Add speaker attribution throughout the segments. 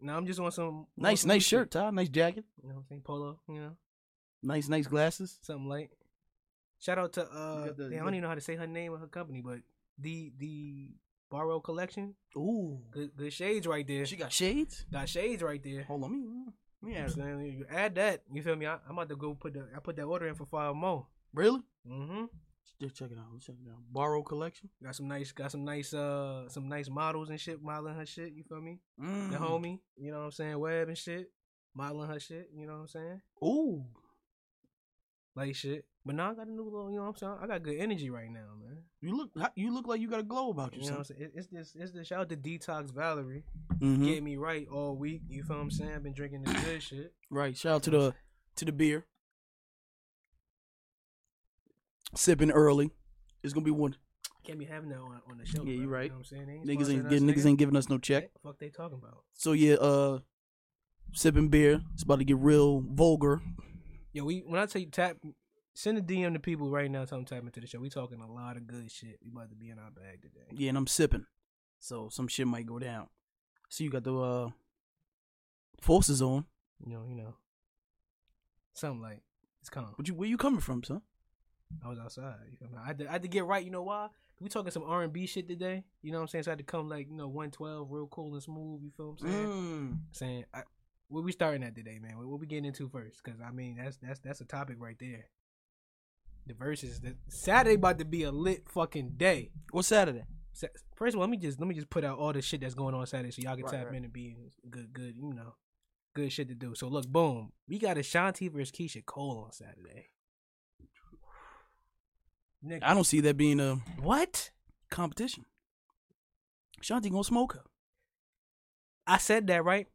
Speaker 1: No, I'm just on some
Speaker 2: Nice,
Speaker 1: on some
Speaker 2: nice
Speaker 1: shit.
Speaker 2: shirt, Ty. Nice jacket.
Speaker 1: You know what I'm saying? Polo, you know,
Speaker 2: Nice, nice glasses.
Speaker 1: something light. Shout out to uh,
Speaker 2: got the-
Speaker 1: damn, I
Speaker 2: you-
Speaker 1: don't even know how to say her name or her company, but the the Borrow Collection,
Speaker 2: Ooh,
Speaker 1: good, good shades right there.
Speaker 2: she got shades.
Speaker 1: got shades right there.
Speaker 2: Hold on, me. uh, me
Speaker 1: You know
Speaker 2: ask
Speaker 1: what
Speaker 2: her.
Speaker 1: I'm saying? You add that, you feel me? I, I'm about to go put the I put that order in for five more.
Speaker 2: Really?
Speaker 1: Mm-hmm.
Speaker 2: Just check it out. Let's check it out. Borrow collection.
Speaker 1: Got some nice, got some nice, uh, some nice models and shit modeling her shit. You feel me?
Speaker 2: Mm.
Speaker 1: The homie, you know what I'm saying? Web and shit, modeling her shit. You know what I'm saying?
Speaker 2: Ooh,
Speaker 1: Like shit. But now I got a new little, you know what I'm saying? I got good energy right now, man.
Speaker 2: you look. You look like you got a glow about you.
Speaker 1: You know what I'm saying? It- It's this, it's this. Shout out to Detox Valerie,
Speaker 2: hmm
Speaker 1: get me right all week. You feel what I'm saying? Been drinking this good shit.
Speaker 2: Right. Shout out to the to the beer. Sipping early. It's gonna be one.
Speaker 1: Can't be having that on, on the show.
Speaker 2: Yeah, you
Speaker 1: bro.
Speaker 2: right.
Speaker 1: know what I'm saying? They
Speaker 2: Niggas
Speaker 1: sponsoring
Speaker 2: ain't
Speaker 1: us,
Speaker 2: getting niggas
Speaker 1: nigga.
Speaker 2: ain't giving us no check.
Speaker 1: What the Fuck, they talking about.
Speaker 2: So yeah, uh, sipping beer. It's about to get real vulgar.
Speaker 1: Yo, we when I tell you tap, send a DM to people right now. Tell them tap into the show. We talking a lot of good shit. We about to be in our bag today.
Speaker 2: Yeah, and I'm sipping. So some shit might go down. So you got the uh forces on.
Speaker 1: You know, you know, something like it's calm.
Speaker 2: But you where you coming from, son?
Speaker 1: I was outside. You feel me? I had to, I had to get right. You know why? We talking some R and B shit today. You know what I'm saying? So I had to come like you know 112, real cool and smooth. You feel what I'm saying?
Speaker 2: Mm.
Speaker 1: Saying I, what we starting at today, man? What, what we getting into first? Because I mean, that's that's that's a topic right there. The verses. The, Saturday about to be a lit fucking day.
Speaker 2: What's Saturday?
Speaker 1: Sa- First of all, let me just let me just put out all the shit that's going on Saturday, so y'all can
Speaker 2: Right,
Speaker 1: tap
Speaker 2: right.
Speaker 1: in and be in good, good, you know, good shit to do. So look, boom, we got Ashanti versus Keisha Cole on Saturday. Nick,
Speaker 2: I don't see that being a
Speaker 1: what?
Speaker 2: competition. Shanti gonna smoke her.
Speaker 1: I said that right.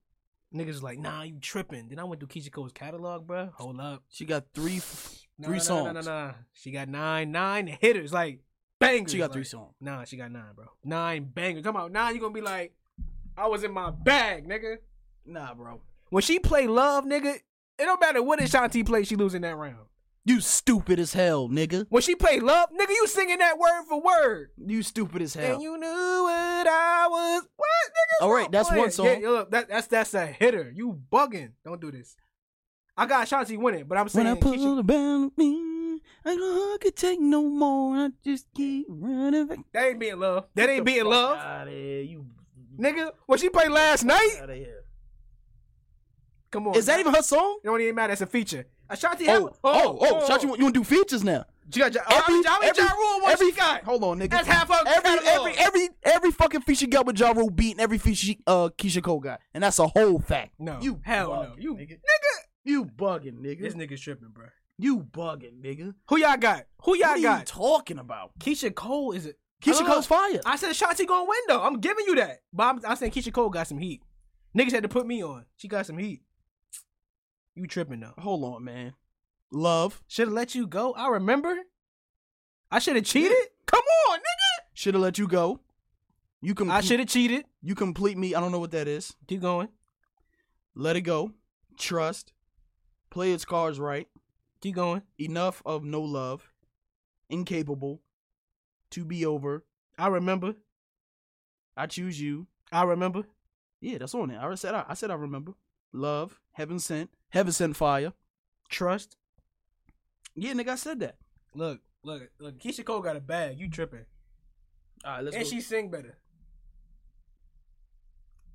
Speaker 1: Niggas was like, nah, you tripping. Then I went through Keisha Cole's catalog, bruh. Hold up,
Speaker 2: She got three f-
Speaker 1: Nah,
Speaker 2: three
Speaker 1: nah,
Speaker 2: songs.
Speaker 1: Nah, nah, nah, nah. She got nine, nine hitters, like bangers.
Speaker 2: She got
Speaker 1: like-
Speaker 2: three songs.
Speaker 1: Nah, she got nine, bro. Nine bangers. Come on, nine. You gonna be like, I was in my bag, nigga.
Speaker 2: Nah, bro.
Speaker 1: When she play love, nigga, it don't matter what Ashanti play, she losing that round.
Speaker 2: You stupid as hell, nigga.
Speaker 1: When she play love, nigga, you singing that word for word.
Speaker 2: You stupid as hell.
Speaker 1: And you knew what I was. What, nigga?
Speaker 2: All right,
Speaker 1: Stop
Speaker 2: that's
Speaker 1: playing.
Speaker 2: one song.
Speaker 1: Yeah, yeah, look, that, that's that's a hitter. You bugging. Don't do this. I got Ashanti winning, but I'm saying
Speaker 2: when I
Speaker 1: she should-
Speaker 2: pull around me, I know I could take no more. I just keep running back.
Speaker 1: that ain't being love. That ain't being love,
Speaker 2: Outta here, you.
Speaker 1: nigga. When she played last night,
Speaker 2: Outta here.
Speaker 1: come on.
Speaker 2: Is that even her song?
Speaker 1: It don't even matter. It's a feature. Ashanti. had-
Speaker 2: Oh, oh, oh! Shout you, you want to do features now?
Speaker 1: She got. Ja- How many how many Oh, Ja Rule ones
Speaker 2: every-
Speaker 1: she got?
Speaker 2: Hold on, nigga.
Speaker 1: That's half her
Speaker 2: every,
Speaker 1: catalog.
Speaker 2: every, every, every fucking feature she got with Ja Rule beat, and every feature she, uh, Keisha Cole got, and that's a whole fact.
Speaker 1: No,
Speaker 2: you
Speaker 1: hell
Speaker 2: bugging,
Speaker 1: no. You
Speaker 2: nigga.
Speaker 1: nigga.
Speaker 2: You bugging, nigga.
Speaker 1: This nigga's tripping, bro.
Speaker 2: you bugging, nigga.
Speaker 1: Who y'all got? Who
Speaker 2: What
Speaker 1: y'all
Speaker 2: are you
Speaker 1: got?
Speaker 2: talking about?
Speaker 1: Keisha Cole is it?
Speaker 2: Keisha
Speaker 1: Huh?
Speaker 2: Cole's fire.
Speaker 1: I said Ashanti gonna win though. I'm giving you that. But I'm, I'm saying Keisha Cole got some heat. Niggas had to put me on. She got some heat. You tripping though?
Speaker 2: Hold on, man. Love
Speaker 1: Should have let you go. I remember. I should have cheated. Come on, nigga.
Speaker 2: should have let you go. You com-
Speaker 1: I should have cheated.
Speaker 2: You complete me. I don't know what that is.
Speaker 1: Keep going.
Speaker 2: Let it go. Trust. Play its cards right.
Speaker 1: Keep going.
Speaker 2: Enough of no love. Incapable. To be over.
Speaker 1: I remember.
Speaker 2: I choose you.
Speaker 1: I remember.
Speaker 2: Yeah, that's on it. I already said I, I said I remember. Love. Heaven sent. Heaven sent fire.
Speaker 1: Trust.
Speaker 2: Yeah, nigga, I said that.
Speaker 1: Look, look, look. Keisha Cole got a bag. You tripping?
Speaker 2: All right, let's
Speaker 1: and she sing better.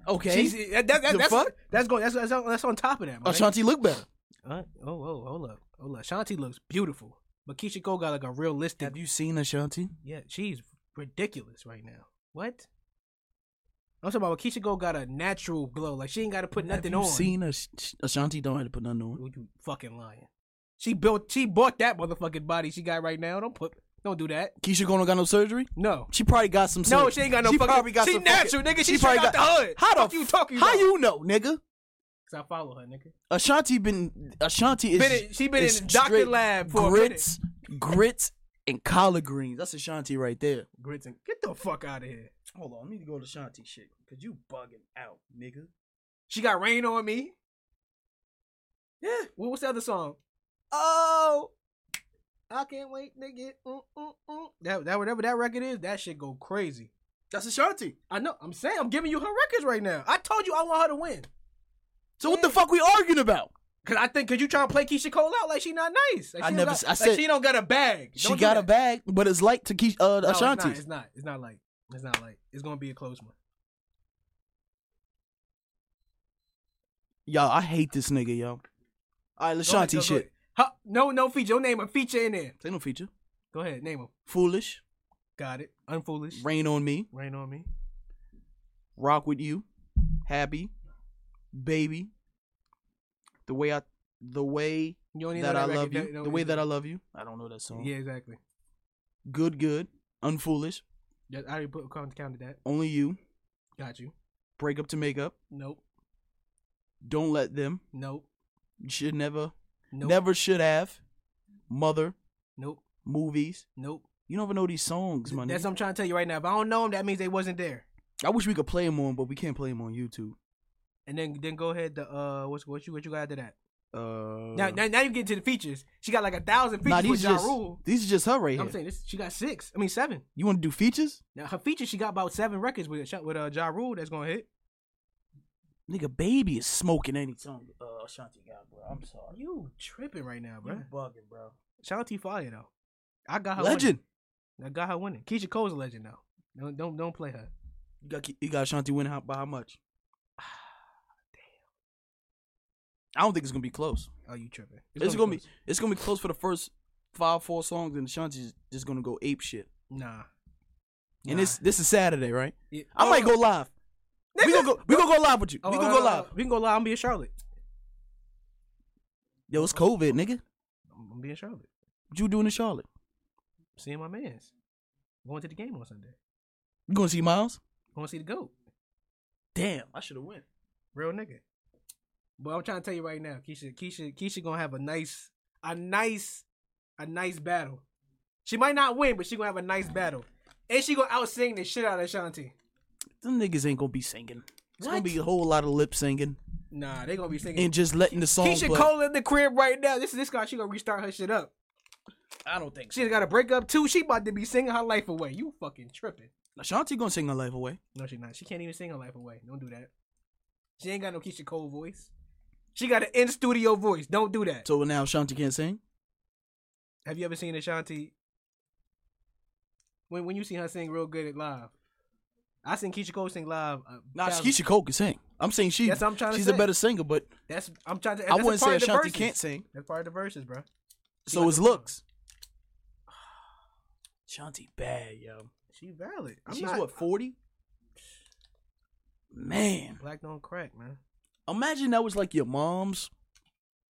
Speaker 2: okay.
Speaker 1: She's, that, that, that,
Speaker 2: The
Speaker 1: that's,
Speaker 2: fuck? Oh,
Speaker 1: that's going. That's, that's on- that's on top of that. Mike.
Speaker 2: Ashanti look better.
Speaker 1: Uh, oh, oh, hold up, hold up. Shanti looks beautiful, but Keisha Cole got like a realistic.
Speaker 2: Have you seen Ashanti?
Speaker 1: Yeah, she's ridiculous right now. What? I'm talking about Keisha Cole got a natural glow. Like she ain't got to put nothing
Speaker 2: Have
Speaker 1: on.
Speaker 2: you seen Ash- Ashanti? Don't have to put nothing on.
Speaker 1: Oh, you fucking lying? She built. She bought that motherfucking body she got right now. Don't put. Don't do that.
Speaker 2: Keisha Cole got no surgery.
Speaker 1: No.
Speaker 2: She probably got some.
Speaker 1: No,
Speaker 2: surgery.
Speaker 1: she ain't got no fucking-
Speaker 2: probably
Speaker 1: she
Speaker 2: some fucking-
Speaker 1: natural, nigga. She straight out the hood.
Speaker 2: How the
Speaker 1: Fuck you talking
Speaker 2: How
Speaker 1: about?
Speaker 2: you know, nigga?
Speaker 1: Cause I follow her, nigga.
Speaker 2: Ashanti been Ashanti is
Speaker 1: Been in- she been
Speaker 2: is
Speaker 1: in the doctor
Speaker 2: straight
Speaker 1: lab for a
Speaker 2: grits, grits and collard greens. That's Ashanti right there.
Speaker 1: Grits and get the fuck out of here.
Speaker 2: Hold on, I need to go to Ashanti shit because you bugging out, nigga.
Speaker 1: She got rain on me.
Speaker 2: Yeah.
Speaker 1: What was the other song? Oh, I can't wait to get mm, mm, mm. that. That whatever that record is, that shit go crazy.
Speaker 2: That's Ashanti.
Speaker 1: I know. I'm saying I'm giving you her records right now. I told you I want her to win.
Speaker 2: So what the fuck we arguing about?
Speaker 1: Cause I think cause you trying to play Keisha Cole out like she not nice. Like
Speaker 2: I
Speaker 1: she don't
Speaker 2: never
Speaker 1: Got,
Speaker 2: s- I
Speaker 1: like
Speaker 2: said-
Speaker 1: she don't got a bag.
Speaker 2: She
Speaker 1: Don't do
Speaker 2: got a
Speaker 1: that.
Speaker 2: bag, but it's like to Keisha uh,
Speaker 1: No,
Speaker 2: Ashanti's.
Speaker 1: It's not. It's not, it's not like. It's not like. It's gonna be a close one.
Speaker 2: Yo, I hate this nigga, yo. All right,
Speaker 1: Go ahead,
Speaker 2: Lashanti
Speaker 1: go- go
Speaker 2: shit.
Speaker 1: ahead. Huh, no, no feature. Your name a feature in there.
Speaker 2: Say no feature.
Speaker 1: Go ahead, name him.
Speaker 2: Foolish.
Speaker 1: Got it. Unfoolish.
Speaker 2: Rain on me.
Speaker 1: Rain on me.
Speaker 2: Rock with you. Happy. Baby. The way I the way
Speaker 1: You don't even
Speaker 2: that
Speaker 1: know
Speaker 2: I
Speaker 1: record.
Speaker 2: love
Speaker 1: Don't- don't
Speaker 2: you. The
Speaker 1: even
Speaker 2: way
Speaker 1: know
Speaker 2: that I love you. I don't know that song.
Speaker 1: Yeah, exactly.
Speaker 2: Good good. Unfoolish.
Speaker 1: Yeah, I already put count- counted that.
Speaker 2: Only you.
Speaker 1: Got you.
Speaker 2: Break up to make up.
Speaker 1: Nope.
Speaker 2: Don't let them.
Speaker 1: Nope.
Speaker 2: You should never
Speaker 1: Nope.
Speaker 2: never should have. Mother.
Speaker 1: Nope.
Speaker 2: Movies.
Speaker 1: Nope.
Speaker 2: You don't even know these songs, man.
Speaker 1: That's what I'm trying to tell you right now. If I don't know them, that means they wasn't there.
Speaker 2: I wish we could play them on, but we can't play them on YouTube.
Speaker 1: And then then go ahead to uh what's what you what you got after that.
Speaker 2: Uh
Speaker 1: Now now, now you get to the features. She got like a thousand
Speaker 2: nah,
Speaker 1: features with
Speaker 2: these
Speaker 1: Ja
Speaker 2: just
Speaker 1: Rule.
Speaker 2: these is just her right
Speaker 1: I'm
Speaker 2: here.
Speaker 1: saying this she got six. I mean seven.
Speaker 2: You want to do features?
Speaker 1: Now her features she got about seven records with with uh Ja Rule that's gonna hit.
Speaker 2: Nigga, baby is smoking any song. Uh, Ashanti got, bro. I'm sorry.
Speaker 1: You tripping right now, bro.
Speaker 2: You bugging, bro.
Speaker 1: Shanti Fire though. I got her
Speaker 2: Legend.
Speaker 1: Winning. I got her winning. Keisha Cole's a legend though. Don't don't don't play her.
Speaker 2: You got you got Ashanti winning how, by how much? I don't think it's gonna be close.
Speaker 1: Oh you tripping.
Speaker 2: It's, gonna, be it's gonna be close for the first five four songs, and Ashanti's just gonna go ape shit.
Speaker 1: close. Nah.
Speaker 2: And
Speaker 1: Nah.
Speaker 2: this this is Saturday, right?
Speaker 1: Yeah.
Speaker 2: I might
Speaker 1: Oh,
Speaker 2: go live. We
Speaker 1: nigga.
Speaker 2: gonna go we gonna go live with you.
Speaker 1: Oh,
Speaker 2: we
Speaker 1: uh,
Speaker 2: gonna go live.
Speaker 1: We can go live. I'm being Charlotte.
Speaker 2: Yo, it's COVID, nigga.
Speaker 1: I'm, I'm being Charlotte.
Speaker 2: What you doing in Charlotte?
Speaker 1: Seeing my man's. Going to the game on Sunday.
Speaker 2: You gonna see Miles?
Speaker 1: Going to see the GOAT.
Speaker 2: Damn, I should have went.
Speaker 1: Real nigga. But I'm trying to tell you right now, Keisha, Keisha, Keisha gonna have a nice, a nice, a nice battle. She might not win, but she gonna have a nice battle. And she gonna out sing the shit out of Shanti.
Speaker 2: Them niggas ain't gonna be singing. It's gonna
Speaker 1: What?
Speaker 2: be a whole lot of lip singing
Speaker 1: Nah, they gonna be singing.
Speaker 2: and just letting the song.
Speaker 1: Keisha
Speaker 2: play.
Speaker 1: Cole in the crib right now. This is this guy. She gonna restart her shit up.
Speaker 2: I don't think
Speaker 1: She's got a breakup too. She about to be singing her life away. You fucking tripping.
Speaker 2: Ashanti gonna sing her life away.
Speaker 1: No, she not. She can't even sing her life away. Don't do that. She ain't got no Keisha Cole voice. She got an in studio voice. Don't do that.
Speaker 2: So now Ashanti can't sing.
Speaker 1: Have you ever seen Ashanti? When when you see her sing real good at live, I seen Keisha Cole sing live. Uh,
Speaker 2: Nah, Keisha Cole can sing. I'm saying she.
Speaker 1: That's what I'm trying to
Speaker 2: She's a
Speaker 1: say.
Speaker 2: better singer, but
Speaker 1: That's I'm trying to.
Speaker 2: I
Speaker 1: that's a
Speaker 2: wouldn't
Speaker 1: part
Speaker 2: say
Speaker 1: of the
Speaker 2: Ashanti
Speaker 1: verses.
Speaker 2: can't sing.
Speaker 1: That's part of the verses, bro.
Speaker 2: So
Speaker 1: like
Speaker 2: it's
Speaker 1: a woman.
Speaker 2: looks. Ashanti bad, yo.
Speaker 1: She valid. I'm
Speaker 2: She's
Speaker 1: not,
Speaker 2: what forty. Man,
Speaker 1: Black don't crack, man.
Speaker 2: imagine that was like your mom's,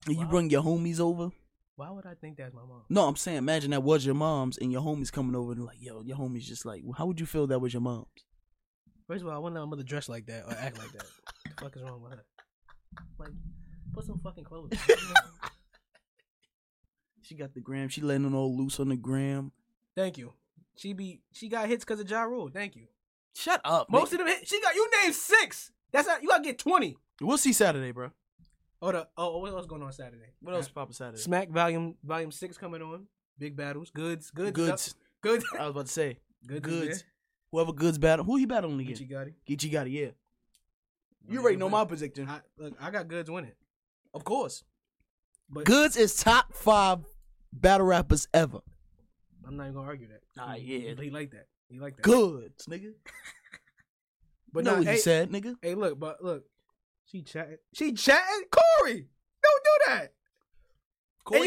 Speaker 2: and you
Speaker 1: Wow.
Speaker 2: bring your homies over.
Speaker 1: Why would I think that's my mom?
Speaker 2: No, I'm saying imagine that was your mom's, and your homies coming over and like, yo, your homies just like, how would you feel that was your mom's?
Speaker 1: First of all, I wouldn't let my mother dress like that or act like that. the fuck is wrong with her? Like, put some fucking clothes. on.
Speaker 2: She got the gram. She letting it all loose on the gram.
Speaker 1: Thank you. She be she got hits because of Ja Rule. Thank you.
Speaker 2: Shut up.
Speaker 1: Most
Speaker 2: Most
Speaker 1: of them hit. She got you named six. That's not you gotta get twenty.
Speaker 2: we'll see Saturday, bro.
Speaker 1: Oh, the, oh, what else going on Saturday? Uh,
Speaker 2: What else popping Saturday?
Speaker 1: Smack Volume Volume Six coming on. Big battles. Goods. Goods.
Speaker 2: Goods.
Speaker 1: Goods.
Speaker 2: I was about to say
Speaker 1: Goods.
Speaker 2: goods. Whoever goods battle, who he battling again?
Speaker 1: Gucci got it.
Speaker 2: Geechee got it. Yeah, you already know my prediction.
Speaker 1: I, look, I got goods winning.
Speaker 2: Of course,
Speaker 1: But-
Speaker 2: goods is top five battle rappers ever.
Speaker 1: I'm not even gonna argue that. He-
Speaker 2: Nah, Ah, yeah.
Speaker 1: He, he like that. He like that.
Speaker 2: Goods, nigga.
Speaker 1: But
Speaker 2: know
Speaker 1: nah,
Speaker 2: what
Speaker 1: hey,
Speaker 2: he said, nigga.
Speaker 1: Hey, look, but look, she chatting. She chatting. Corey, don't do that.
Speaker 2: Corey,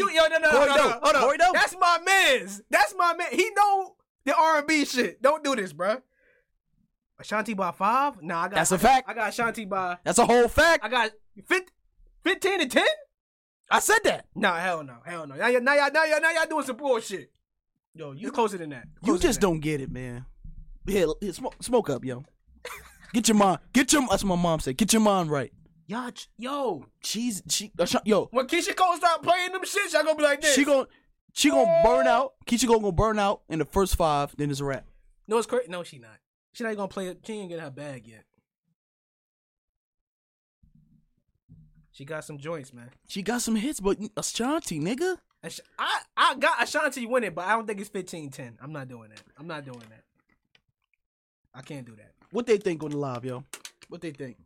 Speaker 1: and you, yo, no, no, no,
Speaker 2: Corey
Speaker 1: no, no,
Speaker 2: don't.
Speaker 1: hold on.
Speaker 2: Corey don't.
Speaker 1: That's my man's. That's my man. He know the R and B shit. Don't do this, bruh. Ashanti by five? Nah, I got.
Speaker 2: That's a
Speaker 1: I got-
Speaker 2: fact.
Speaker 1: I got Ashanti by.
Speaker 2: That's a whole fact.
Speaker 1: I got fif- 15 to 10?
Speaker 2: I, said that.
Speaker 1: Nah, hell no, hell no. Now, y'all- now, y'all, now, y'all, now y'all doing some bullshit.
Speaker 2: Yo,
Speaker 1: You closer than that.
Speaker 2: you
Speaker 1: Closer
Speaker 2: just
Speaker 1: than
Speaker 2: don't get it, man. Yeah, yeah, smoke, smoke up, yo. Get your mind. Get your. That's what my mom said. Get your mind right.
Speaker 1: that. Y'all, ch- yo,
Speaker 2: She's she. uh, sh- Yo,
Speaker 1: when Keisha Cole start playing them shit, y'all gonna be like this.
Speaker 2: she gon' she
Speaker 1: Oh.
Speaker 2: gonna burn out. Keisha Cole gonna burn out in the first five. Then it's a wrap.
Speaker 1: no, it's crazy. No, she not. She not gonna play. it. She ain't get her bag yet. She got some joints, man.
Speaker 2: She got some hits, but Ashanti, nigga.
Speaker 1: Ash- I I got Ashanti winning, but I don't think it's 15-10. I'm not doing that. I'm not doing that. I can't do that.
Speaker 2: What they think on the live, yo? What they think?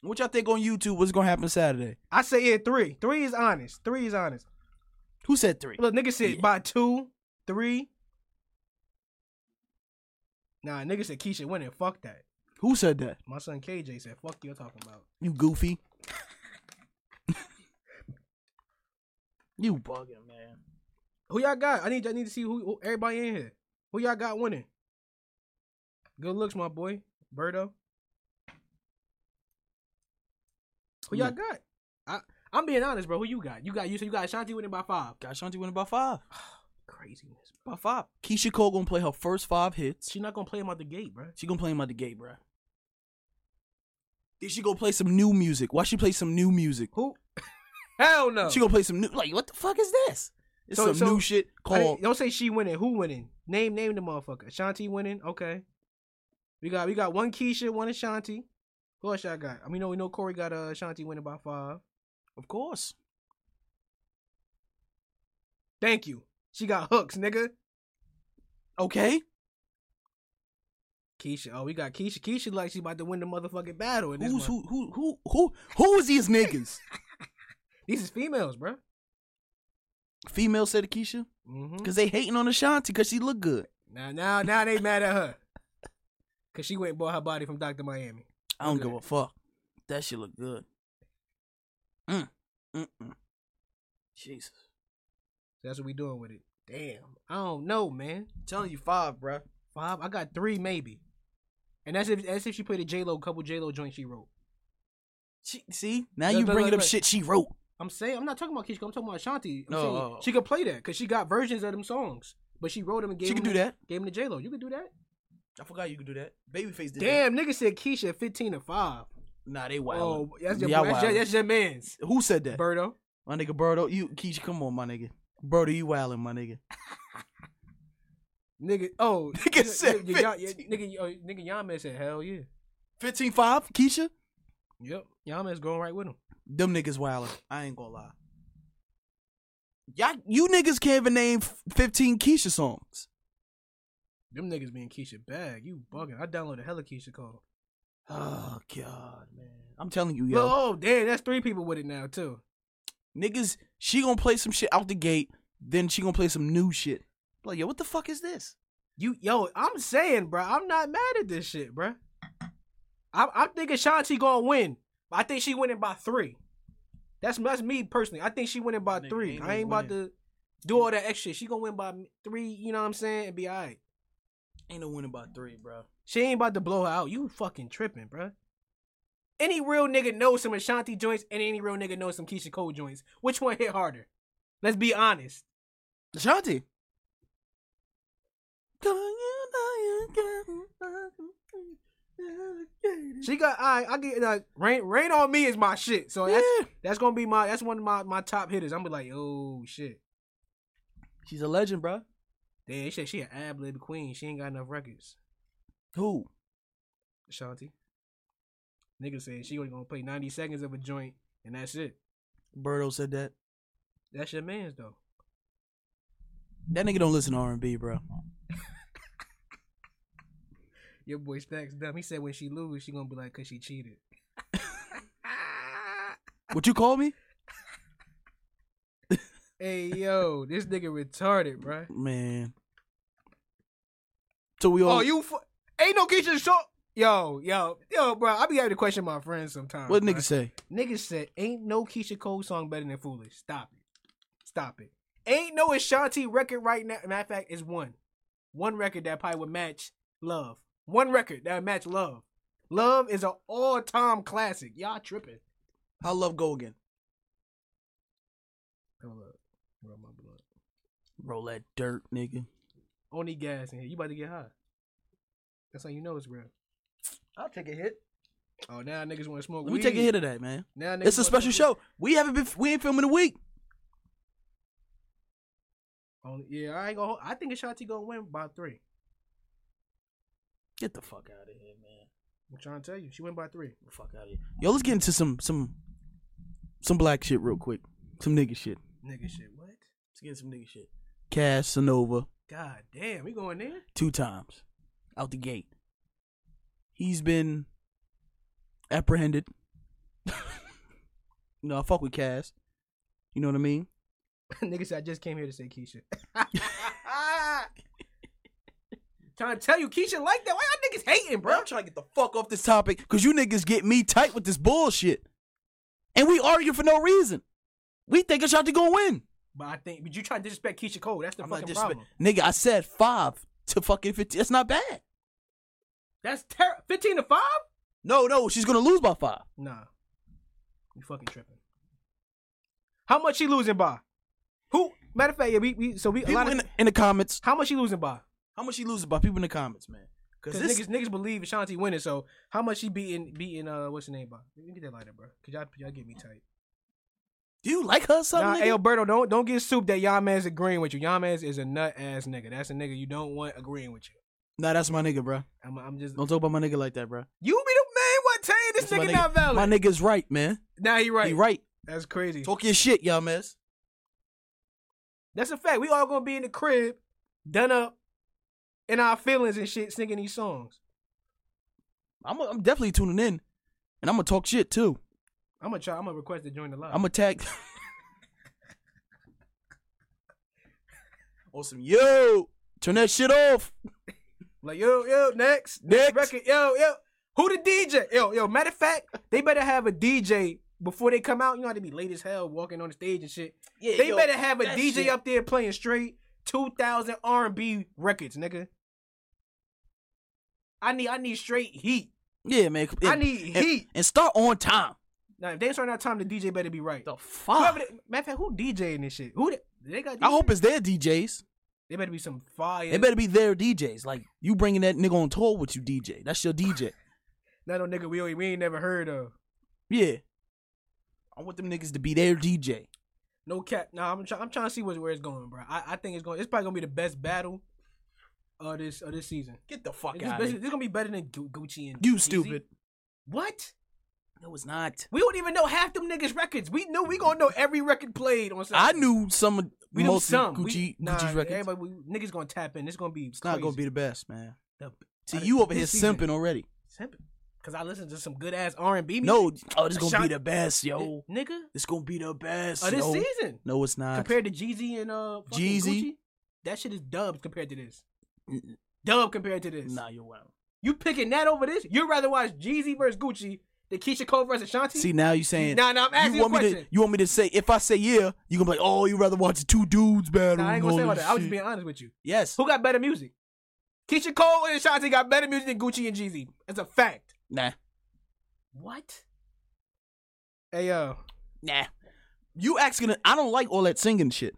Speaker 2: What y'all think on YouTube? What's gonna happen Saturday?
Speaker 1: I say yeah, three. Three is honest. Three is honest.
Speaker 2: Who said three?
Speaker 1: Look, nigga said
Speaker 2: Yeah.
Speaker 1: by two, three. Nah, nigga said Keisha winning. Fuck that.
Speaker 2: Who said that?
Speaker 1: My son KJ said, "Fuck you, talking about."
Speaker 2: You goofy. you bugging, man.
Speaker 1: Who y'all got? I need I need to see who, who everybody in here. Who y'all got winning? Good looks, my boy. Birdo. Who y'all
Speaker 2: Yeah.
Speaker 1: got? I I'm being honest, bro. Who you got? You got you so you got Shanti winning by five.
Speaker 2: Got Shanti winning by five.
Speaker 1: Craziness.
Speaker 2: By five. Keisha Cole gonna play her first five hits.
Speaker 1: She not gonna play him out the gate, bro.
Speaker 2: She gonna play him out the gate, bruh. Then she gonna play some new music. Why she play some new music?
Speaker 1: Who? Hell no.
Speaker 2: She gonna play some new like what the fuck is this? It's
Speaker 1: Oh. So-
Speaker 2: some
Speaker 1: so-
Speaker 2: new shit
Speaker 1: I didn't-
Speaker 2: called
Speaker 1: Don't say she winning. Who winning? Name name the motherfucker. Shanti winning. Okay. We got we got one Keisha, one Ashanti. Who else y'all got? I mean, we know we know Corey got uh Ashanti winning by five.
Speaker 2: Of course.
Speaker 1: Thank you. She got hooks, nigga.
Speaker 2: Okay.
Speaker 1: Keisha. Oh, we got Keisha. Keisha like she about to win the motherfucking battle. In this
Speaker 2: Who's
Speaker 1: one.
Speaker 2: who who who who who is these niggas?
Speaker 1: These is females, bro.
Speaker 2: Female said to Keisha?
Speaker 1: Mm-hmm.
Speaker 2: Cause they hating on Ashanti cause she look good.
Speaker 1: Now, now, now they mad at her because she went and bought her body from Doctor Miami.
Speaker 2: I don't
Speaker 1: Look at
Speaker 2: give a fuck. That shit look good. Mm. Mm-mm. Jesus.
Speaker 1: That's what we doing with it. Damn, I don't know, man.
Speaker 2: telling you five, bruh.
Speaker 1: Five. I got three, maybe. And that's if that's if she played a J Lo couple J Lo joints she wrote.
Speaker 2: She, see? Now
Speaker 1: Look,
Speaker 2: you
Speaker 1: look,
Speaker 2: bringing
Speaker 1: look,
Speaker 2: up
Speaker 1: look.
Speaker 2: shit she wrote.
Speaker 1: I'm saying I'm not talking about Keisha. I'm talking about Ashanti. I'm
Speaker 2: Oh,
Speaker 1: saying
Speaker 2: oh, oh.
Speaker 1: she could play that because she got versions of them songs, but she wrote them and gave
Speaker 2: She
Speaker 1: them
Speaker 2: can do that.
Speaker 1: Gave them to J Lo. You could do that.
Speaker 2: I forgot you could do that. Babyface did
Speaker 1: Damn, nigga said Keisha 15 to five.
Speaker 2: Nah, they wild.
Speaker 1: Oh, that's your,
Speaker 2: Y'all
Speaker 1: that's, your,
Speaker 2: wildin'.
Speaker 1: that's your man's.
Speaker 2: Who said that?
Speaker 1: Birdo.
Speaker 2: my nigga Birdo. You Keisha, come on, my nigga. Birdo, you wildin', my nigga.
Speaker 1: Nigga, oh,
Speaker 2: Nigga
Speaker 1: nigga,
Speaker 2: said
Speaker 1: nigga, Ya-
Speaker 2: 15.
Speaker 1: nigga, oh, nigga, Yaman said, hell yeah.
Speaker 2: 15 5, Keisha?
Speaker 1: Yep, Yaman's going right with him.
Speaker 2: Them niggas wildin'. I ain't gonna lie. Y'all, you niggas can't even name f- 15 Keisha songs.
Speaker 1: Them niggas being Keisha bag, you bugging. I downloaded hella Keisha call.
Speaker 2: Oh, God, man. I'm telling you, yo.
Speaker 1: Look, oh damn, that's three people with it now too.
Speaker 2: Niggas, she gonna play some shit out the gate, then she gonna play some new shit. Like, yo, what the fuck is this?
Speaker 1: You, yo, I'm saying, bro, I'm not mad at this shit, bro. I, I'm thinking Shanti gonna win. I think she winning by three. That's that's me personally. I think she winning by
Speaker 2: Nigga,
Speaker 1: three.
Speaker 2: ain't
Speaker 1: I ain't
Speaker 2: no
Speaker 1: about to do all that extra. shit. She gonna win by three. You know what I'm saying? And be alright.
Speaker 2: Ain't no winning by three, bro.
Speaker 1: She ain't about to blow her out. You fucking tripping, bruh. Any real nigga knows some Ashanti joints, and any real nigga knows some Keisha Cole joints. Which one hit harder? Let's be honest.
Speaker 2: Ashanti.
Speaker 1: Oh, She got I I get like rain rain on me is my shit. So that's
Speaker 2: Yeah.
Speaker 1: that's gonna be my that's one of my, my top hitters. I'm gonna be like, oh shit.
Speaker 2: She's a legend, bro.
Speaker 1: Damn, she she an ab lib queen. She ain't got enough records.
Speaker 2: Who?
Speaker 1: Ashanti. Nigga said she only gonna play 90 seconds of a joint, and that's it.
Speaker 2: Birdo said that.
Speaker 1: That's your man's though.
Speaker 2: That nigga don't listen to R and B, bro.
Speaker 1: Your boy Stacks dumb. He said when she lose, she gonna be like, cause she cheated.
Speaker 2: What you call me?
Speaker 1: Hey yo, this nigga retarded, bruh.
Speaker 2: Man. So we all.
Speaker 1: Oh, you fu- ain't no Keisha Short. Yo, yo, yo, bruh. I be having to question my friends sometimes.
Speaker 2: what
Speaker 1: bruh.
Speaker 2: nigga say?
Speaker 1: Niggas said ain't no Keisha Cole song better than Foolish. Stop it, stop it. Ain't no Ashanti record right now. Matter of fact, it's one, one record that probably would match Love. One record that would match Love. Love is an all-time classic. Y'all tripping?
Speaker 2: How love go again?
Speaker 1: Hold up, Roll my blood.
Speaker 2: Roll that dirt, nigga.
Speaker 1: Only gas in here. You about to get high. That's how you know it's real.
Speaker 2: I'll take a hit.
Speaker 1: Oh, now niggas want to smoke.
Speaker 2: Let me take a
Speaker 1: weed.
Speaker 2: hit of that, man.
Speaker 1: Now niggas
Speaker 2: It's a
Speaker 1: wanna
Speaker 2: special
Speaker 1: smoke
Speaker 2: show. We haven't been. We ain't filming a week.
Speaker 1: Only, yeah, I ain't gonna. hold- I think Ashanti gonna win by three.
Speaker 2: Get the fuck out of here, man.
Speaker 1: I'm trying to tell you, she went by three.
Speaker 2: The fuck out of here. Yo, let's get into some some some black shit real quick. Some nigga shit.
Speaker 1: Nigga, shit, what?
Speaker 2: Let's get some nigga shit. Casanova
Speaker 1: God damn, we going there?
Speaker 2: two times out the gate. He's been apprehended You know, I fuck with Cass. You know what I mean?
Speaker 1: Nigga said I just came here to say Keisha. Trying to tell you, Keisha like that. Why y'all niggas hating, bro?
Speaker 2: I'm trying to get the fuck off this topic because you niggas get me tight with this bullshit. And we argue for no reason. We think it's y'all to go win.
Speaker 1: But I think, but you trying to disrespect Keisha Cole. That's the fucking
Speaker 2: disrespect-
Speaker 1: problem.
Speaker 2: Nigga, I said five to fucking 15. That's not bad.
Speaker 1: That's ter- 15 to 5?
Speaker 2: No, no, she's going to lose by five.
Speaker 1: Nah. You fucking tripping. How much she losing by? Who? Matter of fact, yeah, we, we so we a
Speaker 2: People
Speaker 1: lot of,
Speaker 2: in, the, in the comments.
Speaker 1: How much she losing by?
Speaker 2: How much she loses by people in the comments, man? Because
Speaker 1: Because
Speaker 2: this
Speaker 1: niggas, niggas believe Ashanti winning, so how much she beating beating uh what's her name by? Let me get that lighter, bro. Cause y'all y'all get me tight.
Speaker 2: do you like her or
Speaker 1: Nah,
Speaker 2: something?
Speaker 1: hey
Speaker 2: nigga?
Speaker 1: Alberto, don't don't get soup that Yamez agreeing with you. Yamez is a nut ass nigga. That's a nigga you don't want agreeing with you.
Speaker 2: nah, that's my nigga, bro.
Speaker 1: I'm, I'm just
Speaker 2: Don't talk about my nigga like that, bro.
Speaker 1: you be the man. What tell you this
Speaker 2: That's my
Speaker 1: nigga, not valid?
Speaker 2: My nigga's right, man.
Speaker 1: nah, he right.
Speaker 2: He right.
Speaker 1: That's crazy.
Speaker 2: Talk your shit, y'all, mess.
Speaker 1: That's a fact. We all gonna be in the crib, done up, in our feelings and shit, singing these songs.
Speaker 2: I'm, I'm definitely tuning in, and I'm gonna talk shit too.
Speaker 1: I'm gonna try. I'm gonna request to join the live.
Speaker 2: I'm gonna tag. awesome, yo, turn that shit off.
Speaker 1: like yo yo next
Speaker 2: Next.
Speaker 1: record yo yo who the DJ yo yo matter of fact they better have a DJ before they come out. You know how they be late as hell walking on the stage and shit.
Speaker 2: Yeah,
Speaker 1: they
Speaker 2: yo,
Speaker 1: better have a
Speaker 2: that
Speaker 1: DJ
Speaker 2: shit-
Speaker 1: up there playing straight 2000 R&B records, nigga. I need I need straight heat.
Speaker 2: Yeah, man.
Speaker 1: I need
Speaker 2: and,
Speaker 1: heat.
Speaker 2: and start on time.
Speaker 1: Now if they ain't starting out time, the DJ better be right.
Speaker 2: The
Speaker 1: Whoever
Speaker 2: fuck.
Speaker 1: the, matter of fact, who DJing this shit? Who the, they got?
Speaker 2: I hope
Speaker 1: DJs?
Speaker 2: it's their DJs.
Speaker 1: they better be some fire.
Speaker 2: It better be their DJs. Like you bringing that nigga on tour with you, DJ. That's your DJ.
Speaker 1: Not no nigga we, we ain't never heard of.
Speaker 2: Yeah. I want them niggas to be their DJ.
Speaker 1: No cap. Nah, I'm trying. I'm trying to see where, where it's going, bro. I, I think it's going. It's probably gonna be the best battle of this of this season.
Speaker 2: Get the fuck
Speaker 1: It's, just, basically- it's gonna be better than Gu- Gucci and
Speaker 2: You
Speaker 1: Yeezy.
Speaker 2: stupid.
Speaker 1: What?
Speaker 2: No, it's not.
Speaker 1: We don't even know half them niggas' records. We knew we gonna know every record played on. Sunday.
Speaker 2: I knew some of
Speaker 1: We knew
Speaker 2: most
Speaker 1: some.
Speaker 2: Gucci
Speaker 1: we, nah,
Speaker 2: Gucci's records.
Speaker 1: Everybody, we, niggas gonna tap in. It's gonna be.
Speaker 2: It's not gonna be the best, man.
Speaker 1: The-
Speaker 2: See,
Speaker 1: I-
Speaker 2: you over here
Speaker 1: this season.
Speaker 2: simping already.
Speaker 1: Simping. Cause I listen to some good ass R and B.
Speaker 2: No, oh, this gonna
Speaker 1: Shot-
Speaker 2: be the best, yo.
Speaker 1: nigga,
Speaker 2: This gonna be the best.
Speaker 1: of this
Speaker 2: yo.
Speaker 1: season
Speaker 2: No, it's not.
Speaker 1: compared to Jeezy and uh fucking
Speaker 2: Jeezy?
Speaker 1: Gucci, that shit is dub compared to this.
Speaker 2: Mm-mm.
Speaker 1: Dub compared to this.
Speaker 2: nah, you're wild.
Speaker 1: You picking that over this? You'd rather watch Jeezy versus Gucci than Keisha Cole versus Ashanti?
Speaker 2: See, now you saying.
Speaker 1: Nah, nah, I'm asking
Speaker 2: you
Speaker 1: you a
Speaker 2: want me to?
Speaker 1: question.
Speaker 2: You want me to say if I say yeah, you gonna be like, oh, you rather watch the two dudes battle?
Speaker 1: Nah, I ain't
Speaker 2: and
Speaker 1: gonna say
Speaker 2: all
Speaker 1: all
Speaker 2: this
Speaker 1: that. I was just
Speaker 2: shit.
Speaker 1: being honest with you.
Speaker 2: Yes.
Speaker 1: Who got better music? Keisha Cole and Ashanti got better music than Gucci and Jeezy. That's a fact.
Speaker 2: Nah,
Speaker 1: What? Hey yo,
Speaker 2: nah. You asking? I don't like all that singing shit.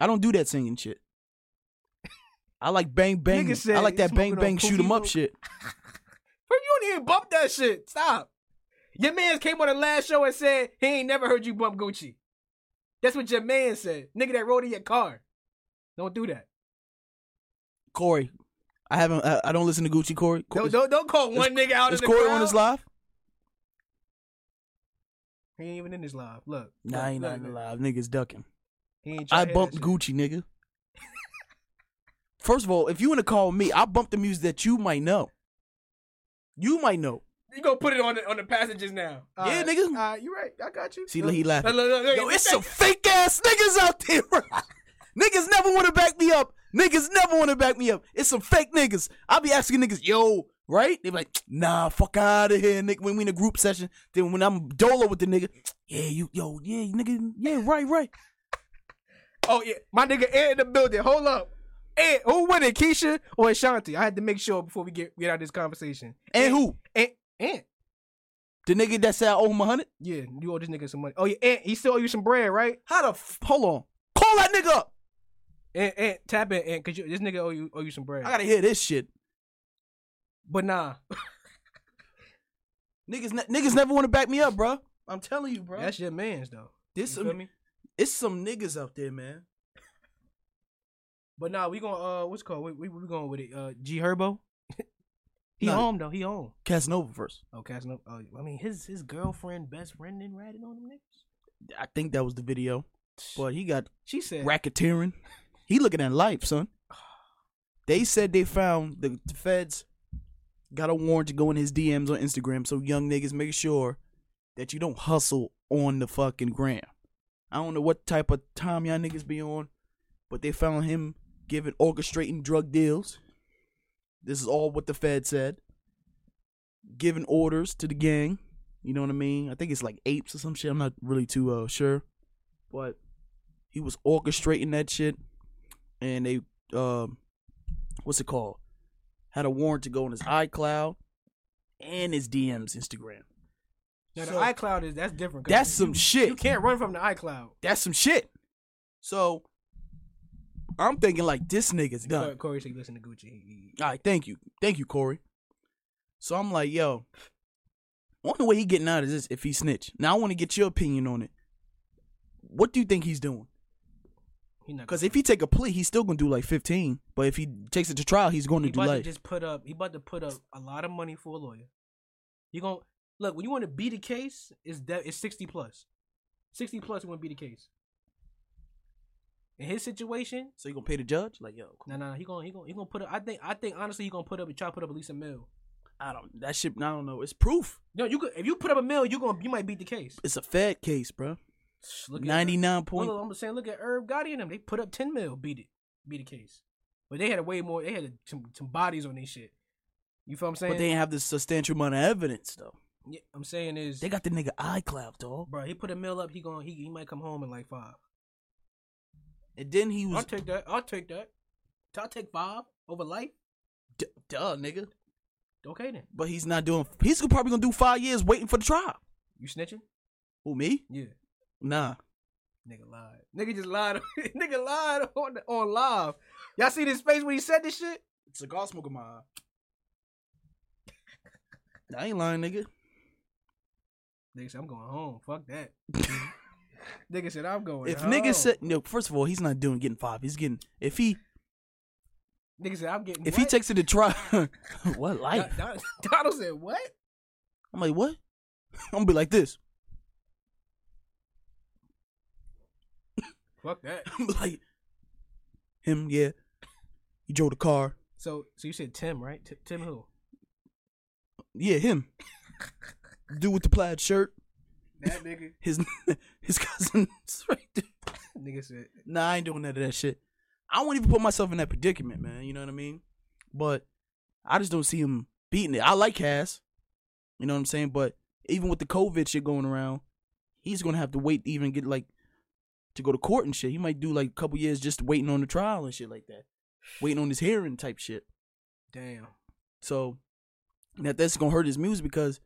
Speaker 2: I don't do that singing shit. I like bang bang.
Speaker 1: Nigga said
Speaker 2: I like that
Speaker 1: he
Speaker 2: bang
Speaker 1: smoking
Speaker 2: bang
Speaker 1: on
Speaker 2: shoot 'em up
Speaker 1: Coquito.
Speaker 2: shit.
Speaker 1: bro, you don't even bump that shit. Stop. Your man came on the last show and said he ain't never heard you bump Gucci. That's what your man said, nigga. That rode in your car. Don't do that.
Speaker 2: Corey, I haven't. I, I don't listen to Gucci Corey.
Speaker 1: Don't don't, don't call
Speaker 2: Is-
Speaker 1: one nigga out
Speaker 2: is
Speaker 1: in the
Speaker 2: Corey
Speaker 1: crowd.
Speaker 2: on his live?
Speaker 1: He ain't even in this live. Look,
Speaker 2: Nah,
Speaker 1: look,
Speaker 2: he not
Speaker 1: look,
Speaker 2: in the
Speaker 1: look.
Speaker 2: live. Niggas ducking.
Speaker 1: He ain't tryna
Speaker 2: I
Speaker 1: hear that
Speaker 2: bumped
Speaker 1: shit.
Speaker 2: Gucci, nigga. First of all, if you want to call me, I bump the music that you might know. You might know.
Speaker 1: You gonna put it on the on the passages now?
Speaker 2: Yeah,
Speaker 1: Alright,
Speaker 2: nigga.
Speaker 1: alright, you right. I got you.
Speaker 2: See, look, he laughing.
Speaker 1: Look, look, look,
Speaker 2: Yo,
Speaker 1: look.
Speaker 2: it's some fake ass niggas out there. bro. niggas never want to back me up. Niggas never want to back me up. It's some fake niggas. I'll be asking niggas, yo, right? They be like, nah, fuck out of here, nigga. When we in a group session, then when I'm dolo with the nigga, yeah, you, yo, yeah, nigga, yeah, right, right.
Speaker 1: Oh yeah, my nigga Ed in the building. Hold up, Ed, who winning, Keisha or Ashanti? I had to make sure before we get get out of this conversation.
Speaker 2: And who?
Speaker 1: Ed, Ed.
Speaker 2: The nigga that said I owe him a hundred?
Speaker 1: Yeah, you owe this nigga some money. Oh yeah, Ed, he still owe you some bread, right?
Speaker 2: How the f- hold on? Call that nigga up.
Speaker 1: Ed, Ed, tap in, Ed, cause you, this nigga owe you owe you some bread.
Speaker 2: I gotta hear this shit.
Speaker 1: but nah,
Speaker 2: Niggas, ne- niggas never want to back me up, bruh. I'm telling you, bruh.
Speaker 1: that's your man's though.
Speaker 2: There's
Speaker 1: You feel
Speaker 2: some,
Speaker 1: me?
Speaker 2: it's some niggas out there, man.
Speaker 1: But nah, we gonna uh, what's it called? We we, we going with it. Uh, G Herbo. he
Speaker 2: Nah.
Speaker 1: home though. He home.
Speaker 2: Casanova first.
Speaker 1: Oh, Casanova. Oh, I mean, his his girlfriend, best friend, then ratted on him niggas.
Speaker 2: I think that was the video, but he got
Speaker 1: She said,
Speaker 2: racketeering. He looking at life, son. They said they found the, the feds got a warrant to go in his DMs on Instagram. So young niggas, make sure that you don't hustle on the fucking gram. I don't know what type of time y'all niggas be on, but they found him giving orchestrating drug deals. This is all what the Fed said. Giving orders to the gang. You know what I mean? I think it's like apes or some shit. I'm not really too uh, sure, but he was orchestrating that shit, and they um, what's it called? Had a warrant to go on his iCloud and his DMs Instagram.
Speaker 1: Now
Speaker 2: So-
Speaker 1: the iCloud is that's different. 'cause
Speaker 2: That's
Speaker 1: you-
Speaker 2: some
Speaker 1: you-
Speaker 2: shit.
Speaker 1: You can't run from the iCloud.
Speaker 2: That's some shit. So I'm thinking like this nigga's done.
Speaker 1: Corey, Corey said, "Listen to Gucci." He- he-
Speaker 2: All right, thank you, thank you, Corey. So I'm like, yo, only way he getting out is this if he snitch. Now I want to get your opinion on it. What do you think he's doing?
Speaker 1: he not
Speaker 2: Because
Speaker 1: gonna-
Speaker 2: if he take a plea, he's still gonna do like 15. But if he takes it to trial, he's going to
Speaker 1: he
Speaker 2: do
Speaker 1: about to
Speaker 2: life.
Speaker 1: just put up, he about to put up a lot of money for a lawyer. You going look when you want to beat a case, it's de- it's sixty plus, sixty plus. You want to beat a case. In his situation,
Speaker 2: so you gonna pay the judge? Like, yo,
Speaker 1: nah, nah, he gonna he gonna he gonna put up. I think I think honestly, he gonna put up try to put up at least a mill.
Speaker 2: I don't. That shit, I don't know. It's proof.
Speaker 1: No, you could if you put up a mill, you gonna you might beat the case.
Speaker 2: It's a Fed case, bro.
Speaker 1: Look at-
Speaker 2: 99 point.
Speaker 1: Look, I'm just saying, look at Herb Gotti and them. They put up 10 mil, beat it, beat the case. But they had a way more. They had some, some bodies on their shit. You feel what I'm saying?
Speaker 2: But they ain't have the substantial amount of evidence though.
Speaker 1: Yeah, I'm saying is,
Speaker 2: They got the nigga iCloud, dog.
Speaker 1: bro, he put a mill up. He going, he, he might come home in like five.
Speaker 2: And then he was
Speaker 1: I'll take that. I'll take that. I'll take five over life.
Speaker 2: d- duh, nigga.
Speaker 1: Okay then.
Speaker 2: But he's not doing. He's probably gonna do five years waiting for the trial.
Speaker 1: You snitching?
Speaker 2: Who me?
Speaker 1: Yeah.
Speaker 2: Nah.
Speaker 1: Nigga lied. Nigga just lied. Nigga lied on on live. Y'all see this face when he said this shit?
Speaker 2: Cigar smoking my eye. I ain't lying, nigga.
Speaker 1: Nigga said, I'm going home. Fuck that. nigga said, I'm going
Speaker 2: If
Speaker 1: home.
Speaker 2: nigga said no, first of all, he's not doing getting five. He's getting if he
Speaker 1: nigga said, I'm getting
Speaker 2: if he
Speaker 1: what?
Speaker 2: takes it to trial. what life?
Speaker 1: Don- Don- Donald said, what?
Speaker 2: I'm like what? I'm gonna be like this.
Speaker 1: Fuck that.
Speaker 2: I'm like him. Yeah, he drove the car.
Speaker 1: So, so you said Tim, right? T- Tim who?
Speaker 2: Yeah, him. Dude with the plaid shirt.
Speaker 1: That nigga.
Speaker 2: His his cousin. is right there.
Speaker 1: nigga said,
Speaker 2: Nah, I ain't doing none of that shit. I won't even put myself in that predicament, man. You know what I mean? But I just don't see him beating it. I like Cass. You know what I'm saying? But even with the COVID shit going around, he's gonna have to wait to even get like to go to court and shit. He might do like a couple years just waiting on the trial and shit like that. Waiting on his hearing type shit.
Speaker 1: damn.
Speaker 2: So that that's gonna hurt his music because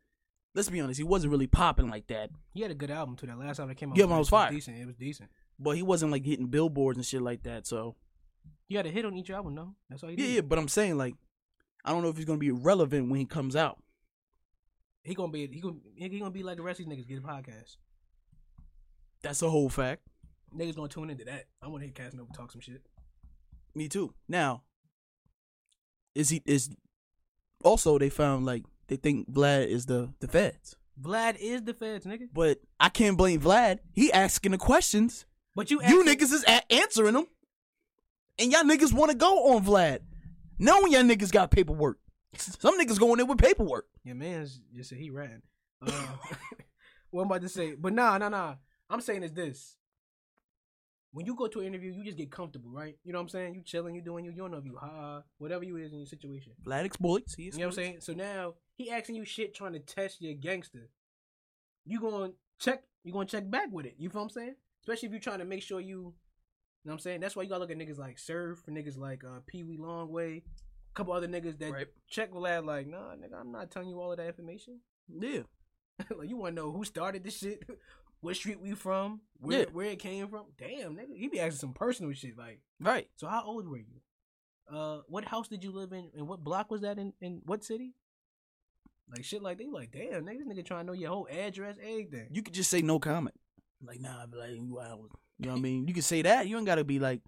Speaker 2: let's be honest, he wasn't really popping like that.
Speaker 1: He had a good album too. That last album that came out.
Speaker 2: Yeah, mine was fire.
Speaker 1: Decent. It was decent.
Speaker 2: But he wasn't like hitting billboards and shit like that, so
Speaker 1: He had a hit on each album, though. That's all he
Speaker 2: Yeah,
Speaker 1: did.
Speaker 2: yeah, but I'm saying like, I don't know if he's gonna be relevant when he comes out.
Speaker 1: He gonna be. He gonna. He gonna be like the rest of these niggas. Get a podcast.
Speaker 2: That's a whole fact.
Speaker 1: Niggas gonna tune into that. I want to hear Casanova talk some shit.
Speaker 2: Me too. Now, is he is? Also, they found like they think Vlad is the the feds,
Speaker 1: Vlad is the feds, nigga.
Speaker 2: but I can't blame Vlad. He asking the questions.
Speaker 1: But you,
Speaker 2: You
Speaker 1: asking-
Speaker 2: niggas is a- answering them, and y'all niggas want to go on Vlad, knowing y'all niggas got paperwork. Some niggas going in with paperwork.
Speaker 1: Your man's just said he ratting. Uh, what I'm about to say, but nah, nah, nah. I'm saying is this: when you go to an interview, you just get comfortable, right? You know what I'm saying? You chilling, you doing you, you don't know if you high, whatever you is in your situation.
Speaker 2: Vlad exploits. He
Speaker 1: You know what I'm saying? So now he asking you shit, trying to test your gangster. You going check? You going to check back with it? You feel what I'm saying? Especially if you're trying to make sure you. You know what I'm saying? That's why you gotta look at niggas like Surf, niggas like uh, Pee Wee Longway, a couple other niggas that
Speaker 2: Right.
Speaker 1: check Vlad like, nah, nigga, I'm not telling you all of that information.
Speaker 2: Yeah.
Speaker 1: like you want to know who started this shit, what street we from, where
Speaker 2: Yeah.
Speaker 1: where it came from. Damn, nigga, he be asking some personal shit. Like,
Speaker 2: Right.
Speaker 1: so how old were you? Uh, what house did you live in, and what block was that in? In what city? Like shit, like they like, damn, nigga, this nigga trying to know your whole address, everything.
Speaker 2: you could just say no comment. Like nah, but like you out. You know what I mean? You can say that. You ain't gotta be like,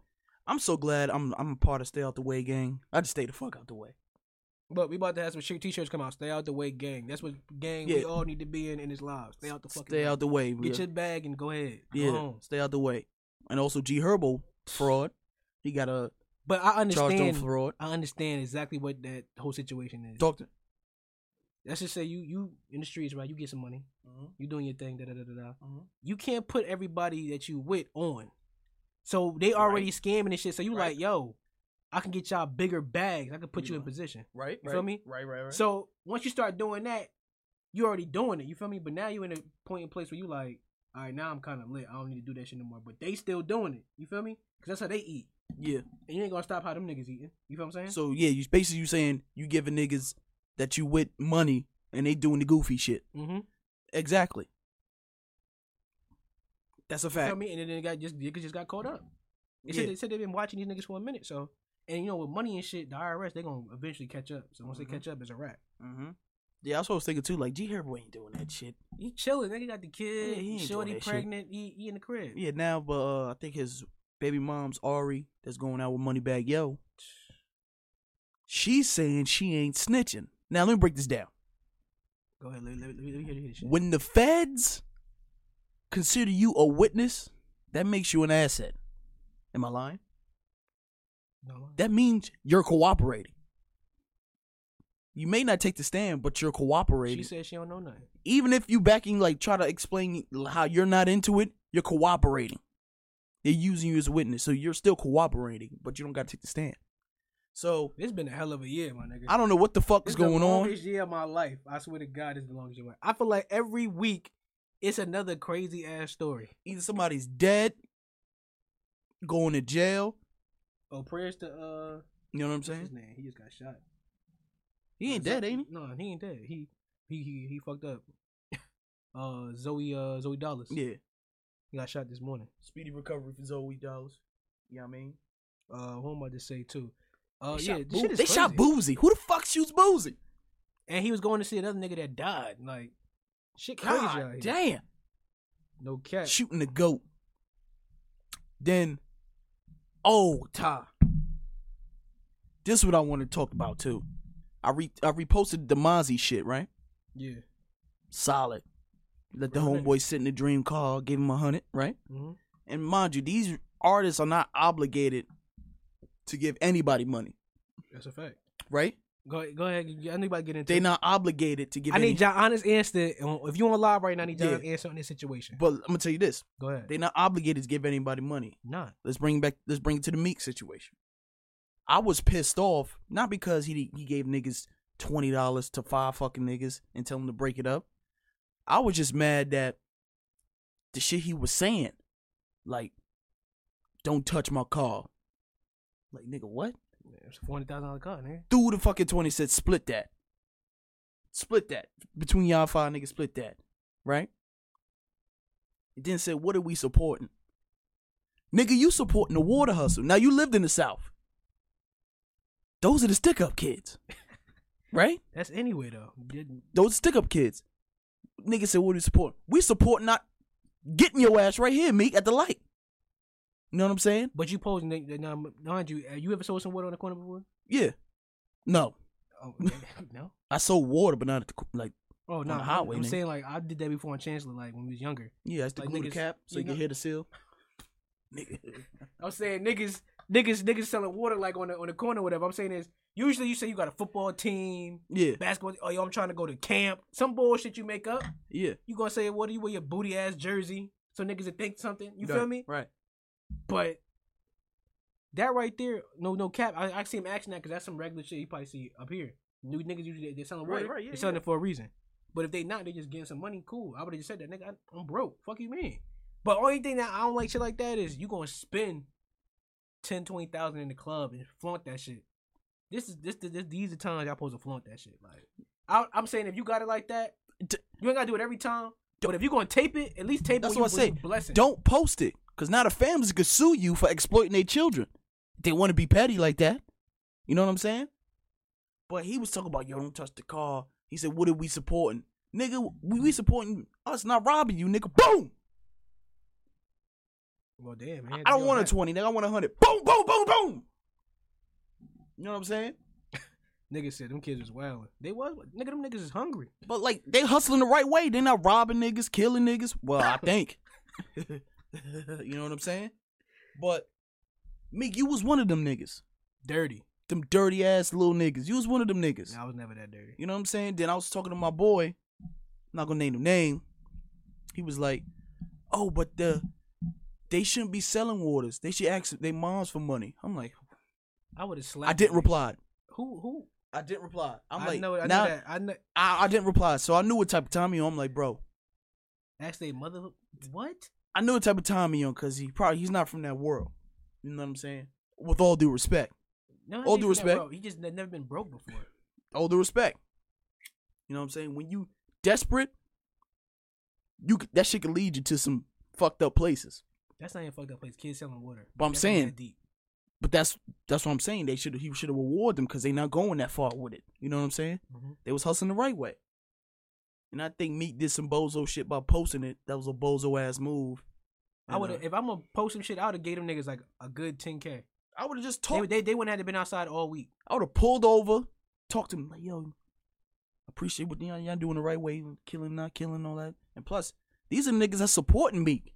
Speaker 2: I'm so glad I'm I'm a part of stay out the way gang. I just stay the fuck out the way.
Speaker 1: But we about to have some shit t-shirts come out. Stay out the way, gang. That's what gang we
Speaker 2: Yeah.
Speaker 1: all need to be in in this lives. Stay out the fucking.
Speaker 2: Stay
Speaker 1: way.
Speaker 2: out the way.
Speaker 1: Get
Speaker 2: yeah.
Speaker 1: your bag and go ahead. Go
Speaker 2: yeah.
Speaker 1: home.
Speaker 2: Stay out the way. And also G Herbo fraud. He got a
Speaker 1: But I
Speaker 2: charge on
Speaker 1: understand.
Speaker 2: fraud.
Speaker 1: I understand exactly what that whole situation is.
Speaker 2: Doctor.
Speaker 1: Let's just say you you in the streets, right? You get some money.
Speaker 2: Mm-hmm.
Speaker 1: You doing your thing. Da da da da da. You can't put everybody that you with on. So they already scamming and shit. So you
Speaker 2: Right.
Speaker 1: like, yo, I can get y'all bigger bags. I can put
Speaker 2: You
Speaker 1: you in
Speaker 2: know.
Speaker 1: position.
Speaker 2: Right.
Speaker 1: You feel
Speaker 2: right,
Speaker 1: me?
Speaker 2: Right. Right. Right.
Speaker 1: So once you start doing that, you already doing it. You feel me? But now you in a point in place where you like, all right, now I'm kind of lit. I don't need to do that shit no more. But they still doing it. You feel me? Because that's how they eat,
Speaker 2: yeah.
Speaker 1: and you ain't gonna stop how them niggas eating. You feel what I'm saying?
Speaker 2: So yeah, you basically you saying you giving niggas that you with money and they doing the goofy shit.
Speaker 1: mm-hmm. You
Speaker 2: Exactly. That's a
Speaker 1: feel
Speaker 2: fact.
Speaker 1: me? And then they got just niggas just got caught up. They said
Speaker 2: Yeah.
Speaker 1: they said they've been watching these niggas for a minute. So and you know with money and shit, the IRS they gonna eventually catch up. So once
Speaker 2: Mhm.
Speaker 1: they catch up, it's a wrap.
Speaker 2: Mm-hmm. Yeah, that's what I was thinking too. Like G Herbo ain't doing that shit.
Speaker 1: He chilling. Nigga got the kid.
Speaker 2: Yeah, he ain't
Speaker 1: shorty
Speaker 2: doing that shit.
Speaker 1: pregnant. He, he in the crib.
Speaker 2: Yeah, now, but uh, I think his baby mom's Ari that's going out with Moneybag Yo. She's saying she ain't snitching. Now let me break this down.
Speaker 1: Go ahead. Let, me- let, me- let me hear this shit.
Speaker 2: When the feds consider you a witness, that makes you an asset. Am I lying?
Speaker 1: No,
Speaker 2: That means you're cooperating. You may not take the stand, but you're cooperating.
Speaker 1: she said she don't know nothing.
Speaker 2: Even if you backing, like, try to explain how you're not into it, you're cooperating. They're using you as a witness, so you're still cooperating, but you don't got to take the stand. So
Speaker 1: It's been a hell of a year, my nigga.
Speaker 2: I don't know what the fuck is
Speaker 1: It's
Speaker 2: going
Speaker 1: the
Speaker 2: on.
Speaker 1: longest year of my life. I swear to God, it's the longest year. Of my I feel like every week, it's another crazy ass story.
Speaker 2: Either somebody's dead, going to jail.
Speaker 1: Oh, prayers to uh,
Speaker 2: You know what I'm
Speaker 1: what's his
Speaker 2: saying?
Speaker 1: name? He just got shot.
Speaker 2: He ain't
Speaker 1: Uh, Zo-
Speaker 2: dead, ain't he?
Speaker 1: No, he ain't dead. He he he, he fucked up. uh, Zoe uh Zoe Dallas.
Speaker 2: Yeah.
Speaker 1: he got shot this morning.
Speaker 2: Speedy recovery for Zoe Dallas. You know what I mean?
Speaker 1: Uh, what am I to say too? Uh,
Speaker 2: they
Speaker 1: yeah,
Speaker 2: shot,
Speaker 1: this shit
Speaker 2: Boo-
Speaker 1: is
Speaker 2: they shot
Speaker 1: crazy.
Speaker 2: Boozy. Who the fuck shoots Boozy?
Speaker 1: and he was going to see another nigga that died. Like shit, crazy. out
Speaker 2: God
Speaker 1: here.
Speaker 2: damn.
Speaker 1: No cap.
Speaker 2: shooting the goat. Then, oh, Ty. This is what I want to talk about too. I re I reposted the Mozzie shit, right?
Speaker 1: Yeah.
Speaker 2: Solid. Let the
Speaker 1: Right.
Speaker 2: homeboy sit in the dream car, give him a hundred, right?
Speaker 1: hmm
Speaker 2: And mind you, these artists are not obligated to give anybody money,
Speaker 1: That's a fact.
Speaker 2: right?
Speaker 1: Go go ahead. I need about to get into.
Speaker 2: They
Speaker 1: it.
Speaker 2: not obligated to give.
Speaker 1: I
Speaker 2: any,
Speaker 1: need your honest answer. on- If you on live right now, I need your
Speaker 2: Yeah.
Speaker 1: honest answer on this situation.
Speaker 2: But I'm gonna tell you this:
Speaker 1: Go ahead.
Speaker 2: they're not obligated to give anybody money.
Speaker 1: not.
Speaker 2: Let's bring back. Let's bring it to the Meek situation. I was pissed off not because he he gave niggas twenty dollars to five fucking niggas and tell them to break it up. I was just mad that the shit he was saying, like, "Don't touch my car," like nigga, what?
Speaker 1: It's a four hundred thousand dollar car, nigga.
Speaker 2: Threw the fucking twenty. Said split that, split that between y'all five niggas. Split that, right? And then said, "What are we supporting?" Nigga, you supporting the water hustle. Now you lived in the South. Those are the stick up kids. right?
Speaker 1: That's anyway though. Didn't-
Speaker 2: Those stick up kids. Nigga said, what do you support? We support not getting your ass right here, Meek, at the light. You know what I'm saying?
Speaker 1: But you posing that- that- now, mind you, uh, you ever sold some water on the corner before?
Speaker 2: Yeah. No.
Speaker 1: Oh, okay. no.
Speaker 2: I sold water, but not at the co- like
Speaker 1: Oh no.
Speaker 2: the highway,
Speaker 1: I'm
Speaker 2: nigga.
Speaker 1: saying like I did that before in Chancellor, like when we was younger.
Speaker 2: yeah, I used to
Speaker 1: Like
Speaker 2: glue the
Speaker 1: niggas,
Speaker 2: cap so
Speaker 1: you
Speaker 2: you, can
Speaker 1: know-
Speaker 2: hear the seal. Nigga.
Speaker 1: I'm saying niggas, niggas, niggas selling water like on the on the corner, or whatever. I'm saying is usually you say you got a football team,
Speaker 2: Yeah,
Speaker 1: basketball. Oh yo, I'm trying to go to camp. Some bullshit you make up.
Speaker 2: yeah.
Speaker 1: You gonna say what do you wear your booty ass jersey so niggas would think something. You feel
Speaker 2: Right,
Speaker 1: me?
Speaker 2: Right.
Speaker 1: But that right there, no, no cap. I, I see him action that because that's some regular shit you probably see up here. New niggas usually they- they're selling
Speaker 2: Right,
Speaker 1: water.
Speaker 2: right, yeah,
Speaker 1: they're selling
Speaker 2: yeah.
Speaker 1: it for a reason. But if they not, they just getting some money. Cool. I would have just said that, nigga. I, I'm broke. Fuck you, mean. But only thing that I don't like shit like that is you gonna spend 10, 20,000 in the club and flaunt that shit. This is this, this, these are times y'all supposed to flaunt that shit. Like I, I'm saying, if you got it like that,
Speaker 2: D-
Speaker 1: you ain't gotta do it every time. But if you gonna tape it, at least tape
Speaker 2: That's
Speaker 1: it. when
Speaker 2: what I
Speaker 1: you-
Speaker 2: say.
Speaker 1: when you Blessing.
Speaker 2: Don't post it, cause now the families could sue you for exploiting their children. They want to be petty like that. You know what I'm saying? But he was talking about yo, don't touch the car. He said, "What are we supporting, nigga? We, we supporting us not robbing you, nigga." Boom.
Speaker 1: Well, damn,
Speaker 2: I
Speaker 1: man.
Speaker 2: I don't
Speaker 1: Yo,
Speaker 2: want a
Speaker 1: that-
Speaker 2: twenty, nigga. I want a hundred. Boom, boom, boom, boom. You know what I'm saying?
Speaker 1: Niggas said them kids was wilding. They was nigga. Them niggas is hungry.
Speaker 2: But like they hustling the right way. They not robbing niggas, killing niggas. Well, I think. you know what I'm saying? But Meek, you was one of them niggas.
Speaker 1: Dirty.
Speaker 2: Them dirty ass little niggas. You was one of them niggas.
Speaker 1: I was never that dirty.
Speaker 2: You know what I'm saying? Then I was talking to my boy. I'm not gonna name the name. He was like, "Oh, but the they shouldn't be selling waters. They should ask their moms for money." I'm like,
Speaker 1: I would have slapped.
Speaker 2: I didn't
Speaker 1: you.
Speaker 2: reply.
Speaker 1: Who? Who?
Speaker 2: I didn't reply. I'm
Speaker 1: I
Speaker 2: like,
Speaker 1: know. I
Speaker 2: now
Speaker 1: know that. I know.
Speaker 2: I, I didn't reply, so I knew what type of time he on. I'm like, bro,
Speaker 1: Actually, mother. What?
Speaker 2: I knew what type of time he on because he probably he's not from that world. You know what I'm saying? With all due respect,
Speaker 1: No,
Speaker 2: All
Speaker 1: he
Speaker 2: due
Speaker 1: ain't from that
Speaker 2: respect.
Speaker 1: world. He just ne- never been broke before.
Speaker 2: all due respect. You know what I'm saying? When you desperate, you c- that shit could lead you to some fucked up places.
Speaker 1: That's not even fucked up place. Kids selling water.
Speaker 2: But I'm
Speaker 1: That's not
Speaker 2: saying-
Speaker 1: that deep.
Speaker 2: But that's that's what I'm saying. They should he should have rewarded them because they not going that far with it. You know what I'm saying?
Speaker 1: Mhm.
Speaker 2: They was hustling the right way. And I think Meek did some bozo shit by posting it. That was a bozo ass move. uh,
Speaker 1: I would. If I'm gonna post some shit, I would have gave them niggas like a good 10k.
Speaker 2: I would have just
Speaker 1: They,
Speaker 2: talked.
Speaker 1: they they wouldn't have been outside all week.
Speaker 2: I would have pulled over, talked to him like, "Yo, appreciate what y'all, y'all doing the right way, killing, not killing, all that." And plus, these are niggas that's supporting Meek.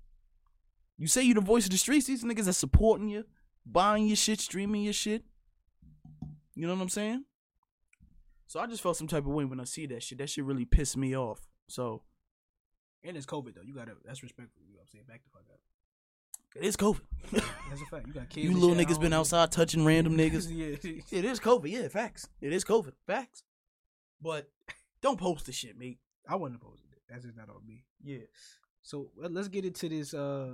Speaker 2: You say you the voice of the streets. These niggas that's supporting you, buying your shit, streaming your shit. You know what I'm saying? So I just felt some type of way when I see that shit. That shit really pissed me off. So
Speaker 1: And it's COVID though. You gotta. That's respectful. You know what I'm saying? Back the fuck up.
Speaker 2: it is COVID.
Speaker 1: That's a fact. You got kids.
Speaker 2: you
Speaker 1: and
Speaker 2: little
Speaker 1: shit at
Speaker 2: niggas been
Speaker 1: home.
Speaker 2: outside touching random niggas.
Speaker 1: yeah.
Speaker 2: It is COVID. Yeah, facts. It is COVID. Facts. But don't post the shit, Meek.
Speaker 1: I wouldn't have posted it. That's just not on me.
Speaker 2: Yeah.
Speaker 1: So let- let's get into this. Uh,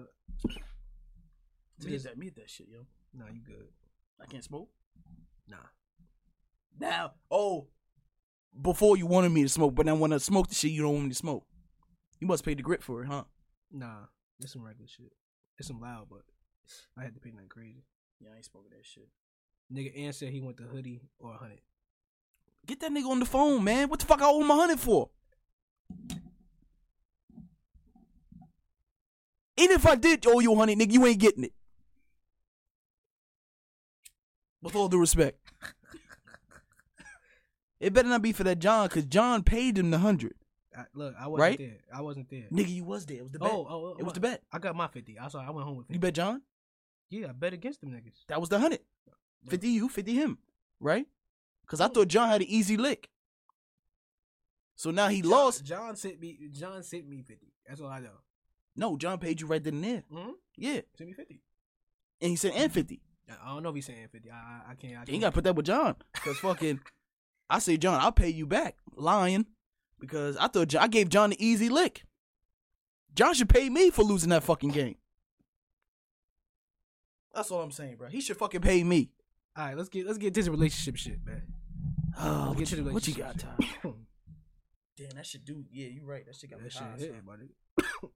Speaker 1: to
Speaker 2: Me
Speaker 1: this.
Speaker 2: that, me that shit, yo.
Speaker 1: Nah, you good?
Speaker 2: I can't smoke.
Speaker 1: Nah.
Speaker 2: Now, oh, before you wanted me to smoke, but now when I smoke the shit, you don't want me to smoke. You must pay the grip for it, huh?
Speaker 1: Nah. It's some regular shit. It's some loud, but I had to pay nothing crazy.
Speaker 2: Yeah, I ain't smoking that shit.
Speaker 1: Nigga, Ann said he went to hoodie or a hundred.
Speaker 2: Get that nigga on the phone, man. What the fuck I owe him a hundred for? Even if I did owe you a hundred, nigga, you ain't getting it. With all due respect. it better not be for that John, cause John paid him the hundred.
Speaker 1: I, look, I wasn't
Speaker 2: Right?
Speaker 1: there. I wasn't there.
Speaker 2: Nigga, you was there. It was the
Speaker 1: Oh,
Speaker 2: bet.
Speaker 1: oh, oh,
Speaker 2: it was
Speaker 1: what?
Speaker 2: the bet.
Speaker 1: I got my fifty. I saw. I went home with
Speaker 2: You
Speaker 1: it.
Speaker 2: bet John?
Speaker 1: Yeah, I bet against them niggas.
Speaker 2: That was the hundred. Fifty you, fifty him. Right? Cause I thought John had an easy lick. So now he
Speaker 1: John-
Speaker 2: lost.
Speaker 1: John sent me. John sent me fifty. That's all I know.
Speaker 2: No, John paid you right then and there.
Speaker 1: Hmm.
Speaker 2: Yeah.
Speaker 1: Sent me fifty.
Speaker 2: And he said and fifty.
Speaker 1: I- I don't know if he's saying fifty. I I, I can't. I
Speaker 2: Then you
Speaker 1: can't.
Speaker 2: gotta put that with John. Cause fucking I say John, I'll pay you back. Lying. Because I thought John, I gave John the easy lick. John should pay me for losing that fucking game. That's all I'm saying, bro. He should fucking pay me.
Speaker 1: all right, let's get let's get this relationship shit, man.
Speaker 2: Oh,
Speaker 1: Let's
Speaker 2: what
Speaker 1: get
Speaker 2: you,
Speaker 1: to the
Speaker 2: what you got,
Speaker 1: relationship
Speaker 2: Tom?
Speaker 1: shit.
Speaker 2: Damn, that should do. Yeah, you're right. That shit
Speaker 1: that shit
Speaker 2: high,
Speaker 1: hit,
Speaker 2: son.
Speaker 1: my nigga.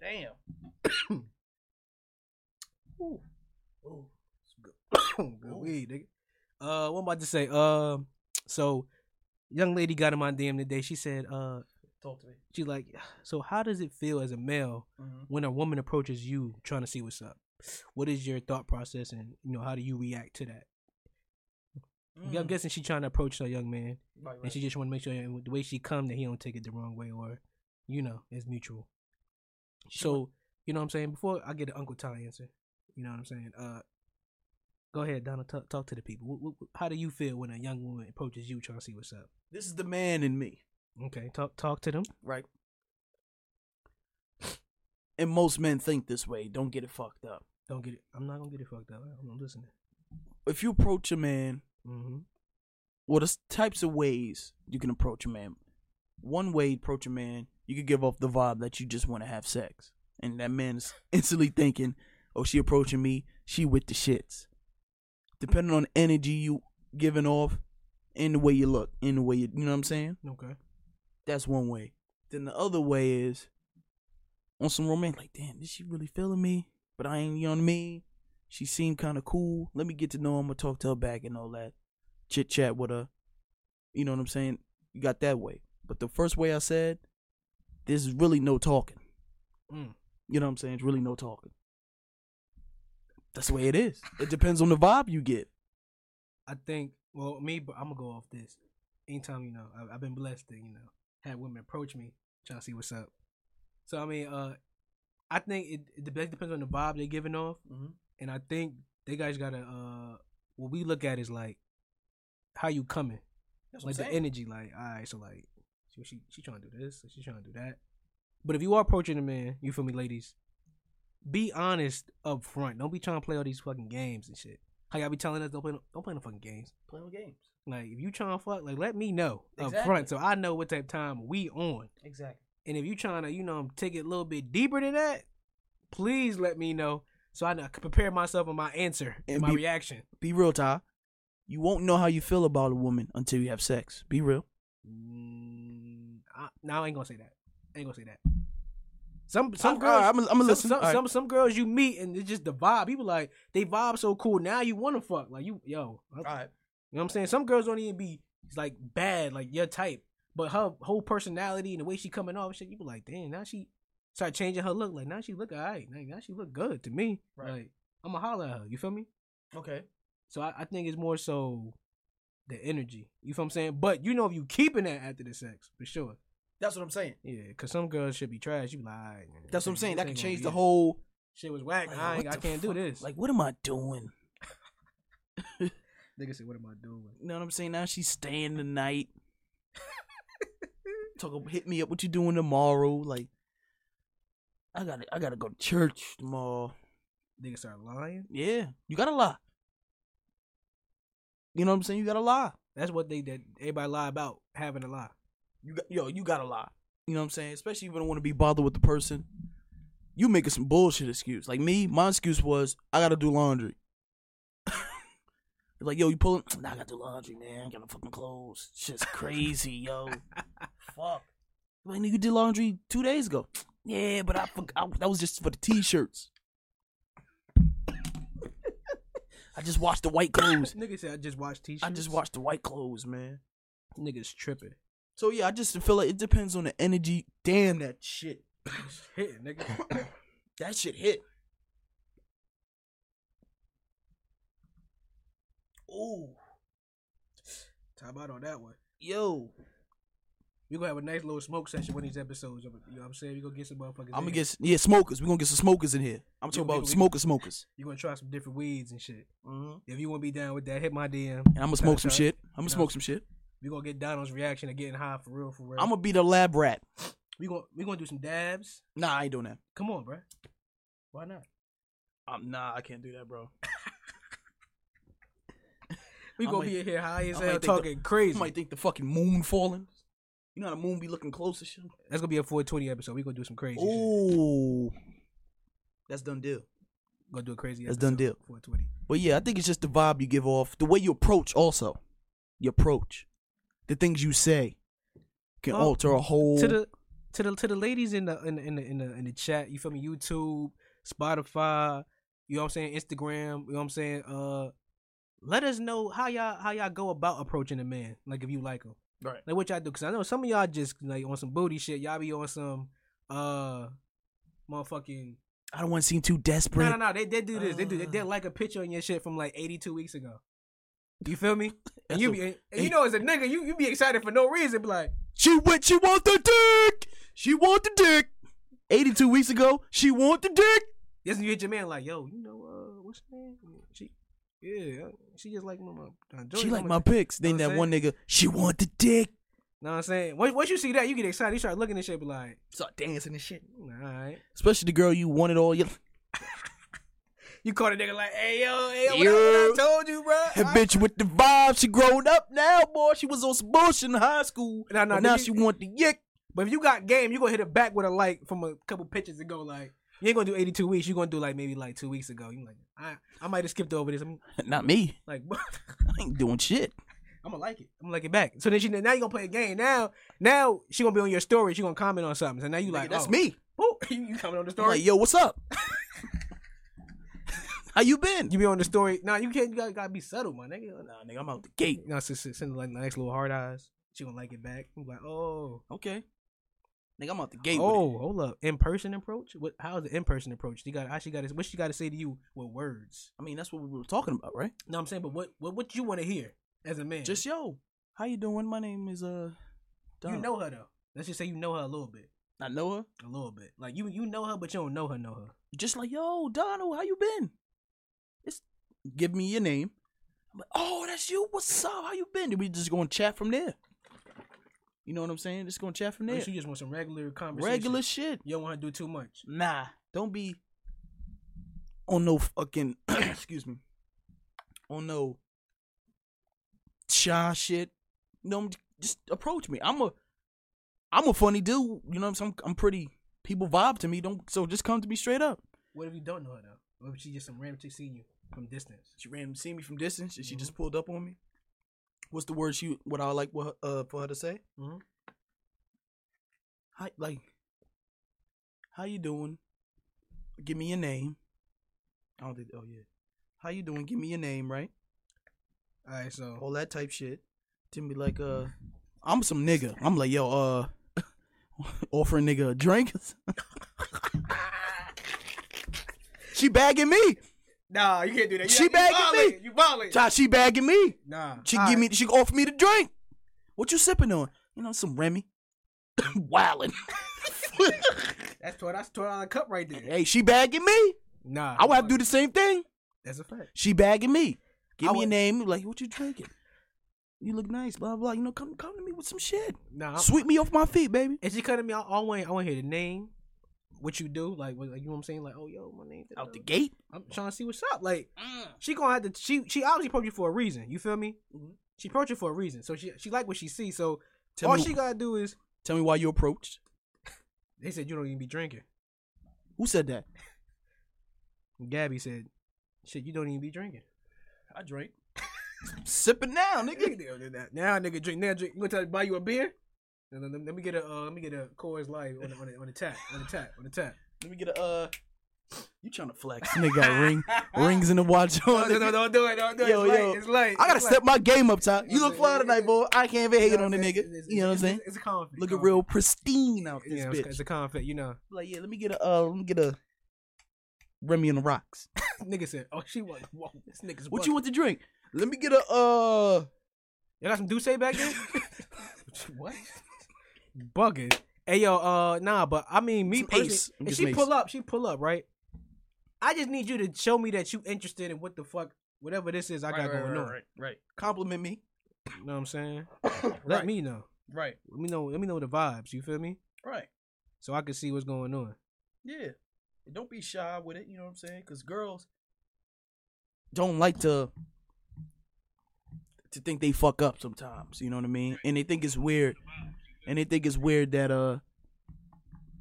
Speaker 2: Damn.
Speaker 1: Ooh.
Speaker 2: Ooh.
Speaker 1: Good
Speaker 2: Ooh.
Speaker 1: weed, nigga. Uh, what am I about to say? Um, so young lady got in my DM today. She said, uh,
Speaker 2: Talk to me. Mm-hmm.
Speaker 1: she like, so how does it feel as a male when a woman approaches you trying to see what's up? What is your thought process, and you know how do you react to that? I'm guessing she trying to approach her young man,
Speaker 2: Mm-hmm.
Speaker 1: and she just want to make sure the way she come that he don't take it the wrong way, or you know, it's mutual. So you know what I'm saying. Before I get an Uncle Ty answer, you know what I'm saying. Uh, go ahead, Donald. Talk, talk to the people. Wh- wh- wh- how do you feel when a young woman approaches you trying to see what's up?
Speaker 2: this is the man in me,
Speaker 1: Okay, talk talk to them.
Speaker 2: right? And most men think this way. Don't get it fucked up.
Speaker 1: Don't get it. I'm not gonna get it fucked up. I'm, I'm listening.
Speaker 2: If you approach a man,
Speaker 1: Mm-hmm.
Speaker 2: well, there's types of ways you can approach a man. One way you approach a man, you could give off the vibe that you just want to have sex, and that man is instantly thinking, "Oh, she approaching me. She with the shits." Depending on the energy you giving off, and the way you look, and the way you, you know what I'm saying.
Speaker 1: Okay.
Speaker 2: That's one way. Then the other way is on some romance, like, damn, is she really feeling me? But I ain't, you know what I mean? She seemed kind of cool. Let me get to know her. I'm going to talk to her back and all that. Chit chat with her. You know what I'm saying? You got that way. But the first way I said, there's really no talking.
Speaker 1: Mm.
Speaker 2: You know what I'm saying? It's really no talking. That's the way it is. It depends on the vibe you get.
Speaker 1: I think. Well, me, but I'm gonna go off this. Anytime you know, I, I've been blessed to you know have women approach me trying to see what's up. So I mean, uh, I think it, it depends depends on the vibe they're giving off,
Speaker 2: Mm-hmm.
Speaker 1: and I think They guys gotta uh what we look at is like how you coming.
Speaker 3: That's
Speaker 1: Like
Speaker 3: what I'm
Speaker 1: the
Speaker 3: saying.
Speaker 1: energy, like, all right, so like she she, she trying to do this, she trying to do that. But if you are approaching a man, you feel me, ladies, be honest up front. Don't be trying to play all these fucking games and shit. How y'all be telling us don't play no- don't play no fucking games.
Speaker 3: Play with games.
Speaker 1: Like if you trying to fuck, like let me know up
Speaker 3: Exactly.
Speaker 1: front so I know what type of time we on.
Speaker 3: Exactly.
Speaker 1: And if you trying to, you know, take it a little bit deeper than that, please let me know so I know- I can prepare myself on my answer and,
Speaker 2: And
Speaker 1: my
Speaker 2: be-
Speaker 1: reaction.
Speaker 2: Be real, Ty. You won't know how you feel about a woman until you have sex. Be real.
Speaker 1: Mm, I, no, I ain't gonna say that. I ain't gonna say that. Some some
Speaker 2: Some
Speaker 1: girls,
Speaker 2: I'm gonna
Speaker 1: some,
Speaker 2: listen.
Speaker 1: some,
Speaker 2: All right.
Speaker 1: some some girls you meet and it's just the vibe. People like they vibe so cool. Now you want to fuck like you yo. I-
Speaker 3: All right.
Speaker 1: You know what I'm saying? Some girls don't even be like bad like your type, but her whole personality and the way she coming off shit, you be like, damn. Now she start changing her look. Like now she look alright. Like, now she look good to me.
Speaker 3: Right.
Speaker 1: Like I'ma holler at her. You feel me?
Speaker 3: Okay.
Speaker 1: So I, I think it's more so the energy. You feel what I'm saying? But you know if you keeping that after the sex for sure.
Speaker 3: That's what I'm saying.
Speaker 1: Yeah, cause some girls should be trash. You be like, "All right, man,
Speaker 2: That's what I'm
Speaker 1: this
Speaker 2: saying.
Speaker 1: ain't
Speaker 2: That could
Speaker 1: gonna
Speaker 2: change
Speaker 1: be
Speaker 2: the
Speaker 1: it."
Speaker 2: whole.
Speaker 1: shit was whack.
Speaker 2: like,
Speaker 1: I, ain't,
Speaker 2: what
Speaker 1: I
Speaker 2: the
Speaker 1: can't do
Speaker 2: fuck?
Speaker 1: this. Like
Speaker 2: Like, what am I doing?
Speaker 1: nigga said, what am I doing?
Speaker 2: You know what I'm saying? Now she's staying the night. Talk ab- hit me up. What you doing tomorrow? Like, I gotta, I gotta go to church tomorrow.
Speaker 1: Nigga start lying.
Speaker 2: Yeah, you gotta lie. You know what I'm saying? You gotta lie.
Speaker 1: That's what they that everybody lie about having a lie.
Speaker 2: You got, yo, you gotta lie. You know what I'm saying? Especially if you don't want to be bothered with the person. You making some bullshit excuse. Like me, my excuse was I gotta do laundry. like yo, you pulling? Nah, I gotta do laundry, man. I gotta fucking clothes. Shit's crazy, yo.
Speaker 3: Fuck.
Speaker 2: Like nigga, you did laundry two days ago. Yeah, but I forgot. That was just for the t-shirts. I just washed the white clothes.
Speaker 1: Nigga said, I just watched t-shirts.
Speaker 2: I just washed the white clothes, man.
Speaker 1: niggas tripping.
Speaker 2: So yeah, I just feel like it depends on the energy. Damn that shit.
Speaker 1: It's hitting, nigga.
Speaker 2: That shit hit.
Speaker 3: Ooh.
Speaker 1: Time out on that one.
Speaker 2: Yo,
Speaker 1: We gonna have a nice little smoke session one of these episodes. You know what I'm saying? We gonna get some motherfuckers.
Speaker 2: I'm gonna
Speaker 1: in.
Speaker 2: get s- yeah smokers. We gonna get some smokers in here. I'm talking
Speaker 1: Yeah, we-
Speaker 2: about
Speaker 1: we-
Speaker 2: smoker smokers.
Speaker 1: You gonna try some different weeds and shit.
Speaker 2: Mm-hmm.
Speaker 1: If you wanna be down with that, hit my DM.
Speaker 2: And I'm gonna smoke some
Speaker 1: Nah.
Speaker 2: shit. I'm gonna
Speaker 1: Nah.
Speaker 2: smoke some shit.
Speaker 1: We gonna get Donald's reaction to getting high for real, for real.
Speaker 2: I'm gonna be the lab rat.
Speaker 1: we gonna we gonna do some dabs.
Speaker 2: Nah, I ain't doing that.
Speaker 1: Come on, bruh. Why not?
Speaker 2: Um, nah, I can't do that, bro.
Speaker 1: We
Speaker 2: I
Speaker 1: gonna
Speaker 2: might-
Speaker 1: be in here high as hell
Speaker 2: I might think
Speaker 1: talking
Speaker 2: You
Speaker 1: crazy.
Speaker 2: might think the fucking moon falling. You know how the moon be looking close to shit.
Speaker 1: That's gonna be a 420 episode. We gonna do some crazy. shit.
Speaker 2: Oh, that's done deal.
Speaker 1: Gonna do a crazy.
Speaker 2: That's
Speaker 1: episode.
Speaker 2: done deal.
Speaker 1: 420.
Speaker 2: But yeah, I think it's just the vibe you give off, the way you approach, also your approach, the things you say can
Speaker 1: Well,
Speaker 2: alter a whole.
Speaker 1: to the to the to the ladies in the in the, in the in the in the chat. You feel me? YouTube, Spotify. You know what I'm saying? Instagram. You know what I'm saying? Uh, let us know how y'all how y'all go about approaching a man. Like if you like him,
Speaker 2: Right.
Speaker 1: Like what y'all do? Cause I know some of y'all just like on some booty shit. Y'all be on some uh, motherfucking.
Speaker 2: I don't want to seem too desperate.
Speaker 1: No, no, no. They did do this. they do. They
Speaker 2: Uh.
Speaker 1: did like a picture on your shit from like 82 weeks ago. You feel me? And
Speaker 2: That's
Speaker 1: you
Speaker 2: a-
Speaker 1: be, and you know, as a nigga, you, you be excited for no reason. Be like,
Speaker 2: She went. She want the dick. She want the dick. Eighty-two weeks ago, she want the dick.
Speaker 1: yes, you hit your man like, yo, you know, uh, what's her name? She, yeah, she just like my, my uh, Jody,
Speaker 2: she like
Speaker 1: I'm
Speaker 2: my
Speaker 1: a-
Speaker 2: pics. Then
Speaker 1: know
Speaker 2: that
Speaker 1: what
Speaker 2: one nigga, she want the dick.
Speaker 1: Know what I'm saying? Once, once you see that, you get excited. You start looking at shit, be like,
Speaker 2: Start dancing and shit.
Speaker 1: all right.
Speaker 2: Especially the girl you wanted all your.
Speaker 1: You call the nigga like, hey yo, hey yo, what,
Speaker 2: Yo.
Speaker 1: I, what I told you, bro.
Speaker 2: That bitch with the vibe, she grown up now, boy. She was on some bullshit in high school.
Speaker 1: Nah, nah,
Speaker 2: but now
Speaker 1: nigga-
Speaker 2: she want the yick.
Speaker 1: But if you got game, you gonna hit it back with a like from a couple pictures ago. Like you ain't gonna do 82 weeks. You gonna do like maybe like two weeks ago. You like I I might have skipped over this. I'm
Speaker 2: Not me.
Speaker 1: like
Speaker 2: I ain't doing shit.
Speaker 1: I'm gonna like it. I'm gonna like it back. So then she now you gonna play a game. Now now she gonna be on your story. She gonna comment on something. So now you like
Speaker 2: Nigga, that's
Speaker 1: oh,
Speaker 2: me.
Speaker 1: Oh, you, you comment on the
Speaker 2: I'm
Speaker 1: story.
Speaker 2: like, yo, what's up? How you been?
Speaker 1: you be on the story. Nah, you can't. You gotta, gotta be subtle, my nigga. Nah.
Speaker 2: nah, nigga, I'm out the gate.
Speaker 1: You know, so- so- send like nice little hard eyes. She gonna like it back. I'm like oh.
Speaker 2: Okay. Nigga, I'm out the gate. with it.
Speaker 1: Oh, hold up! In person approach. What? How is the in person approach? You got. I she got. What she got to say to you with words?
Speaker 2: I mean, that's what we were talking about, right?
Speaker 1: No, I'm saying, but what what, what you want to hear as a man?
Speaker 2: Just yo, how you doing? My name is uh,
Speaker 1: you
Speaker 2: Donald.
Speaker 1: know her though. Let's just say you know her a little bit,
Speaker 2: I know her.
Speaker 1: a little bit. Like you you know her, but you don't know her, know her.
Speaker 2: Just like yo, Donald, how you been? It's give me your name. I'm like, oh, that's you. What's up? How you been? And we just gonna chat from there. You know what I'm saying? Just gonna chat from
Speaker 1: Or
Speaker 2: there.
Speaker 1: You just want some regular conversation.
Speaker 2: Regular shit.
Speaker 1: You don't want to do too much.
Speaker 2: Nah, don't be on no fucking excuse me. On no shy shit. No, just approach me. I'm a I'm a funny dude. You know what I'm saying? I'm, I'm pretty people vibe to me. Don't so just come to me straight up.
Speaker 1: What if you don't know her though? What if she just some random chick seeing you from distance?
Speaker 2: She ran see me from distance and she just pulled up on me. What's the word she what I like what, uh, for her to say?
Speaker 1: Mhm.
Speaker 2: Hi, like, how you doing? Give me your name. I don't think. Oh yeah, how you doing? Give me your name, right?
Speaker 1: All right, so
Speaker 2: All that type shit. Then be like, uh, I'm some nigga. I'm like, yo, uh, offer a nigga a drink. she bagging me.
Speaker 1: nah, you can't do that.
Speaker 2: She bagging me.
Speaker 1: You balling.
Speaker 2: Child, She bagging me.
Speaker 1: Nah,
Speaker 2: She
Speaker 1: all
Speaker 2: give
Speaker 1: right.
Speaker 2: me. She offer me the drink. What you sipping on? You know, some Remy. Wildin'.
Speaker 1: That's twelve. That's twelve dollar cup right there.
Speaker 2: hey, she bagging me.
Speaker 1: Nah,
Speaker 2: I would have to do the same thing.
Speaker 1: That's a fact.
Speaker 2: She bagging me. Give
Speaker 1: I
Speaker 2: me
Speaker 1: would-
Speaker 2: a name. Like, what you drinking? You look nice. Blah blah. You know, come come to me with some shit.
Speaker 1: Nah, I'm-
Speaker 2: Sweep me off my feet, baby.
Speaker 1: if she cutting me, I, I want I want to hear the name, what you do, like, what, like you know what I'm saying, like, oh yo, my name.
Speaker 2: Out the gate.
Speaker 1: I'm trying to see what's up. Like, she gonna have to. She she obviously approached you for a reason. You feel me?
Speaker 2: Mm-hmm.
Speaker 1: She approached you for a reason. So she she like what she see. So
Speaker 2: Tell
Speaker 1: all
Speaker 2: me-
Speaker 1: she gotta do is
Speaker 2: Tell me why you approached.
Speaker 1: they said you don't even be drinking.
Speaker 2: Who said that?
Speaker 1: Gabby said, shit, you don't even be drinking.
Speaker 3: I drink.
Speaker 2: Sipping now, nigga.
Speaker 1: now nigga drink now drink. You gonna tell her to buy you a beer? No, no, let, let me get a uh, let me get a Coors Light on the, on the, on the tap on the tap on the tap.
Speaker 2: Let me get a. uh You trying to flex? Oh, nigga got ring rings in the watch
Speaker 1: No,
Speaker 2: on.
Speaker 1: no, no, don't do it, don't do it.
Speaker 2: Yo,
Speaker 1: it's light,
Speaker 2: yo.
Speaker 1: it's light.
Speaker 2: I gotta
Speaker 1: it's
Speaker 2: step
Speaker 1: light.
Speaker 2: my game up, top. You look
Speaker 1: Yeah,
Speaker 2: fly
Speaker 1: yeah,
Speaker 2: tonight,
Speaker 1: yeah.
Speaker 2: boy. I can't even
Speaker 1: You
Speaker 2: hate
Speaker 1: know
Speaker 2: on the
Speaker 1: what I'm
Speaker 2: nigga.
Speaker 1: saying? It's-
Speaker 2: You know what I'm
Speaker 1: it's-
Speaker 2: saying?
Speaker 1: It's, it's a conflict.
Speaker 2: Looking
Speaker 1: conflict.
Speaker 2: real pristine out this
Speaker 1: Yeah, it's,
Speaker 2: bitch.
Speaker 1: it's a conflict. You know,
Speaker 2: Like, yeah, let me get a uh, let me get a Remy and the rocks.
Speaker 1: nigga said, "Oh, she was. Whoa, this nigga's
Speaker 2: What you want to drink? Let me get a uh.
Speaker 1: You got some Douce back there? what? Bugging. Hey yo, uh, nah, but I mean, me
Speaker 2: Some
Speaker 1: personally,
Speaker 2: Ace.
Speaker 1: if
Speaker 2: Just
Speaker 1: she
Speaker 2: Ace.
Speaker 1: pull up, she pull up, right? I just need you to show me that you interested in what the fuck, whatever this is I got going on.
Speaker 3: right, right,
Speaker 2: Compliment me.
Speaker 1: You know what I'm saying?
Speaker 3: right,
Speaker 1: Let
Speaker 3: right,
Speaker 1: me know.
Speaker 3: right,
Speaker 1: Let me know. Let me know the vibes. You feel me?
Speaker 3: right.
Speaker 1: So I can see what's going on.
Speaker 3: Yeah. Don't be shy with it. You know what I'm saying? Because girls,
Speaker 2: Don't like to to think they fuck up sometimes. You know what I mean? And they think it's weird. And they think it's weird that uh.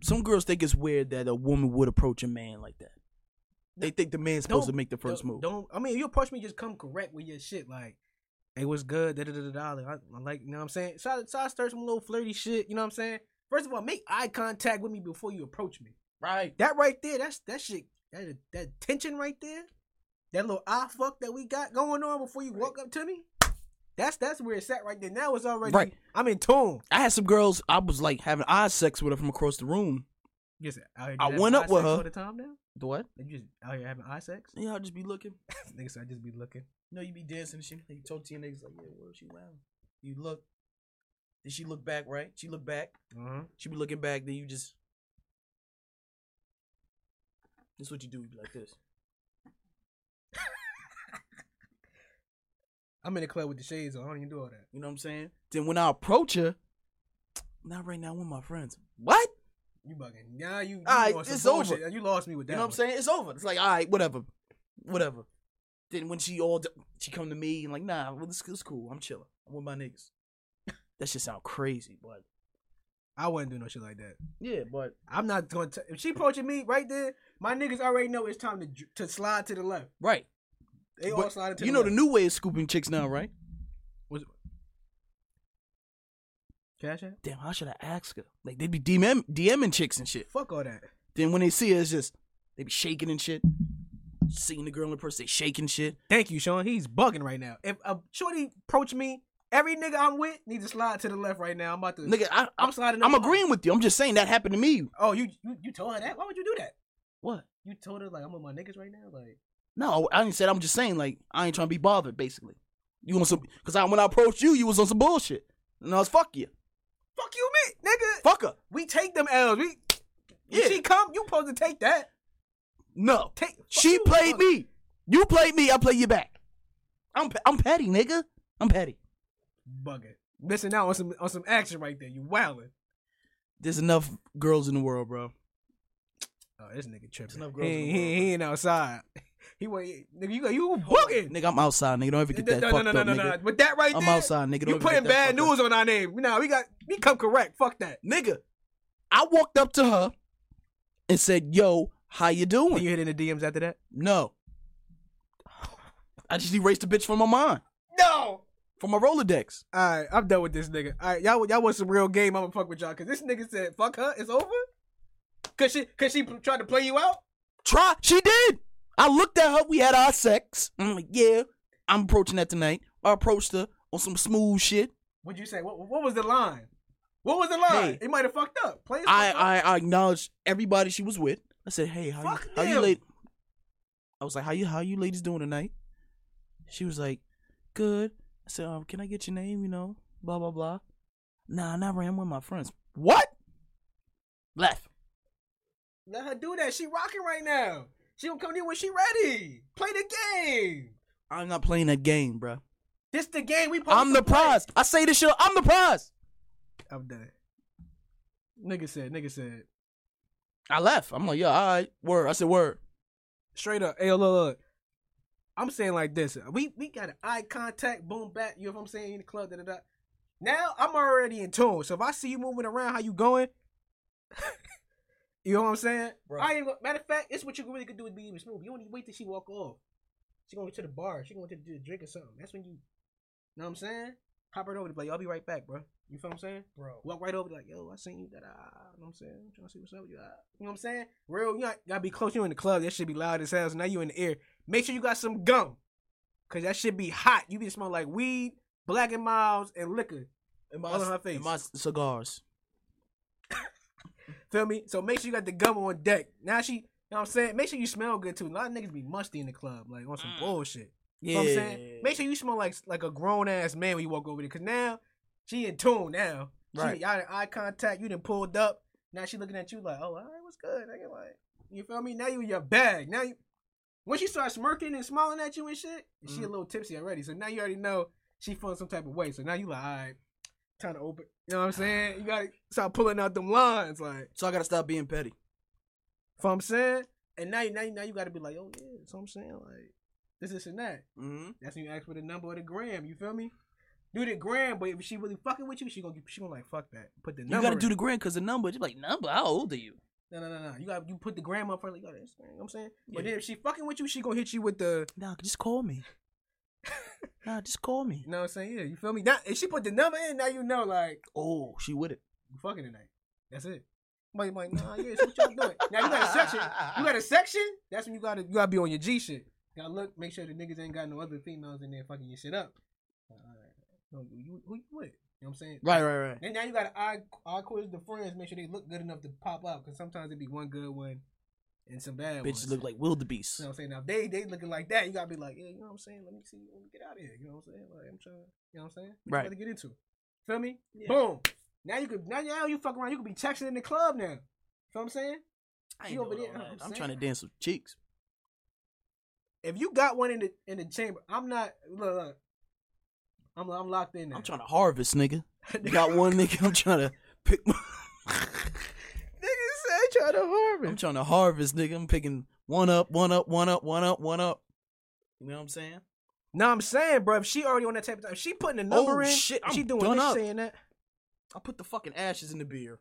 Speaker 2: Some girls think it's weird that a woman would approach a man like that. They think the man's supposed to make the 1st
Speaker 1: don't-
Speaker 2: move.
Speaker 1: Don't. I mean, if you approach me, just come correct with your shit. Like, hey, what's good? Da da da da da. Like, I, I like, you know what I'm saying? So I, so I start some little flirty shit. You know what I'm saying? First of all, make eye contact with me before you approach me.
Speaker 3: right.
Speaker 1: That right there, that's that shit. That that tension right there, that little eye fuck that we got going on before you walk up to me. That's that's where it's at right there. Now it's already.
Speaker 2: Right.
Speaker 1: I'm in tune.
Speaker 2: I had some girls. I was like having eye sex with her from across the room.
Speaker 1: Yes,
Speaker 2: I went up with her.
Speaker 1: all the time now.
Speaker 2: The what?
Speaker 1: You just out here having eye sex.
Speaker 2: Yeah, I'll just be looking.
Speaker 1: Niggas, I just be looking.
Speaker 3: You know, you be dancing and shit. You talk to your niggas like, yeah, where she wound? You look. Then she look back, right? She look back.
Speaker 1: Uh-huh.
Speaker 2: She be looking back. Then you just. This what you do. You be like this.
Speaker 1: I'm in the club with the shades on. I don't even do all that.
Speaker 2: You know what I'm saying? Then when I approach her, not right now. I'm with my friends. What?
Speaker 1: You bugging. Now you. you
Speaker 2: Alright,
Speaker 1: on some
Speaker 2: it's over.
Speaker 1: bullshit. You lost me with that.
Speaker 2: you know what I'm
Speaker 1: one.
Speaker 2: saying? It's over. It's like all right, whatever, whatever. Then when she all d- she come to me and like, nah, well, this is cool. I'm chilling. I'm with my niggas. that shit sound crazy, but
Speaker 1: I wouldn't do no shit like that.
Speaker 2: yeah, but
Speaker 1: I'm not going to. If she approaching me right there, my niggas already know it's time to dr- to slide to the left.
Speaker 2: right.
Speaker 1: They all
Speaker 2: But
Speaker 1: slide to
Speaker 2: you
Speaker 1: the
Speaker 2: know
Speaker 1: left.
Speaker 2: the new way of scooping chicks now, right?
Speaker 1: Was Cash App?
Speaker 2: Damn, how should I ask her? Like they be DM DMing chicks and shit.
Speaker 1: Fuck all that.
Speaker 2: Then when they see her, it's just they be shaking and shit. Seeing the girl in person, they shaking shit.
Speaker 1: Thank you, Sean. He's bugging right now. If a shorty approach me, every nigga I'm with needs to slide to the left right now. I'm about to.
Speaker 2: Nigga, I,
Speaker 1: I'm
Speaker 2: I'm
Speaker 1: sliding.
Speaker 2: I'm
Speaker 1: up.
Speaker 2: agreeing with you. I'm just saying that happened to me.
Speaker 1: Oh, you, you you told her that? Why would you do that?
Speaker 2: What?
Speaker 1: You told her like I'm with my niggas right now. Like
Speaker 2: No, I didn't say. that. I'm just saying like I ain't trying to be bothered. Basically, you on some because I when I approached you, you was on some bullshit, and I was fuck you,
Speaker 1: fuck you, me, nigga.
Speaker 2: fuck her.
Speaker 1: We take them L's. We
Speaker 2: Yeah.
Speaker 1: If she come, you supposed to take that.
Speaker 2: No,
Speaker 1: Take. fuck
Speaker 2: she
Speaker 1: you,
Speaker 2: played
Speaker 1: fuck.
Speaker 2: me. You play me, I play you back. I'm pe- I'm petty, nigga. I'm petty.
Speaker 1: Bugging. Missing out on some on some action right there. You wildin'.
Speaker 2: There's enough girls in the world, bro.
Speaker 1: Oh, this nigga tripping.
Speaker 3: enough
Speaker 1: He,
Speaker 3: girls in the
Speaker 1: he, he
Speaker 3: world,
Speaker 1: ain't outside. He went, nigga, you, you bugging.
Speaker 2: Nigga, I'm outside, nigga. Don't ever get that
Speaker 1: no,
Speaker 2: fucked
Speaker 1: no, no,
Speaker 2: up,
Speaker 1: no,
Speaker 2: nigga.
Speaker 1: no. With that right
Speaker 2: I'm
Speaker 1: there,
Speaker 2: outside, nigga. Don't
Speaker 1: you
Speaker 2: ever get
Speaker 1: putting
Speaker 2: that
Speaker 1: bad
Speaker 2: fucked up.
Speaker 1: news on our name. Nah, we got, we come correct. Fuck that.
Speaker 2: Nigga, I walked up to her and said, "Yo, how you
Speaker 1: Then
Speaker 2: doing?"
Speaker 1: you hit in the DMs after that?
Speaker 2: No. I just erased the bitch from my mind,
Speaker 1: No.
Speaker 2: from my Rolodex.
Speaker 1: All right, I'm done with this nigga. All right, y'all, y'all want some real game? I'ma fuck with y'all because this nigga said fuck her. It's over. Cause she, cause she tried to play you out.
Speaker 2: Try. She did. I looked at her. We had our sex. I'm like, yeah, I'm approaching that tonight. I approached her on some smooth shit.
Speaker 1: What'd you say? What, what was the line? What was the line?
Speaker 2: Hey.
Speaker 1: It might have fucked up. Play is
Speaker 2: I,
Speaker 1: fucked up.
Speaker 2: I I acknowledged everybody she was with. I said, hey, how
Speaker 1: Fuck
Speaker 2: you, how you
Speaker 1: them.
Speaker 2: late? I was like, how you how you ladies doing tonight? She was like, good. I said, um, can I get your name? You know, blah blah blah. Nah, not ran with my friends. What? Left.
Speaker 1: Let her do that. She rocking right now. She gonna come in when she ready. Play the game.
Speaker 2: I'm not playing that game, bruh.
Speaker 1: This the game we. supposed
Speaker 2: I'm
Speaker 1: to
Speaker 2: the
Speaker 1: play.
Speaker 2: prize. I say this shit. I'm the prize.
Speaker 1: I'm done. Nigga said. Nigga said.
Speaker 2: I left. I'm like, yeah, all right, word. I said word.
Speaker 1: Straight up. Hey, look, look. I'm saying like this. We we got an eye contact. Boom, back. You know what I'm saying? In the club. Da da da. Now I'm already in tune. So if I see you moving around, how you going? you know what I'm saying?
Speaker 3: Bruh.
Speaker 1: I ain't, gonna- matter of fact, it's what you really could do is be even smooth. You only wait till she walk off. She going to the bar. She going to do a drink or something. That's when you. Know what I'm saying? Hop right over to be like, yo, I'll be right back, bro. You feel what I'm saying?
Speaker 3: bro.
Speaker 1: Walk right over, like, yo, I seen you. Da da. You know what I'm saying? I'm trying to see what's up with you. ah. You know what I'm saying? Real, you got- gotta be close. You in the club. That should be loud as hell. So now you in the air. Make sure you got some gum. Cause that should be hot. You be smelling like weed, black and miles, and liquor.
Speaker 3: And
Speaker 1: all in
Speaker 3: my,
Speaker 1: her face.
Speaker 2: And my c- cigars.
Speaker 1: Feel me? So make sure you got the gum on deck. Now she, you know what I'm saying? Make sure you smell good too. A lot of niggas be musty in the club, like on some
Speaker 2: Mm.
Speaker 1: bullshit. You
Speaker 2: Yeah.
Speaker 1: know what I'm saying? Make sure you smell like like a grown ass man when you walk over there. Cause now she in tune now. She,
Speaker 2: Right.
Speaker 1: Y'all in eye contact. You done pulled up. Now she looking at you like, oh, all right, what's good? Nigga, like, you feel me? Now you in your bag. Now you. When she starts smirking and smiling at you and shit, she
Speaker 2: Mm.
Speaker 1: a little tipsy already. So now you already know she feeling some type of way. So now you like, all right, time to open. You know what I'm saying? You gotta start pulling out them lines, like,
Speaker 2: So I gotta stop being petty.
Speaker 1: you know what I'm saying? And now, you now, you- now you gotta be like, oh yeah, so I'm saying like, this, this, and that.
Speaker 2: Mm-hmm.
Speaker 1: That's when you ask for the number or the gram. You feel me? Do the gram, but if she really fucking with you, she gonna get- she gonna like fuck that. Put the
Speaker 2: You
Speaker 1: number.
Speaker 2: gotta do
Speaker 1: in.
Speaker 2: the grand because the number. You're like number. How old are you?
Speaker 1: no no no no. You got you put the gram up first. Like, yo, this, you know what I'm saying? But
Speaker 2: Yeah.
Speaker 1: then if she fucking with you, she gonna hit you with the.
Speaker 2: Nah, just call me. nah, just call me.
Speaker 1: You know what I'm saying? Yeah, you feel me? Now if she put the number in, now you know like
Speaker 2: Oh, she with it.
Speaker 1: you fucking tonight. That's it. But you like, nah, yeah, so what y'all doing? Now you got a section. You got a section. That's when you gotta you gotta be on your G shit. You gotta look, make sure the niggas ain't got no other females in there fucking your shit up. Like, all right. No, you, who you with? You know what I'm saying?
Speaker 2: Right, right, right.
Speaker 1: And now you gotta eye, eye quiz the friends, make sure they look good enough to pop out. Cause sometimes it be one good one and some bad ones.
Speaker 2: Bitches look like wildebeest.
Speaker 1: You know what I'm saying? Now if they they looking like that. You gotta be like, yeah, you know what I'm saying? Let me see, let me get out of here. You know what I'm saying? Like I'm trying, you know what I'm saying? What you
Speaker 2: Right.
Speaker 1: about To get into, feel me?
Speaker 3: Yeah.
Speaker 1: Boom. Now you could now, now you fuck around. You could be texting in the club now. Feel what I'm saying?
Speaker 2: I
Speaker 1: ain't You over doing there, all that.
Speaker 2: I'm,
Speaker 1: I'm saying.
Speaker 2: trying to dance with cheeks.
Speaker 1: If you got one in the in the chamber, I'm not. Look, look. I'm I'm locked in. Now.
Speaker 2: I'm trying to harvest, nigga. You got one nigga. I'm trying to pick.
Speaker 1: Niggas say trying to harvest.
Speaker 2: I'm trying to harvest, nigga. I'm picking one up, one up, one up, one up, one up. You know what I'm saying?
Speaker 1: No, I'm saying, bro, if she already on that type of time, if she putting the
Speaker 2: Oh,
Speaker 1: number in,
Speaker 2: shit,
Speaker 1: if she
Speaker 2: I'm
Speaker 1: doing
Speaker 2: done
Speaker 1: this,
Speaker 2: up.
Speaker 1: saying that.
Speaker 2: I put the fucking ashes in the beer.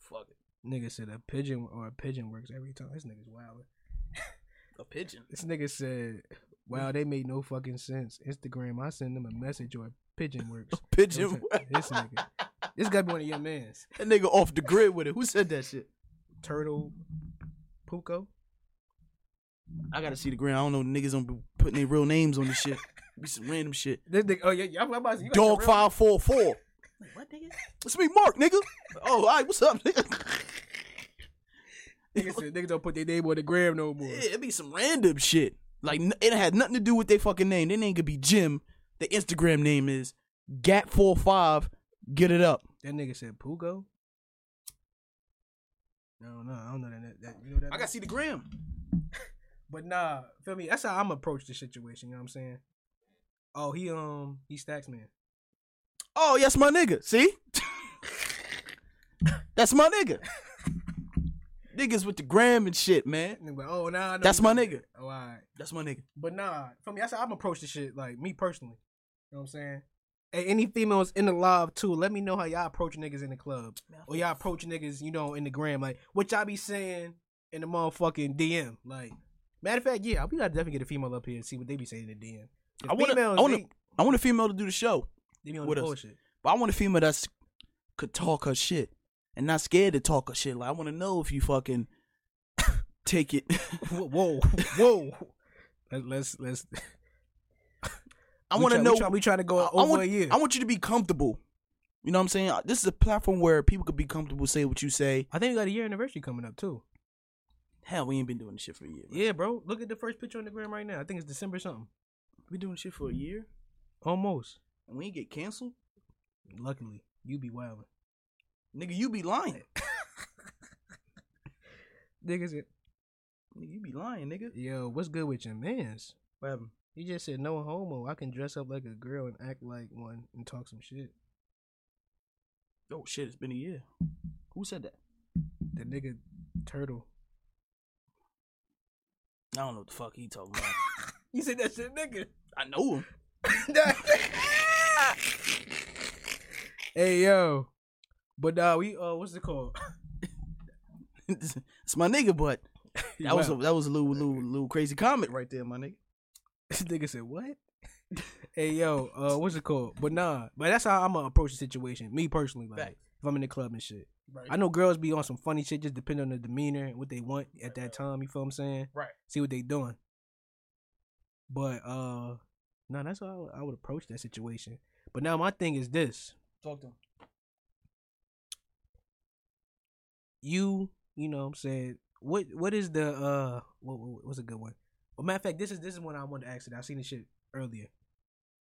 Speaker 2: Fuck it.
Speaker 1: Nigga said a pigeon or a pigeon works every time. This nigga's wild.
Speaker 2: A pigeon.
Speaker 1: This nigga said, "Wow, they made no fucking sense." Instagram, I send them a message or a pigeon works.
Speaker 2: Pigeon.
Speaker 1: This nigga, this gotta be one of your mans.
Speaker 2: that nigga off the grid with it. Who said that shit?
Speaker 1: Turtle, Puko.
Speaker 2: I gotta see the ground. I don't know niggas don't be putting their real names on this shit. Be some random shit.
Speaker 1: This nigga, oh yeah, yeah, I'm I'm about to. say, you got
Speaker 2: Dog
Speaker 1: your real-
Speaker 2: five four four. What nigga? It's me, Mark, nigga. Oh, all right, what's up, nigga?
Speaker 1: Nigga said, niggas don't put their name on the gram no more.
Speaker 2: Yeah, it'd be some random shit. Like n- it had nothing to do with their fucking name. Their name could be Jim. The Instagram name is Gat45. Get it up.
Speaker 1: That nigga said Pugo. No, no, I don't know that. that you know that.
Speaker 2: I gotta see the gram.
Speaker 1: But nah, feel me. That's how I'm approach the situation. You know what I'm saying? Oh, he um he stacks man.
Speaker 2: Oh, yes, my nigga. See? That's my nigga. Niggas with the gram and shit, man.
Speaker 1: And they be like, oh nah, I know
Speaker 2: That's
Speaker 1: you
Speaker 2: my
Speaker 1: doing
Speaker 2: nigga.
Speaker 1: that. Oh, all right.
Speaker 2: That's my nigga.
Speaker 1: But nah, for me, that's how I'm approach the shit. Like me personally, you know what I'm saying. And any females in the live too, let me know how y'all approach niggas in the club, or y'all approach niggas, you know, in the gram. Like what y'all be saying in the motherfucking DM. Like matter of fact, yeah, we gotta definitely get a female up here and see what they be saying in the DM. The
Speaker 2: I want to.
Speaker 1: females,
Speaker 2: I want
Speaker 1: they-
Speaker 2: to. I want a female to do the show,
Speaker 1: they be on
Speaker 2: What
Speaker 1: the
Speaker 2: else?
Speaker 1: bullshit.
Speaker 2: but I want a female that's could talk her shit and not scared to talk her shit. Like I want to know if you fucking take it.
Speaker 1: whoa, whoa. Let, let's let's.
Speaker 2: I
Speaker 1: we
Speaker 2: want to
Speaker 1: try-
Speaker 2: know.
Speaker 1: We trying try to go
Speaker 2: I-
Speaker 1: over
Speaker 2: I want,
Speaker 1: a year.
Speaker 2: I want you to be comfortable. You know what I'm saying? Uh, This is a platform where people could be comfortable, say what you say.
Speaker 1: I think we got a year anniversary coming up too.
Speaker 2: Hell, we ain't been doing this shit for a year. bro.
Speaker 1: Yeah, bro. Look at the first picture on the gram right now. I think it's December something.
Speaker 2: We doing shit for a year
Speaker 1: Almost.
Speaker 2: and we ain't get canceled.
Speaker 1: Luckily, you be wild.
Speaker 2: Nigga, you be lying.
Speaker 1: Niggas, it-
Speaker 2: Nigga, you be lying, nigga.
Speaker 1: yo, what's good with your mans?
Speaker 2: What happened?
Speaker 1: He just said no homo. I can dress up like a girl and act like one and talk some shit.
Speaker 2: Oh shit, it's been a year. Who said that?
Speaker 1: The nigga turtle.
Speaker 2: I don't know what the fuck he talking about.
Speaker 1: You said that shit, nigga.
Speaker 2: I know him.
Speaker 1: hey yo, but uh, we uh, what's it called?
Speaker 2: it's my nigga, but that was a,
Speaker 1: Wow.
Speaker 2: that was a little little little crazy comment right there, my nigga.
Speaker 1: This nigga said what? hey yo, uh, what's it called? But nah, but that's how I'm gonna approach the situation. Me personally, like
Speaker 2: Fact.
Speaker 1: if I'm in the club and shit.
Speaker 3: Right.
Speaker 1: I know girls be on some funny shit, just depending on the demeanor and what they want at that time. You feel what I'm saying?
Speaker 3: Right.
Speaker 1: See what they doing. But uh, no, that's how I would, I would approach that situation. But now my thing is this:
Speaker 3: Talk to him.
Speaker 1: you you know what I'm saying what what is the uh what, what what's a good one? Well, matter of fact, this is this is one I wanted to ask. It I seen this shit earlier.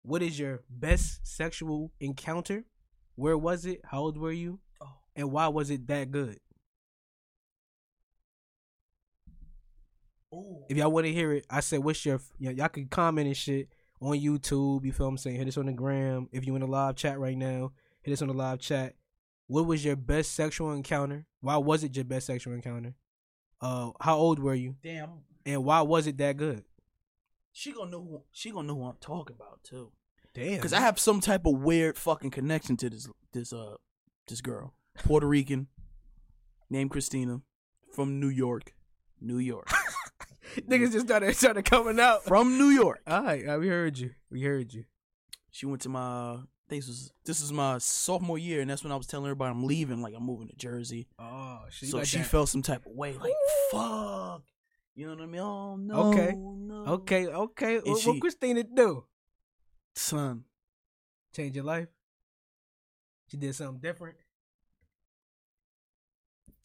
Speaker 1: What is your best sexual encounter? Where was it? How old were you?
Speaker 3: Oh.
Speaker 1: And why was it that good?
Speaker 3: Ooh.
Speaker 1: If y'all want to hear it, I said, what's your y- y'all can comment and shit on YouTube. You feel what I'm saying? Hit us on the gram. If you in the live chat right now, hit us on the live chat. What was your best sexual encounter? Why was it your best sexual encounter? Uh, how old were you?
Speaker 3: Damn.
Speaker 1: And why was it that good?
Speaker 2: She gonna know who she gonna know who I'm talking about too.
Speaker 1: Damn.
Speaker 2: Cause I have some type of weird fucking connection to this this uh this girl. Puerto Rican, named Christina, from New York. New York.
Speaker 1: niggas just started started coming out.
Speaker 2: from New York.
Speaker 1: All right, uh, we heard you. We heard you.
Speaker 2: She went to my this was this was my sophomore year, and that's when I was telling everybody I'm leaving, like I'm moving to Jersey.
Speaker 1: Oh, she
Speaker 2: so she felt some type of way, like fuck, you know what I mean? Oh no,
Speaker 1: Okay.
Speaker 2: no.
Speaker 1: okay, okay. What,
Speaker 2: she-
Speaker 1: what Christina do?
Speaker 2: son,
Speaker 1: Change your life. She did something different.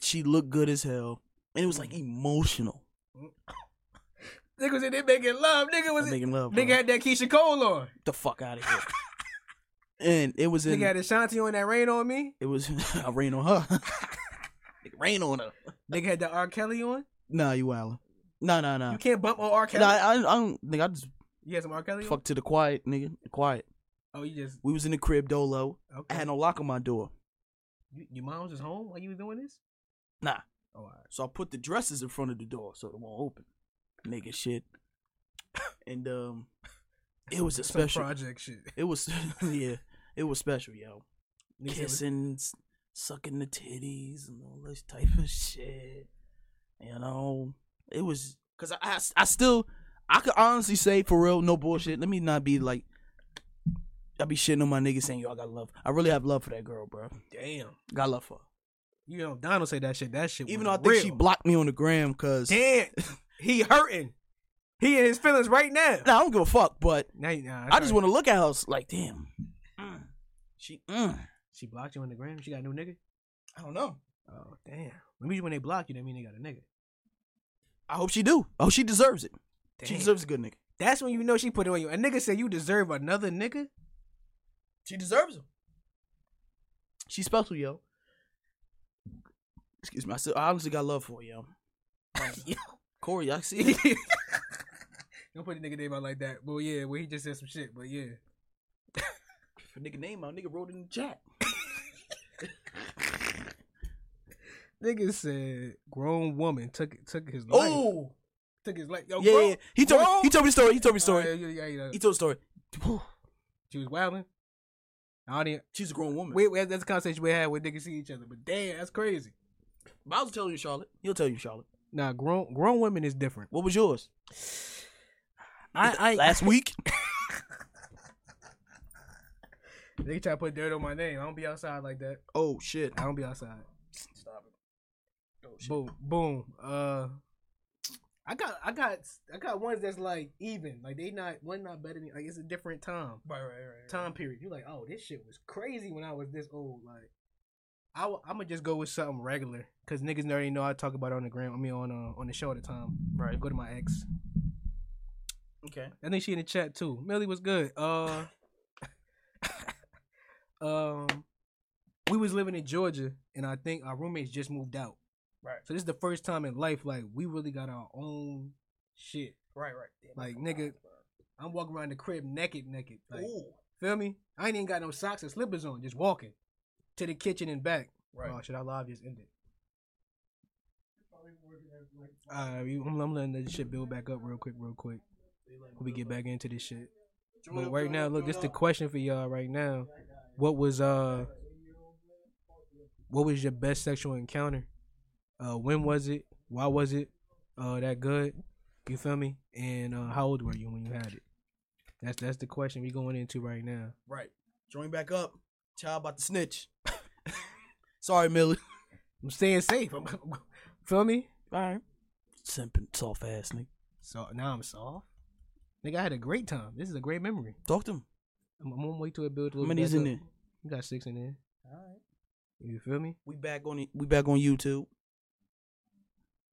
Speaker 2: she looked good as hell, and it was
Speaker 1: Mm.
Speaker 2: like emotional.
Speaker 1: Nigga was in there making love. Nigga was
Speaker 2: I'm making love,
Speaker 1: Nigga
Speaker 2: bro.
Speaker 1: had that Keisha Cole on.
Speaker 2: Get the fuck out of here. and it was in
Speaker 1: Nigga had Ashanti on that rain on me.
Speaker 2: it was I rain on her, It rain on her.
Speaker 1: Nigga had the R. Kelly on.
Speaker 2: Nah, you wildin'. Nah, nah, nah.
Speaker 1: You can't bump on R. Kelly.
Speaker 2: Nah, I, I, I don't. Nigga, I just
Speaker 1: you had some R. Kelly on?
Speaker 2: fuck to the quiet, nigga. Quiet.
Speaker 1: Oh, you just
Speaker 2: We was in the crib, dolo. I
Speaker 1: okay.
Speaker 2: had no lock on my door.
Speaker 1: you, your mom was just home while you was doing this?
Speaker 2: Nah.
Speaker 1: Oh, all right.
Speaker 2: So I put the dresses in front of the door so it won't open. Nigga shit. And um it was a
Speaker 1: Some
Speaker 2: special
Speaker 1: project shit.
Speaker 2: it was yeah. It was special, yo.
Speaker 1: Nigga said,
Speaker 2: Kissing, s- sucking the titties and all this type of shit. You know. It was cause I, I s- I still I could honestly say for real, no bullshit. Let me not be like I be shitting on my nigga saying yo I got love. I really have love for that girl, bro.
Speaker 1: Damn.
Speaker 2: Got love for her.
Speaker 1: You know, Donald say that shit. That shit.
Speaker 2: Even though I
Speaker 1: was
Speaker 2: think she
Speaker 1: real.
Speaker 2: blocked me on the gram because
Speaker 1: Damn, he hurting. He in his feelings right now.
Speaker 2: Nah, I don't give a fuck, but
Speaker 1: Nah, nah,
Speaker 2: I just want to look at her like, damn. Mm. She, mm.
Speaker 1: She blocked you on the gram. She got a new nigga.
Speaker 3: I don't know.
Speaker 1: Oh damn. Maybe when they block you, that mean they got a nigga.
Speaker 2: I hope she do. I hope she deserves it. She
Speaker 1: Damn.
Speaker 2: deserves a good nigga.
Speaker 1: That's when you know she put it on you. A nigga said you deserve another nigga.
Speaker 3: She deserves him.
Speaker 2: She's special, yo. Excuse me. I, still, I honestly got love for her, yo. Like, yo. Corey, I see.
Speaker 1: Don't put the nigga name out like that. Well, yeah, well he just said some shit, but yeah.
Speaker 3: If a nigga name out, nigga wrote it in the chat.
Speaker 1: Nigga said grown woman took took his life.
Speaker 3: Oh,
Speaker 1: Took his life. Yo,
Speaker 2: Yeah,
Speaker 1: grown-
Speaker 2: yeah. He told me.
Speaker 1: grown-
Speaker 2: He told me the story. He told me the
Speaker 1: All right,
Speaker 2: story.
Speaker 1: yeah, yeah, yeah.
Speaker 2: He told the story. Whew.
Speaker 1: She was wilding. I don't even.
Speaker 3: she's a grown woman.
Speaker 1: Wait, wait, that's a conversation we had when niggas see each other. But damn, that's crazy.
Speaker 3: But I was telling you, Charlotte.
Speaker 2: He'll tell you, Charlotte.
Speaker 1: Nah, grown grown women is different.
Speaker 2: What was yours
Speaker 1: I, I
Speaker 2: last week?
Speaker 1: They try to put dirt on my name. I don't be outside like that.
Speaker 2: Oh shit.
Speaker 1: I don't be outside.
Speaker 3: Stop it. Oh shit.
Speaker 1: Boom, boom. Uh, I got, I got, I got ones that's like even. Like they not one not better than. Like it's a different time
Speaker 3: Right, right, right, right.
Speaker 1: time period. You like, oh, this shit was crazy when I was this old. Like, I w- I'm gonna just go with something regular because niggas already know I talk about it on the gram. I mean, on uh, on the show at the time.
Speaker 3: Right.
Speaker 1: Go to my ex.
Speaker 3: Okay.
Speaker 1: I think she in the chat too. Millie was good. Uh, um, we was living in Georgia, and I think our roommates just moved out.
Speaker 3: Right.
Speaker 1: So this is the first time in life like we really got our own shit.
Speaker 3: Right, right. Damn,
Speaker 1: Like,
Speaker 3: I forgot,
Speaker 1: nigga,
Speaker 3: bro.
Speaker 1: I'm walking around the crib naked, naked. Like,
Speaker 3: Ooh.
Speaker 1: feel me? I ain't even got no socks or slippers on. Just walking to the kitchen and back.
Speaker 3: Right.
Speaker 1: Oh, should I live just end it? Uh, you- I'm, I'm letting this shit build back up real quick, real quick. When we get back into this shit. But right now, look, this the question for y'all right now. What was uh what was your best sexual encounter? Uh when was it? Why was it uh that good? You feel me? And uh how old were you when you had it? That's that's the question we going into right now.
Speaker 3: Right. Join back up. Child about to snitch.
Speaker 2: Sorry, Millie.
Speaker 1: I'm staying safe. I'm, feel me?
Speaker 2: All right. Simping soft ass nigga.
Speaker 1: So now I'm soft. Nigga, I had a great time. This is a great memory.
Speaker 2: Talk to him.
Speaker 1: I'm, I'm gonna wait till it builds a
Speaker 2: How
Speaker 1: little
Speaker 2: many's
Speaker 1: back
Speaker 2: in
Speaker 1: up.
Speaker 2: there?
Speaker 1: You got six in there.
Speaker 3: All right.
Speaker 1: You feel me?
Speaker 2: We back on it. We back on YouTube.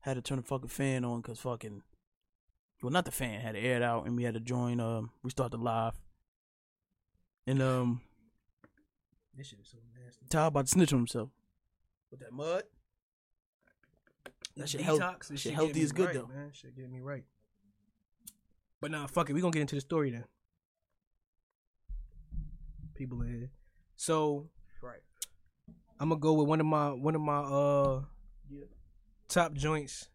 Speaker 2: Had to turn the fucking fan on because fucking, well, not the fan had to air it out, and we had to join. Um, restart the live, and um,
Speaker 1: This shit is so nasty.
Speaker 2: Ty about to snitch on himself.
Speaker 3: With that mud.
Speaker 2: That shit, health, shit, healthy is good though.
Speaker 1: Man, shit get me right. But nah, fuck it. We gonna get into the story then. People in here. So
Speaker 3: Right.
Speaker 1: I'm gonna go with one of my one of my uh
Speaker 3: Yeah.
Speaker 1: top joints.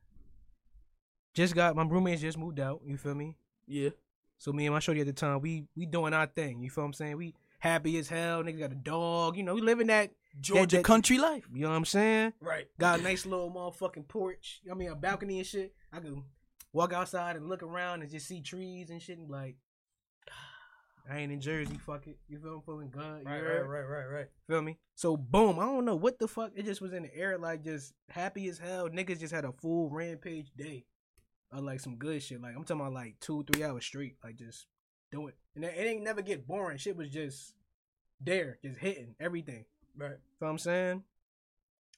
Speaker 1: Just got my roommates just moved out. You feel me?
Speaker 2: Yeah,
Speaker 1: So me and my shorty at the time, we we doing our thing. You feel what I'm saying? We happy as hell. Niggas got a dog. You know, we living that.
Speaker 2: Georgia
Speaker 1: that-
Speaker 2: country life.
Speaker 1: You know what I'm saying?
Speaker 3: Right.
Speaker 1: Got a nice little motherfucking porch. I mean, a balcony and shit. I can walk outside and look around and just see trees and shit. And be like, I ain't in Jersey. Fuck it. You feel me? Feeling good.
Speaker 3: Right, right,
Speaker 1: you heard?
Speaker 3: right, right, right.
Speaker 1: Feel me? So boom. I don't know what the fuck. It just was in the air, like just happy as hell. Niggas just had a full rampage day of like some good shit. Like I'm talking about like two, three hours straight. Like just doing. And it it ain't never get boring. Shit was just there, just hitting everything.
Speaker 3: Right.
Speaker 1: Feel what I'm saying?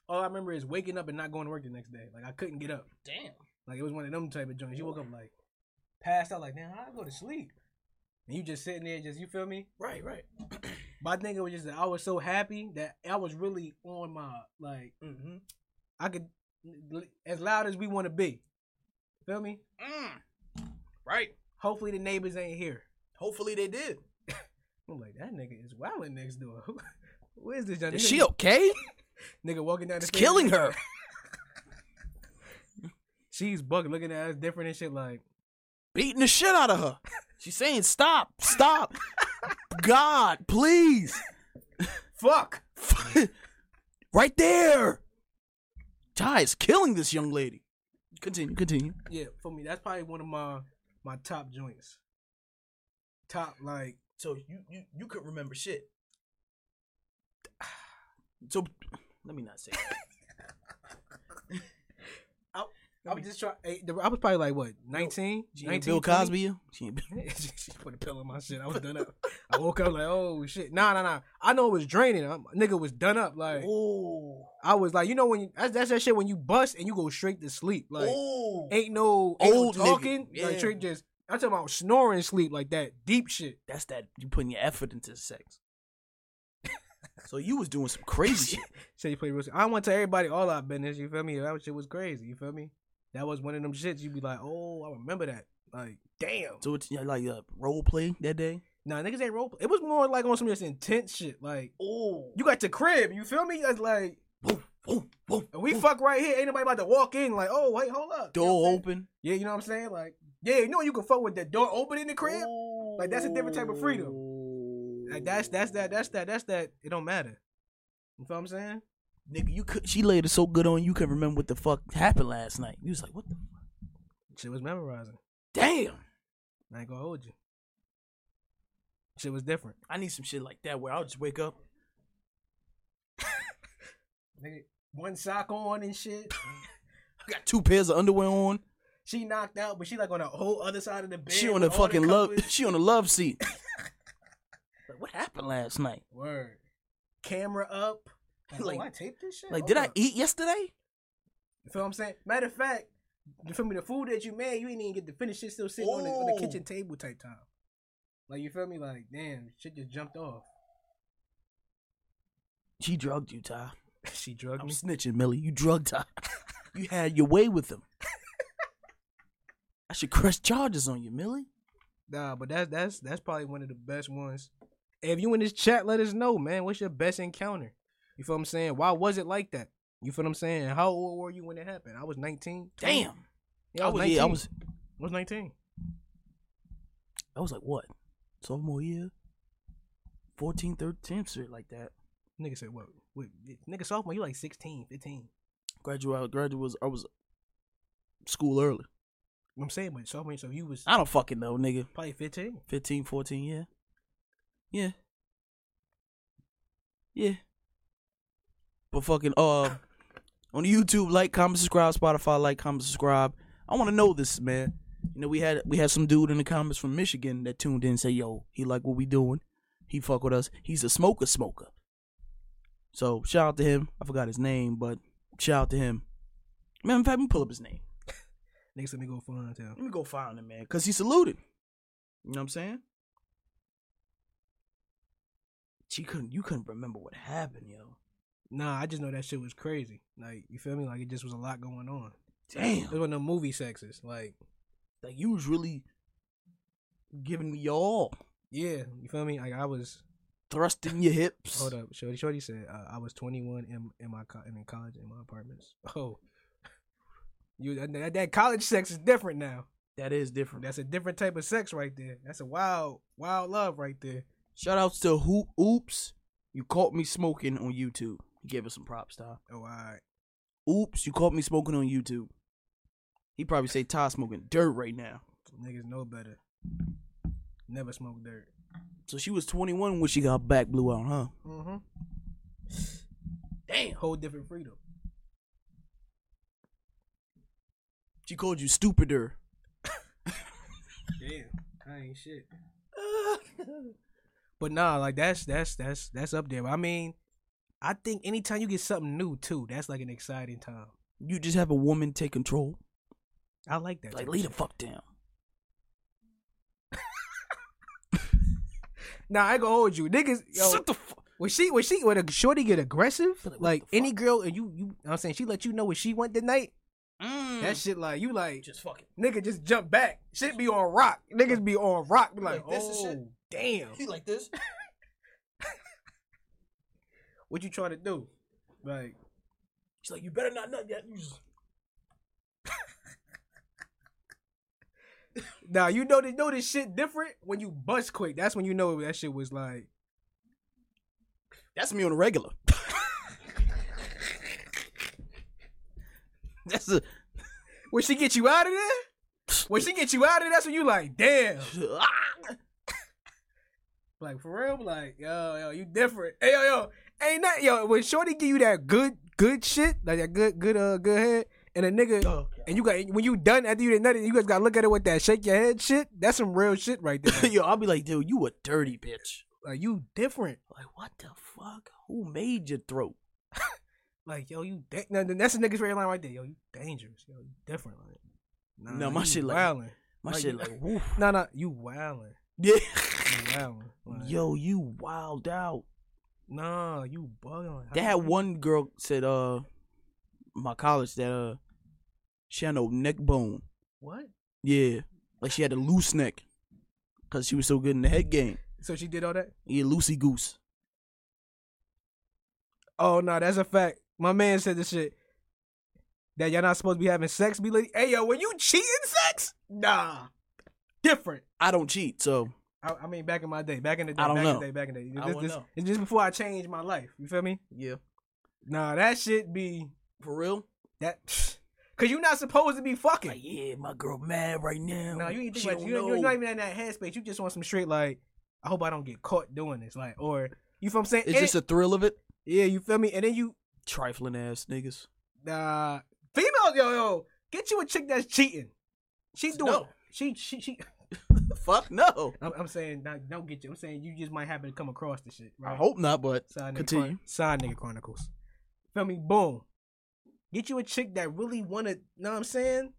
Speaker 1: All I remember is waking up and not going to work the next day. Like I couldn't get up.
Speaker 3: Damn.
Speaker 1: Like it was one of them type of joints. You woke up like passed out. Like damn, I go to sleep. And you just sitting there, just you feel me?
Speaker 3: Right, right.
Speaker 1: But I think it was just that I was so happy that I was really on my like
Speaker 3: Mm-hmm.
Speaker 1: I could as loud as we want to be. Feel me?
Speaker 3: Mm. Right.
Speaker 1: Hopefully the neighbors ain't here.
Speaker 3: Hopefully they did.
Speaker 1: I'm like that nigga is wilding next door. Where is this young
Speaker 2: Is
Speaker 1: nigga?
Speaker 2: she okay?
Speaker 1: Nigga walking down the
Speaker 2: It's
Speaker 1: stairs.
Speaker 2: killing her.
Speaker 1: She's bugging, looking at us different and shit. Like
Speaker 2: Beating the shit out of her. She's saying, "Stop, stop, God, please."
Speaker 1: fuck.
Speaker 2: right there. Ty is killing this young lady. Continue, continue.
Speaker 1: Yeah, for me that's probably one of my my top joints. Top like
Speaker 3: So you you you could remember shit.
Speaker 2: So let me not say that.
Speaker 1: I was just trying. I was probably like what 19?
Speaker 2: She ain't
Speaker 1: 19
Speaker 2: Bill
Speaker 1: 20?
Speaker 2: Cosby. you? She ain't Bill-
Speaker 1: she she put a pill in my shit. I was done up. I woke up like, oh shit. Nah, nah, nah. I know it was draining. I'm, nigga was done up. Like
Speaker 3: Oh.
Speaker 1: I was like, you know when you, that's that's that shit when you bust and you go straight to sleep. Like
Speaker 3: oh.
Speaker 1: ain't no ain't
Speaker 2: Old
Speaker 1: no
Speaker 2: nigga.
Speaker 1: talking.
Speaker 2: Yeah.
Speaker 1: Like trick just. I'm talking about snoring sleep like that deep shit.
Speaker 2: That's that you putting your effort into sex. so you was doing some crazy shit.
Speaker 1: Shit, you play real. I want to tell everybody all our business. You feel me? That shit was crazy. You feel me? That was one of them shits. You be like, oh, I remember that.
Speaker 2: Like
Speaker 1: Damn.
Speaker 2: do it yeah, like uh, role play that day.
Speaker 1: Nah, niggas ain't roleplay. It was more like on some of this intense shit. Like
Speaker 3: Oh,
Speaker 1: you got your crib. You feel me? It's like
Speaker 2: Boom, boom, boom.
Speaker 1: if we fuck right here. Ain't nobody about to walk in. Like oh wait, hold up. You know
Speaker 2: Door
Speaker 1: what I'm saying?
Speaker 2: open.
Speaker 1: Yeah, you know what I'm saying? Like yeah, you know you can fuck with the door open in the crib.
Speaker 2: Oh.
Speaker 1: Like, that's a different type of freedom. Like that's that's that that's that that's that. It don't matter. You feel what I'm saying?
Speaker 2: Nigga, you could she laid it so good on you can remember what the fuck happened last night. You was like, what the
Speaker 1: Shit was memorizing.
Speaker 2: damn?
Speaker 1: I ain't gonna hold you. Shit was different.
Speaker 2: I need some shit like that where I'll just wake up.
Speaker 1: Nigga, one sock on and shit.
Speaker 2: I got two pairs of underwear on.
Speaker 1: She knocked out, but she like on the whole other side of the bed.
Speaker 2: she on
Speaker 1: with
Speaker 2: the
Speaker 1: all
Speaker 2: fucking love.
Speaker 1: covers.
Speaker 2: She on the love seat. like, what happened last night?
Speaker 1: Word. Camera up. Like,
Speaker 2: Like-
Speaker 1: oh, I taped this shit.
Speaker 2: Like,
Speaker 1: Hold
Speaker 2: did I
Speaker 1: up.
Speaker 2: eat yesterday?
Speaker 1: You feel what I'm saying? Matter of fact, you feel me? The food that you made, you ain't even get to finish it. Still sitting on, the, on
Speaker 3: Oh.
Speaker 1: the kitchen table type time. Like you feel me? Like damn, shit just jumped off.
Speaker 2: She drugged you, Ty.
Speaker 1: she drugged
Speaker 2: I'm
Speaker 1: me.
Speaker 2: snitching, Millie. You drugged Ty. you had your way with him. I should crush charges on you, Millie.
Speaker 1: Nah, but that's that's that's probably one of the best ones. If you in this chat, let us know, man. What's your best encounter? You feel what I'm saying? Why was it like that? You feel what I'm saying? How old were you when it happened? I was 19. 20.
Speaker 2: Damn.
Speaker 1: Yeah, I was, 19.
Speaker 2: yeah, I was.
Speaker 1: I was 19.
Speaker 2: I was like, what? Sophomore year. 14, 13, shit like that.
Speaker 1: Nigga said what? Wait, nigga sophomore, you like 16, 15. You know
Speaker 2: Graduate, graduate was I was school early.
Speaker 1: what I'm saying, but sophomore, so you was
Speaker 2: I don't fucking know, nigga.
Speaker 1: probably 15.
Speaker 2: 15, 14, yeah. Yeah. Yeah. But fucking uh on YouTube, like, comment, subscribe, Spotify, like, comment, subscribe. I wanna know this, man. You know, we had we had some dude in the comments from Michigan that tuned in and said, yo, he like what we doing. He fuck with us. He's a smoker smoker. So shout out to him. I forgot his name, but shout out to him. Man, in fact, let me pull up his name.
Speaker 1: Niggas let me go fun town.
Speaker 2: Let me go find him, man. Cause he saluted. You know what I'm saying? She couldn't. You couldn't remember what happened, yo.
Speaker 1: Nah, I just know that shit was crazy. Like, you feel me? Like, it just was a lot going on. It
Speaker 2: Damn.
Speaker 1: was one of the movie sexes. Like,
Speaker 2: Like you was really giving me your all,
Speaker 1: yeah, you feel me? Like, I was,
Speaker 2: thrusting your hips.
Speaker 1: Hold up, Shorty. Shorty said uh, I was 21 in in my co- in college in my apartments. Oh, you that- that, that college sex is different now.
Speaker 2: That is different.
Speaker 1: That's a different type of sex right there. That's a wild wild love right there.
Speaker 2: Shout outs to Hoop Oops. You caught me smoking on YouTube. He gave us some props, Ty.
Speaker 1: Oh, all right.
Speaker 2: Oops, you caught me smoking on YouTube. He probably say Ty smoking dirt right now.
Speaker 1: Niggas know better. Never smoke dirt.
Speaker 2: So she was 21 when she got back blew out, huh?
Speaker 1: Mm-hmm. Damn, whole different freedom.
Speaker 2: She called you stupider.
Speaker 1: Damn, I ain't shit. but nah, like that's that's that's that's up there. I mean, I think anytime you get something new too, that's like an exciting time.
Speaker 2: You just have a woman take control.
Speaker 1: I like that.
Speaker 2: Like,
Speaker 1: type of
Speaker 2: lay the
Speaker 1: shit.
Speaker 2: fuck down.
Speaker 1: Nah, I ain't gonna hold you, niggas. Yo,
Speaker 2: Shut the fuck.
Speaker 1: when she when she when a shorty get aggressive,
Speaker 2: Like, what
Speaker 1: like
Speaker 2: the
Speaker 1: any
Speaker 2: fuck?
Speaker 1: girl, and you you, I'm saying she let you know what she want tonight. That
Speaker 2: Mm.
Speaker 1: shit, like you like,
Speaker 3: just fucking.
Speaker 1: nigga, just jump back. Shit be on rock. Niggas be on rock. Be like,
Speaker 3: Like this and shit?
Speaker 1: oh damn,
Speaker 3: You like this?
Speaker 1: what you trying to do? Like,
Speaker 3: She's like, you better not nut yet. You just-
Speaker 1: now you know this know this shit different when you bust quick. That's when you know that shit was like.
Speaker 2: That's me on a regular. That's a.
Speaker 1: When she get you out of there, when she get you out of there, that's when you like, damn. Like for real, like yo, yo, you different. Hey, yo, yo, ain't that yo? When Shorty give you that good, good shit, like that good, good, uh, good head, and a nigga, and you got when you done after you did nothing, you guys got to look at it with that shake your head shit. That's some real shit right there.
Speaker 2: Yo, I'll be like, dude, you a dirty bitch.
Speaker 1: like you different.
Speaker 2: Like, what the fuck? Who made your throat?
Speaker 1: Like yo, you. Da- now, that's a nigga's red line right there. Yo, you dangerous. Yo, you different. Like, nah,
Speaker 2: No, my
Speaker 1: you
Speaker 2: shit like-
Speaker 1: wildin'.
Speaker 2: My
Speaker 1: Like,
Speaker 2: shit,
Speaker 1: you-
Speaker 2: like, woof.
Speaker 1: No, no, you wildin'.
Speaker 2: Yeah.
Speaker 1: You wildin'. Like,
Speaker 2: Yo, you wild out.
Speaker 1: nah, you bugging. Like, how
Speaker 2: They
Speaker 1: you
Speaker 2: had
Speaker 1: think-
Speaker 2: one girl said, uh, my college that, uh, she had no neck bone.
Speaker 1: What?
Speaker 2: Yeah. Like she had a loose neck because she was so good in the head game.
Speaker 1: So she did all that.
Speaker 2: Yeah, loosey goose.
Speaker 1: Oh no, that's a fact. My man said this shit. That y'all not supposed to be having sex, be lady. Hey yo, when you cheating sex? Nah. Different.
Speaker 2: I don't cheat, so
Speaker 1: I, I mean back in my day, back in the day,
Speaker 2: I don't
Speaker 1: back in
Speaker 2: know.
Speaker 1: the day, back in the day.
Speaker 3: I
Speaker 1: This-
Speaker 3: don't
Speaker 1: this-
Speaker 3: know.
Speaker 1: It's just before I changed my life. You feel me?
Speaker 3: Yeah.
Speaker 1: Nah, that shit be
Speaker 3: For real?
Speaker 1: that cause you're not supposed to be fucking.
Speaker 2: like, yeah, my girl mad right now.
Speaker 1: No, you ain't
Speaker 2: She
Speaker 1: think about
Speaker 2: don't
Speaker 1: you, you- you're
Speaker 2: know.
Speaker 1: not even in that headspace. You just want some straight like, I hope I don't get caught doing this. Like, or you feel what I'm saying?
Speaker 2: It's
Speaker 1: And
Speaker 2: just
Speaker 1: it-
Speaker 2: a thrill of it.
Speaker 1: yeah, you feel me? And then you
Speaker 2: Trifling ass niggas.
Speaker 1: uh females, yo, yo, get you a chick that's cheating. She's doing
Speaker 3: No.
Speaker 1: she she she
Speaker 2: Fuck no.
Speaker 1: I'm, I'm saying not, don't get you. I'm saying you just might happen to come across the shit. Right?
Speaker 2: I hope not, but
Speaker 1: Side nigga,
Speaker 2: Continue.
Speaker 1: Chron- Side nigga chronicles. Feel me? Boom. Get you a chick that really wanna know what I'm saying?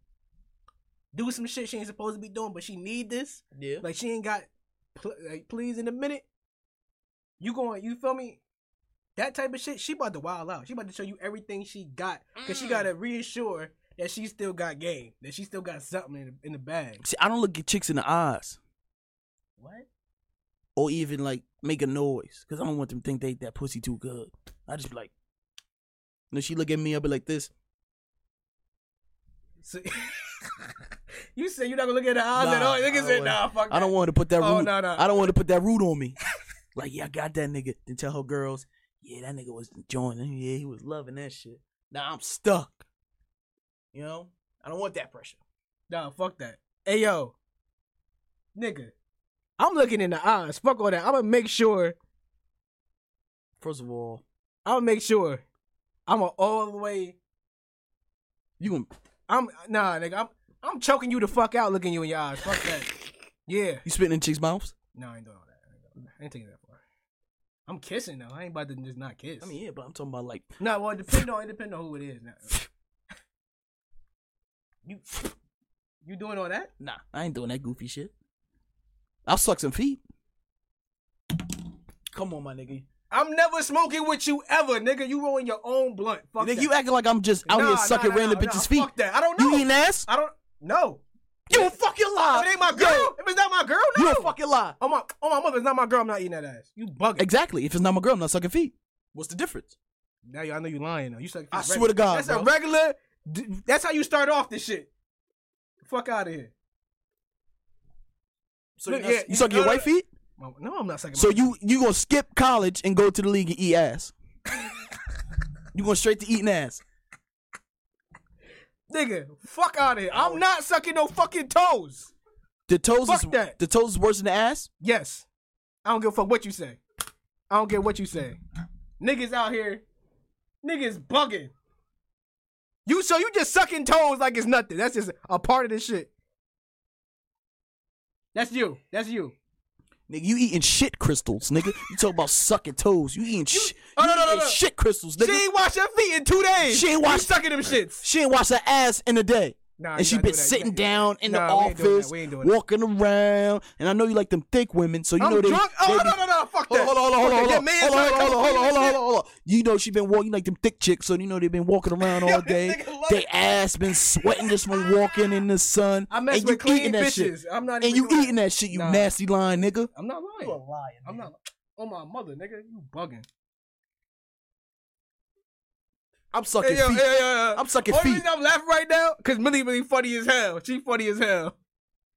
Speaker 1: Do some shit she ain't supposed to be doing, but she need this.
Speaker 3: Yeah.
Speaker 1: Like she ain't got pl- like please in a minute. You going? You feel me? That type of shit. She about to wild out. She about to show you everything she got because she gotta reassure that she still got game. That she still got something in the, in the bag.
Speaker 2: see, I don't look at chicks in the eyes
Speaker 3: What?
Speaker 2: or even like make a noise because I don't want them to think they that pussy too good. I just be like, when she look at me, I'll be like this.
Speaker 1: So, you said you're not gonna look at the eyes at
Speaker 2: Nah,
Speaker 1: all.
Speaker 2: I
Speaker 1: Niggas
Speaker 2: don't
Speaker 1: said,
Speaker 2: wanna-
Speaker 1: nah, fuck.
Speaker 2: I don't
Speaker 1: that."
Speaker 2: want to put that root.
Speaker 1: Oh, no, no.
Speaker 2: I don't want to put that root on me. like, yeah, I got that nigga. Then tell her girls, yeah, that nigga was enjoying. it. Yeah, he was loving that shit. Now I'm stuck.
Speaker 3: You know? I don't want that pressure.
Speaker 1: Nah, fuck that. Hey yo, nigga, I'm looking in the eyes. Fuck all that. I'm gonna make sure.
Speaker 2: First of all,
Speaker 1: I'm gonna make sure. I'm going to all the way
Speaker 2: you gonna
Speaker 1: I'm nah, nigga. I'm I'm choking you the fuck out, looking you in your eyes. Fuck that. Yeah.
Speaker 2: you spitting in chicks' mouths?
Speaker 1: No, I ain't doing all that. I ain't doing all that. I ain't taking it that far. I'm kissing though. I ain't about to just not kiss.
Speaker 2: I mean, yeah, but I'm talking about like
Speaker 1: no, well, it depend on it depend on who it is. Now. you you doing all that?
Speaker 2: Nah, I ain't doing that goofy shit. I'll suck some feet. Come on, my nigga.
Speaker 1: I'm never smoking with you ever, nigga. You rolling your own blunt. Fuck
Speaker 2: nigga,
Speaker 1: that.
Speaker 2: you acting like I'm just out
Speaker 1: Nah,
Speaker 2: here
Speaker 1: nah,
Speaker 2: sucking
Speaker 1: nah,
Speaker 2: random
Speaker 1: nah,
Speaker 2: bitches'
Speaker 1: nah,
Speaker 2: feet.
Speaker 1: Fuck that. I don't know.
Speaker 2: You eating ass?
Speaker 1: I don't. No.
Speaker 2: You a fucking lie.
Speaker 1: If it ain't my girl. If it's not my girl, no.
Speaker 2: You a fucking lie.
Speaker 1: Oh my, oh my mother, it's not my girl. I'm not eating that ass. You bugging.
Speaker 2: Exactly. If it's not my girl, I'm not sucking feet. What's the difference?
Speaker 1: Now you, I know you lying. Though. You suck.
Speaker 2: I swear to God,
Speaker 1: that's a
Speaker 2: bro.
Speaker 1: regular. d- That's how you start off this shit. Fuck out of here.
Speaker 2: So
Speaker 1: Look,
Speaker 2: you, not-
Speaker 1: yeah,
Speaker 2: you
Speaker 1: you-
Speaker 2: sucking
Speaker 1: no,
Speaker 2: your
Speaker 1: no,
Speaker 2: white
Speaker 1: no.
Speaker 2: feet?
Speaker 1: My- No, I'm not sucking.
Speaker 2: So
Speaker 1: my-
Speaker 2: you you gonna skip college and go to the league and eat ass? you going straight to eating ass?
Speaker 1: nigga, fuck out of here.
Speaker 2: Oh.
Speaker 1: I'm not sucking no fucking toes.
Speaker 2: The toes
Speaker 1: Fuck
Speaker 2: is
Speaker 1: that.
Speaker 2: the toes is worse than the ass.
Speaker 1: Yes, I don't give a fuck what you say. I don't care what you say. Niggas out here, niggas bugging. You so you just sucking toes like it's nothing. That's just a part of this shit. That's you. That's you.
Speaker 2: Nigga, you eating shit crystals, nigga. You talk about sucking toes. You eating, sh-
Speaker 1: Oh,
Speaker 2: you
Speaker 1: no, no, no,
Speaker 2: eating
Speaker 1: no.
Speaker 2: shit crystals, nigga.
Speaker 1: She ain't washed her feet in two days.
Speaker 2: She ain't
Speaker 1: You
Speaker 2: washed-
Speaker 1: sucking them shits.
Speaker 2: She ain't washed her ass in a day.
Speaker 1: Nah, you
Speaker 2: and she
Speaker 1: gotta
Speaker 2: been
Speaker 1: do that. You
Speaker 2: sitting
Speaker 1: gotta-
Speaker 2: down in the
Speaker 1: Nah, we ain't doing that.
Speaker 2: office,
Speaker 1: We ain't doing that.
Speaker 2: walking around. And I know you like them thick women, so you
Speaker 1: I'm
Speaker 2: know they.
Speaker 1: drunk. Oh,
Speaker 2: they
Speaker 1: no,
Speaker 2: be-
Speaker 1: no, no, no, fuck
Speaker 2: Hold
Speaker 1: that.
Speaker 2: on, hold on,
Speaker 1: Fuck
Speaker 2: hold on,
Speaker 1: that.
Speaker 2: hold on,
Speaker 1: That man's
Speaker 2: hold on,
Speaker 1: trying to
Speaker 2: hold on,
Speaker 1: come
Speaker 2: hold on,
Speaker 1: clean
Speaker 2: hold on,
Speaker 1: and
Speaker 2: hold on, hold on. You know she been walking like them thick chicks, so you know they been walking around all
Speaker 1: this
Speaker 2: day.
Speaker 1: nigga love
Speaker 2: They
Speaker 1: it.
Speaker 2: ass been sweating just from walking in the sun.
Speaker 1: I mess
Speaker 2: and you
Speaker 1: with clean
Speaker 2: eating that
Speaker 1: bitches.
Speaker 2: shit.
Speaker 1: I'm not
Speaker 2: And
Speaker 1: even
Speaker 2: you
Speaker 1: doing
Speaker 2: eating that shit, you
Speaker 1: Nah.
Speaker 2: nasty lying nigga.
Speaker 1: I'm not lying.
Speaker 3: lying.
Speaker 1: I'm not. Oh my mother, nigga, you bugging.
Speaker 2: I'm sucking feet. I'm sucking
Speaker 1: Only
Speaker 2: feet.
Speaker 1: reason I'm laughing right now, cause Millie really funny as hell. She funny as hell.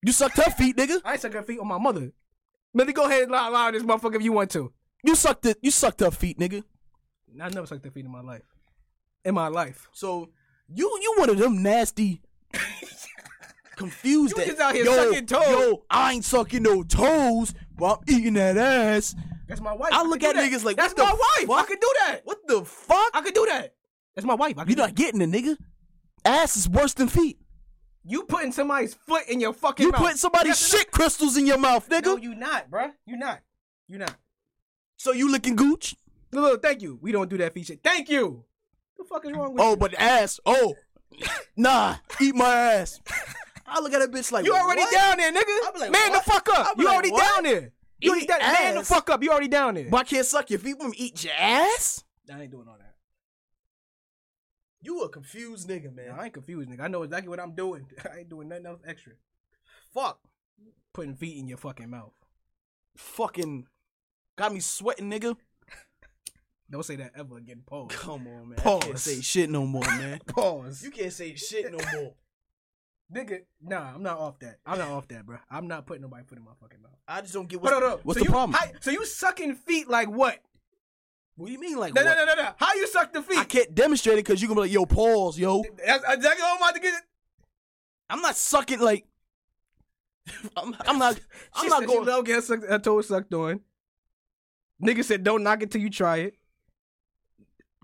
Speaker 2: You sucked her feet, nigga.
Speaker 1: I ain't sucking feet on my mother. Millie, go ahead and lie, lie on this motherfucker if you want to.
Speaker 2: You sucked it. You sucked her feet, nigga.
Speaker 1: I never sucked their feet in my life. In my life.
Speaker 2: So you you one of them nasty, confused.
Speaker 1: You
Speaker 2: that,
Speaker 1: just out here
Speaker 2: yo,
Speaker 1: sucking toes."
Speaker 2: Yo, I ain't sucking no toes, but I'm eating that ass.
Speaker 1: That's my wife.
Speaker 2: I
Speaker 1: can
Speaker 2: look
Speaker 1: do
Speaker 2: at
Speaker 1: that.
Speaker 2: niggas like,
Speaker 1: that's
Speaker 2: what
Speaker 1: my
Speaker 2: the
Speaker 1: wife. I
Speaker 2: fuck?
Speaker 1: can do that.
Speaker 2: What the fuck?
Speaker 1: I can do that. That's my wife. I can
Speaker 2: you
Speaker 1: do
Speaker 2: not getting it, nigga. Ass is worse than feet.
Speaker 1: You putting somebody's foot in your fucking
Speaker 2: You
Speaker 1: mouth.
Speaker 2: put somebody's
Speaker 1: Yes or no?
Speaker 2: shit crystals in your mouth, nigga.
Speaker 1: No, you not, bruh. You not. You not.
Speaker 2: so you licking gooch?
Speaker 1: Look, look, thank you. We don't do that feature. Thank you. What the fuck is wrong with
Speaker 2: Oh,
Speaker 1: you?
Speaker 2: but the ass. Oh, nah. Eat my ass. I look at that bitch like
Speaker 1: You already
Speaker 2: what?
Speaker 1: down there, nigga.
Speaker 2: I be like,
Speaker 1: man
Speaker 2: what?
Speaker 1: the fuck
Speaker 2: I
Speaker 1: up.
Speaker 2: be
Speaker 1: You
Speaker 2: like,
Speaker 1: already
Speaker 2: what?
Speaker 1: down there. You already
Speaker 2: Eat
Speaker 1: down Man the
Speaker 2: ass.
Speaker 1: fuck up. You already down there.
Speaker 2: But I can't suck your feet when I'm eating your ass.
Speaker 1: I ain't doing all that.
Speaker 3: You a confused nigga, man.
Speaker 1: I ain't confused, nigga. I know exactly what I'm doing. I ain't doing nothing else extra.
Speaker 3: fuck.
Speaker 1: Putting feet in your fucking mouth.
Speaker 2: Fucking got me sweating, nigga.
Speaker 1: Don't say that ever again. Pause.
Speaker 3: Come on, man.
Speaker 2: Pause. Can't say shit no more, man.
Speaker 1: Pause.
Speaker 3: You can't say shit no more.
Speaker 1: nigga, nah, I'm not off that. I'm not off that, bro. I'm not putting nobody foot in my fucking mouth.
Speaker 3: I just don't get
Speaker 1: What's,
Speaker 3: what.
Speaker 1: no, no, no.
Speaker 2: what's
Speaker 1: so
Speaker 2: the
Speaker 1: you,
Speaker 2: problem?
Speaker 1: how- so you sucking feet like what?
Speaker 2: what do you mean, like?
Speaker 1: No,
Speaker 2: what?
Speaker 1: no, no, no, no. How you suck the feet?
Speaker 2: I can't demonstrate it because you gonna be like, yo, pause, yo.
Speaker 1: That's exactly what I'm about to get.
Speaker 2: I'm not sucking like. I'm, I'm not. I'm
Speaker 1: She
Speaker 2: not
Speaker 1: said she
Speaker 2: going.
Speaker 1: love getting sucked, her toes sucked on. Nigga said, "Don't knock it till you try it."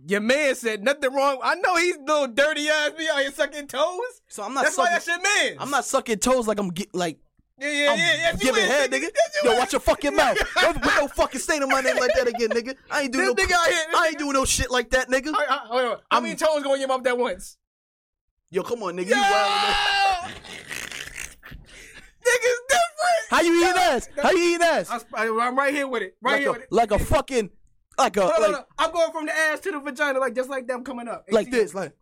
Speaker 1: Your man said nothing wrong. I know he's little dirty ass. Be out here sucking toes.
Speaker 2: So I'm not.
Speaker 1: That's why
Speaker 2: sucking,
Speaker 1: that's your man.
Speaker 2: I'm not sucking toes like I'm get like.
Speaker 1: Yeah, yeah,
Speaker 2: I'm
Speaker 1: yeah. Yes, you
Speaker 2: giving
Speaker 1: is,
Speaker 2: head, nigga. Yo, watch your fucking mouth. Don't put no fucking stain on my name like that again, nigga. I ain't doing no.
Speaker 1: This nigga out here- this
Speaker 2: I ain't doing no shit like that, nigga.
Speaker 1: All right, all right, all right. How many toes going in your mouth at once?
Speaker 2: Yo, come on, nigga.
Speaker 1: Yo!
Speaker 2: You wild. nigga.
Speaker 1: Niggas different.
Speaker 2: How you eating ass? How you eating ass?
Speaker 1: I sp- I- I'm right here with it. Right
Speaker 2: Like
Speaker 1: here
Speaker 2: a,
Speaker 1: with it.
Speaker 2: like a fucking, like a,
Speaker 1: No, no,
Speaker 2: like,
Speaker 1: no. I'm going from the ass to the vagina, like just like them coming up.
Speaker 2: like
Speaker 1: 18.
Speaker 2: this, like,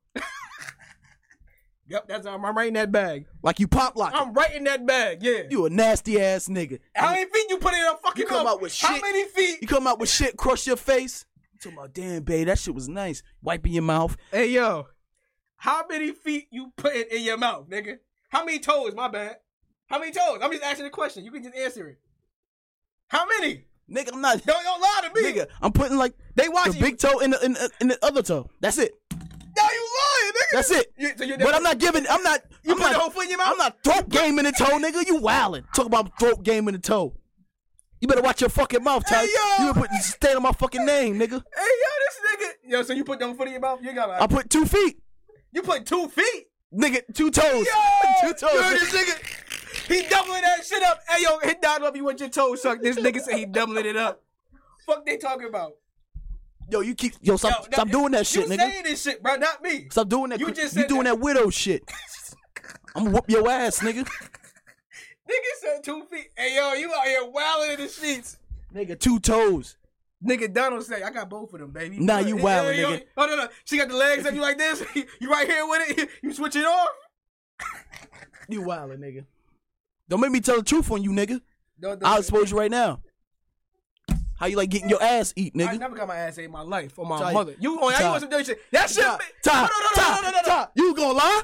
Speaker 1: Yep, that's I'm, I'm right in that bag.
Speaker 2: like you pop lock.
Speaker 1: I'm right in that bag. Yeah.
Speaker 2: You a nasty ass nigga.
Speaker 1: How many feet you put in a fucking
Speaker 2: You come
Speaker 1: mouth?
Speaker 2: out with
Speaker 1: How
Speaker 2: shit.
Speaker 1: many feet?
Speaker 2: You come out with shit, crush your face. You talking about, damn, babe, that shit was nice. Wiping your mouth.
Speaker 1: Hey yo, how many feet you putting in your mouth, nigga? How many toes? My bad. How many toes? I'm just asking a question. You can just answer it. How many?
Speaker 2: Nigga, I'm not.
Speaker 1: Don't don't lie to me.
Speaker 2: Nigga, I'm putting like
Speaker 1: They watching
Speaker 2: the big toe in the, in, the- in the other toe. That's it.
Speaker 1: you. No, you lying, nigga.
Speaker 2: That's it.
Speaker 1: You, so you're
Speaker 2: But I'm not giving. I'm not.
Speaker 1: You
Speaker 2: I'm
Speaker 1: put
Speaker 2: not,
Speaker 1: the whole foot in your mouth.
Speaker 2: I'm not throat game in the toe, nigga. You wildin'. Talk about throat game in the toe. You better watch your fucking mouth, Ty.
Speaker 1: Hey, yo.
Speaker 2: you been putting stain on my fucking name, nigga.
Speaker 1: Hey yo, this nigga. Yo, so you put them foot in your mouth? You got
Speaker 2: I
Speaker 1: like,
Speaker 2: put two feet,
Speaker 1: you put two feet.
Speaker 2: nigga. Two toes.
Speaker 1: Yo,
Speaker 2: two toes.
Speaker 1: you heard this nigga? He doubling that shit up. Hey yo, hit down up. You want your toes sucked? This nigga said he doubling it up. Fuck they talking about?
Speaker 2: Yo, you keep. Yo, stop.
Speaker 1: Yo, that-
Speaker 2: stop doing that shit,
Speaker 1: you
Speaker 2: nigga.
Speaker 1: saying this shit, bro? Not me.
Speaker 2: Stop doing that.
Speaker 1: You
Speaker 2: You
Speaker 1: just
Speaker 2: you
Speaker 1: said
Speaker 2: doing
Speaker 1: that.
Speaker 2: that. widow shit. I'm gonna whoop your ass, nigga.
Speaker 1: Nigga said two feet. Hey yo, you out here wilding in the sheets.
Speaker 2: nigga, two toes.
Speaker 1: Nigga Donald said, I got both of them, baby.
Speaker 2: Nah, you
Speaker 1: Hey,
Speaker 2: wildin',
Speaker 1: hey, yo,
Speaker 2: nigga.
Speaker 1: Oh no, no. She got the legs up you like this. you right here with it. You switch it off.
Speaker 2: You wildin', nigga. Don't make me tell the truth on you, nigga.
Speaker 1: No, no,
Speaker 2: I'll expose you right now. How you like getting your ass eat,
Speaker 1: I
Speaker 2: nigga?
Speaker 1: never got my ass ate in my life or my
Speaker 2: Ty,
Speaker 1: mother. You on you
Speaker 2: Ty,
Speaker 1: want some dirty shit. That shit
Speaker 2: Ty,
Speaker 1: no, no,
Speaker 2: Ty,
Speaker 1: no, no, no, no, no, no.
Speaker 2: Ty, you gonna lie?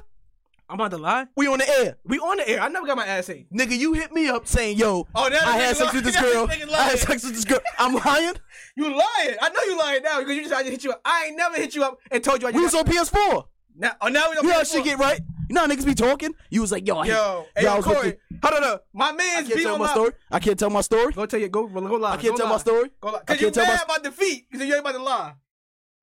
Speaker 1: I'm about to lie.
Speaker 2: We on the air.
Speaker 1: We on the air. I never got my ass ate.
Speaker 2: Nigga, you hit me up saying, yo,
Speaker 1: Oh, that
Speaker 2: I
Speaker 1: nigga
Speaker 2: had sex with this
Speaker 1: lying.
Speaker 2: girl.
Speaker 1: That nigga
Speaker 2: I
Speaker 1: lying.
Speaker 2: had sex with this girl. I'm lying?
Speaker 1: You lying. I know you lying now because you just I just hit you up. I ain't never hit you up and told you I just
Speaker 2: We was on PS4.
Speaker 1: now, oh, now we on
Speaker 2: You know how
Speaker 1: PS4.
Speaker 2: shit get right? You know how niggas be talking? You was like, yo, I
Speaker 1: Yo,
Speaker 2: hate,
Speaker 1: hey,
Speaker 2: yo, I
Speaker 1: yo,
Speaker 2: was with
Speaker 1: Corey.
Speaker 2: the-
Speaker 1: Hold on, no. My
Speaker 2: I
Speaker 1: man's
Speaker 2: can't
Speaker 1: beat
Speaker 2: tell
Speaker 1: on
Speaker 2: my
Speaker 1: my
Speaker 2: story. I can't tell my story.
Speaker 1: Go tell you. Go, go lie. I
Speaker 2: can't tell my story.
Speaker 1: Go lie.
Speaker 2: I
Speaker 1: Cause you
Speaker 2: can't tell my
Speaker 1: mad
Speaker 2: st-
Speaker 1: about defeat. You said you ain't about to lie.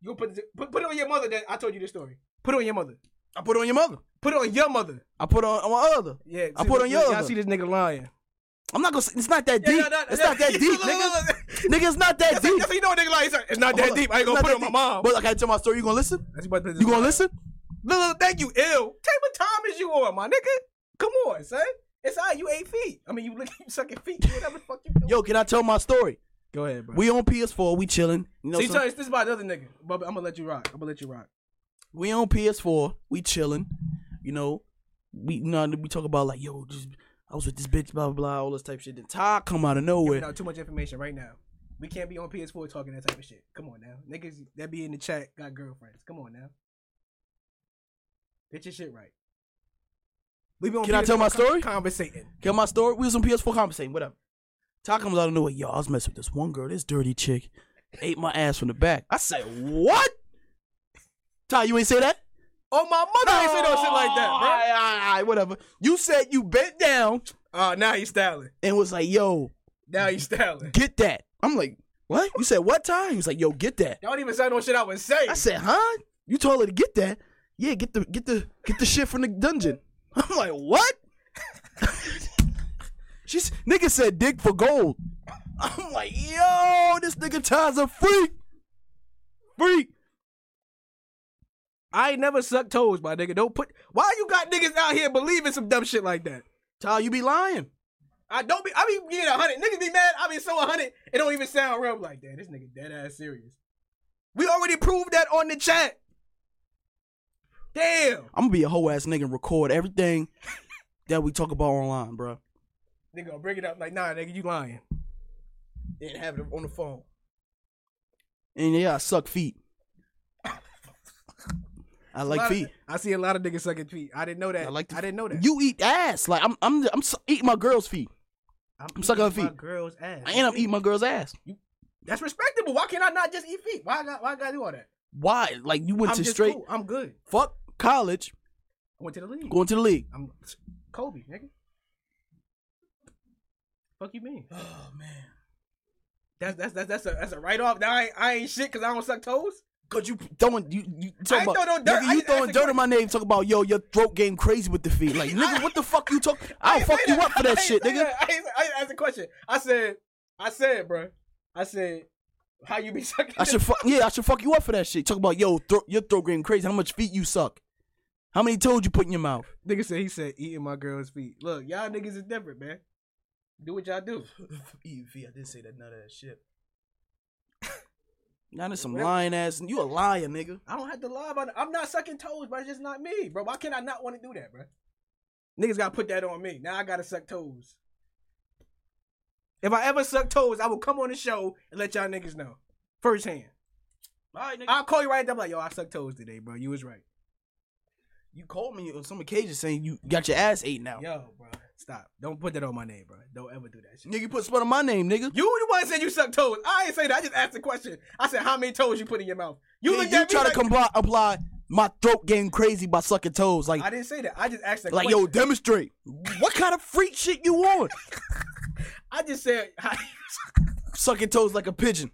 Speaker 1: You put, this- put put it on your mother that I told you this story. Put it on your mother.
Speaker 2: I put on your mother.
Speaker 1: Put it on your mother.
Speaker 2: I put on on my other.
Speaker 1: Yeah.
Speaker 2: I
Speaker 1: see,
Speaker 2: put on your
Speaker 1: Y'all
Speaker 2: other.
Speaker 1: see this nigga lying.
Speaker 2: I'm not gonna. Say, it's not that deep.
Speaker 1: no, no,
Speaker 2: it's
Speaker 1: no.
Speaker 2: not that deep,
Speaker 1: Look, look, look,
Speaker 2: nigga.
Speaker 1: look.
Speaker 2: Nigga, it's not that
Speaker 1: That's
Speaker 2: deep.
Speaker 1: that's how you know a nigga lying. He's like, It's not that
Speaker 2: Hold
Speaker 1: deep. I ain't gonna
Speaker 2: It's
Speaker 1: put
Speaker 2: not
Speaker 1: it on my
Speaker 2: that deep.
Speaker 1: mom.
Speaker 2: But like, I gotta tell my story. You gonna listen?
Speaker 1: That's about to-
Speaker 2: You gonna listen?
Speaker 1: Look, look, thank you, ill. Take what time is you on, my nigga? Come on, son. It's all right, you eight feet. I mean, you look, you sucking feet. you Whatever the fuck you doing.
Speaker 2: Yo, can I tell my story?
Speaker 1: go ahead, bro.
Speaker 2: We on PS4. We chilling. You know,
Speaker 1: See,
Speaker 2: some-
Speaker 1: so this is about the other nigga. But I'm gonna let you rock. I'm gonna let you rock.
Speaker 2: we on PS4. We chilling. You know, we you know we talk about like, yo, just, I was with this bitch, blah blah blah, all this type of shit. Then Ty come out of
Speaker 1: giving
Speaker 2: nowhere.
Speaker 1: out too much information right now. We can't be on PS4 talking that type of shit. Come on now, niggas that be in the chat got girlfriends. Come on now, get your shit right. We be on
Speaker 2: Can I tell my
Speaker 1: PS4
Speaker 2: story?
Speaker 1: con- Conversating.
Speaker 2: Get my story. We was on PS4 conversating. Whatever. Ty comes out of nowhere. Yo, I was messing with this one girl. This dirty chick ate my ass from the back. I said, what? Ty, you ain't say that.
Speaker 1: Oh my mother, ain't say no shit like
Speaker 2: Ah.
Speaker 1: that,
Speaker 2: All right, whatever. You said you bent down
Speaker 1: bro. Uh, now you styling.
Speaker 2: and was like, yo,
Speaker 1: Now you styling.
Speaker 2: get that. I'm like, what? You said what time? He was like, yo, get that.
Speaker 1: Y'all don't even say no shit I was saying.
Speaker 2: I said, huh? You told her to get that? Yeah, get the get the get the shit from the dungeon. I'm like, what? She's nigga said dick for gold. I'm like, yo, this nigga Ty's a freak. Freak.
Speaker 1: I ain't never sucked toes, my nigga. Don't put. Why you got niggas out here believing some dumb shit like that?
Speaker 2: Ty, you be lying.
Speaker 1: I don't be. I be getting a hundred. Niggas be mad. I be so a hundred. It don't even sound real. I'm like, damn, this nigga dead ass serious. We already proved that on the chat. Damn.
Speaker 2: I'm gonna be a whole ass nigga and record everything that we talk about online, bro.
Speaker 1: Nigga gonna bring it up like, nah, nigga, you lying.
Speaker 3: and have it on the phone.
Speaker 2: And yeah, I suck feet. I
Speaker 1: A
Speaker 2: like
Speaker 1: lot of-
Speaker 2: feet.
Speaker 1: I see a lot of niggas sucking feet. I didn't know that.
Speaker 2: I
Speaker 1: I,
Speaker 2: like to-
Speaker 1: didn't know that.
Speaker 2: You eat ass. Like I'm, I'm, I'm su- eating my girl's feet,
Speaker 1: I'm
Speaker 2: sucking her
Speaker 1: eating my
Speaker 2: feet.
Speaker 1: girl's ass.
Speaker 2: and I'm eating my girl's ass.
Speaker 1: That's respectable. Why can't I not just eat feet? Why I got why I gotta do all that?
Speaker 2: Why? Like you went
Speaker 1: I'm
Speaker 2: to
Speaker 1: just
Speaker 2: straight
Speaker 1: cool. I'm good.
Speaker 2: fuck college,
Speaker 1: I went to the league.
Speaker 2: going to the league.
Speaker 1: I'm Kobe, nigga. Fuck you mean?
Speaker 3: Oh man,
Speaker 1: That's that's that's that's a that's a write off. Now I, I ain't shit because I don't suck toes.
Speaker 2: Cause you throwing you you talking
Speaker 1: ain't
Speaker 2: about
Speaker 1: throw no dirt.
Speaker 2: nigga,
Speaker 1: I
Speaker 2: you
Speaker 1: just
Speaker 2: throwing
Speaker 1: asked a
Speaker 2: dirt in my name. Talking about yo, your throat game crazy with the feet. Like nigga, what the fuck you talk? I'll
Speaker 1: ain't
Speaker 2: fuck
Speaker 1: say
Speaker 2: you up for
Speaker 1: I
Speaker 2: that
Speaker 1: ain't
Speaker 2: shit,
Speaker 1: say
Speaker 2: nigga.
Speaker 1: that. I ain't- I ain't asked a question. I said, I said, bro. I said, how you be sucking?
Speaker 2: I should fuck yeah, I should fuck you up for that shit. Talk about yo, thro- your throat game crazy. How much feet you suck? How many toes you put in your mouth?
Speaker 1: Nigga said he said eating my girl's feet. Look, y'all niggas is different, man. Do what y'all do.
Speaker 3: eating feet. I didn't say that none of that shit.
Speaker 2: Now there's some
Speaker 1: Whatever.
Speaker 2: lying ass. You a liar, nigga.
Speaker 1: I don't have to lie about it. I'm not sucking toes, bro. It's just not me, bro. Why can I not want to do that, bro? Niggas gotta put that on me. Now I gotta suck toes. If I ever suck toes, I will come on the show and let y'all niggas know firsthand.
Speaker 3: All right, nigga.
Speaker 1: I'll call you right up like, yo, I sucked toes today, bro. You was right.
Speaker 2: You called me on some occasion saying you got your ass ate now.
Speaker 1: Yo, bro, stop. Don't put that on my name, bro. Don't ever do that shit.
Speaker 2: Nigga, you put spit on my name, nigga.
Speaker 1: You the one said you suck toes. I ain't say that. I just asked the question. I said how many toes you put in your mouth. You
Speaker 2: You,
Speaker 1: looked
Speaker 2: you
Speaker 1: at me
Speaker 2: try to
Speaker 1: like-
Speaker 2: comply, apply my throat game crazy by sucking toes. Like
Speaker 1: I didn't say that. I just asked the
Speaker 2: like
Speaker 1: question.
Speaker 2: yo, demonstrate. What kind of freak shit you on?
Speaker 1: I just said how,
Speaker 2: Sucking toes like a pigeon.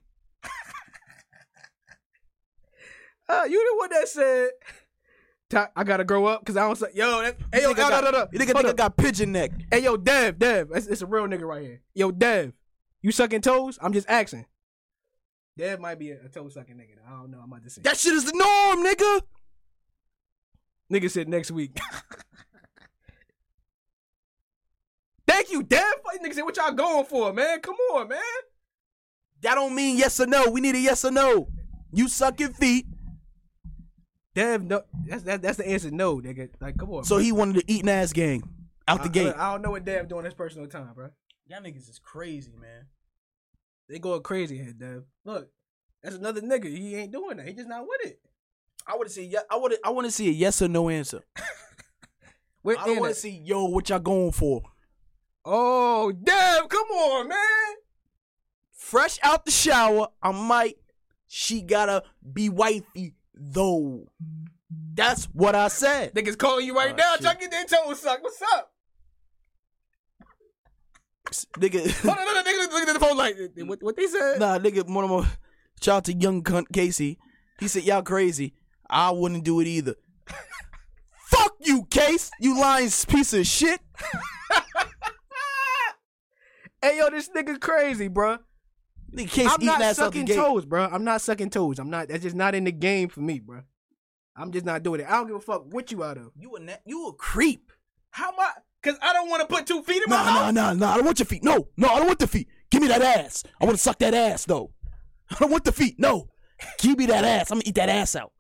Speaker 1: uh, you the one that said "Ty- I gotta grow up because I don't suck. Yo, that, hey yo,
Speaker 2: You think I
Speaker 1: no, no,
Speaker 2: got-
Speaker 1: no,
Speaker 2: You think I
Speaker 1: Hold
Speaker 2: think I
Speaker 1: up.
Speaker 2: got pigeon neck?
Speaker 1: Hey yo, Dev, Dev, it's, it's a real nigga right here. Yo, Dev, you sucking toes? I'm just asking. Dev might be a, a toe sucking nigga. though. I don't know. I'm about to say.
Speaker 2: That shit is the norm, nigga.
Speaker 1: Nigga said next week. Thank you, Dev. Fucking Nigga said, what y'all going for, man? Come on, man.
Speaker 2: That don't mean yes or no. We need a yes or no. You sucking feet.
Speaker 1: Dev, no, that's that, that's the answer. No, nigga, like, come on.
Speaker 2: So he wanted to eat an ass gang out
Speaker 1: I,
Speaker 2: the gate.
Speaker 1: look, I don't know what Dev doing his personal time, bro.
Speaker 3: Y'all niggas is crazy, man.
Speaker 1: They going crazy here, Dev. Look, that's another nigga. He ain't doing that. He just not with it.
Speaker 2: I want to see. I want. I want to see a yes or no answer.
Speaker 1: Where
Speaker 2: I don't
Speaker 1: Anna?
Speaker 2: want to see yo. What y'all going for?
Speaker 1: Oh, Dev, come on, man.
Speaker 2: Fresh out the shower, I might. She gotta be wifey though. That's what I said.
Speaker 1: Niggas calling you right
Speaker 2: Oh,
Speaker 1: now.
Speaker 2: shit.
Speaker 1: Trying to get their toes sucked. What's up?
Speaker 2: nigga,
Speaker 1: Hold on, no, no, niggas looking at the phone like, what, what they said?
Speaker 2: nah, nigga. One of my shout out to young cunt Casey. He said y'all crazy. I wouldn't do it either. Fuck you, Case. You lying piece of shit.
Speaker 1: Hey, yo, this nigga crazy, bruh.
Speaker 2: Nigga, Case
Speaker 1: I'm
Speaker 2: eating
Speaker 1: not
Speaker 2: ass out the
Speaker 1: sucking
Speaker 2: gate.
Speaker 1: toes, bro. I'm not sucking toes. I'm not. That's just not in the game for me, bro. I'm just not doing it. I don't give a fuck what you out of.
Speaker 3: You a net? You a
Speaker 2: Creep.
Speaker 1: How am I? Cause I don't want to put two feet in
Speaker 2: Nah, nah, nah, nah. I don't want your feet. No, no, I don't want the feet. Give me that ass. I want to suck that ass though. I don't want the feet. No, give me that ass. I'm gonna eat that ass out.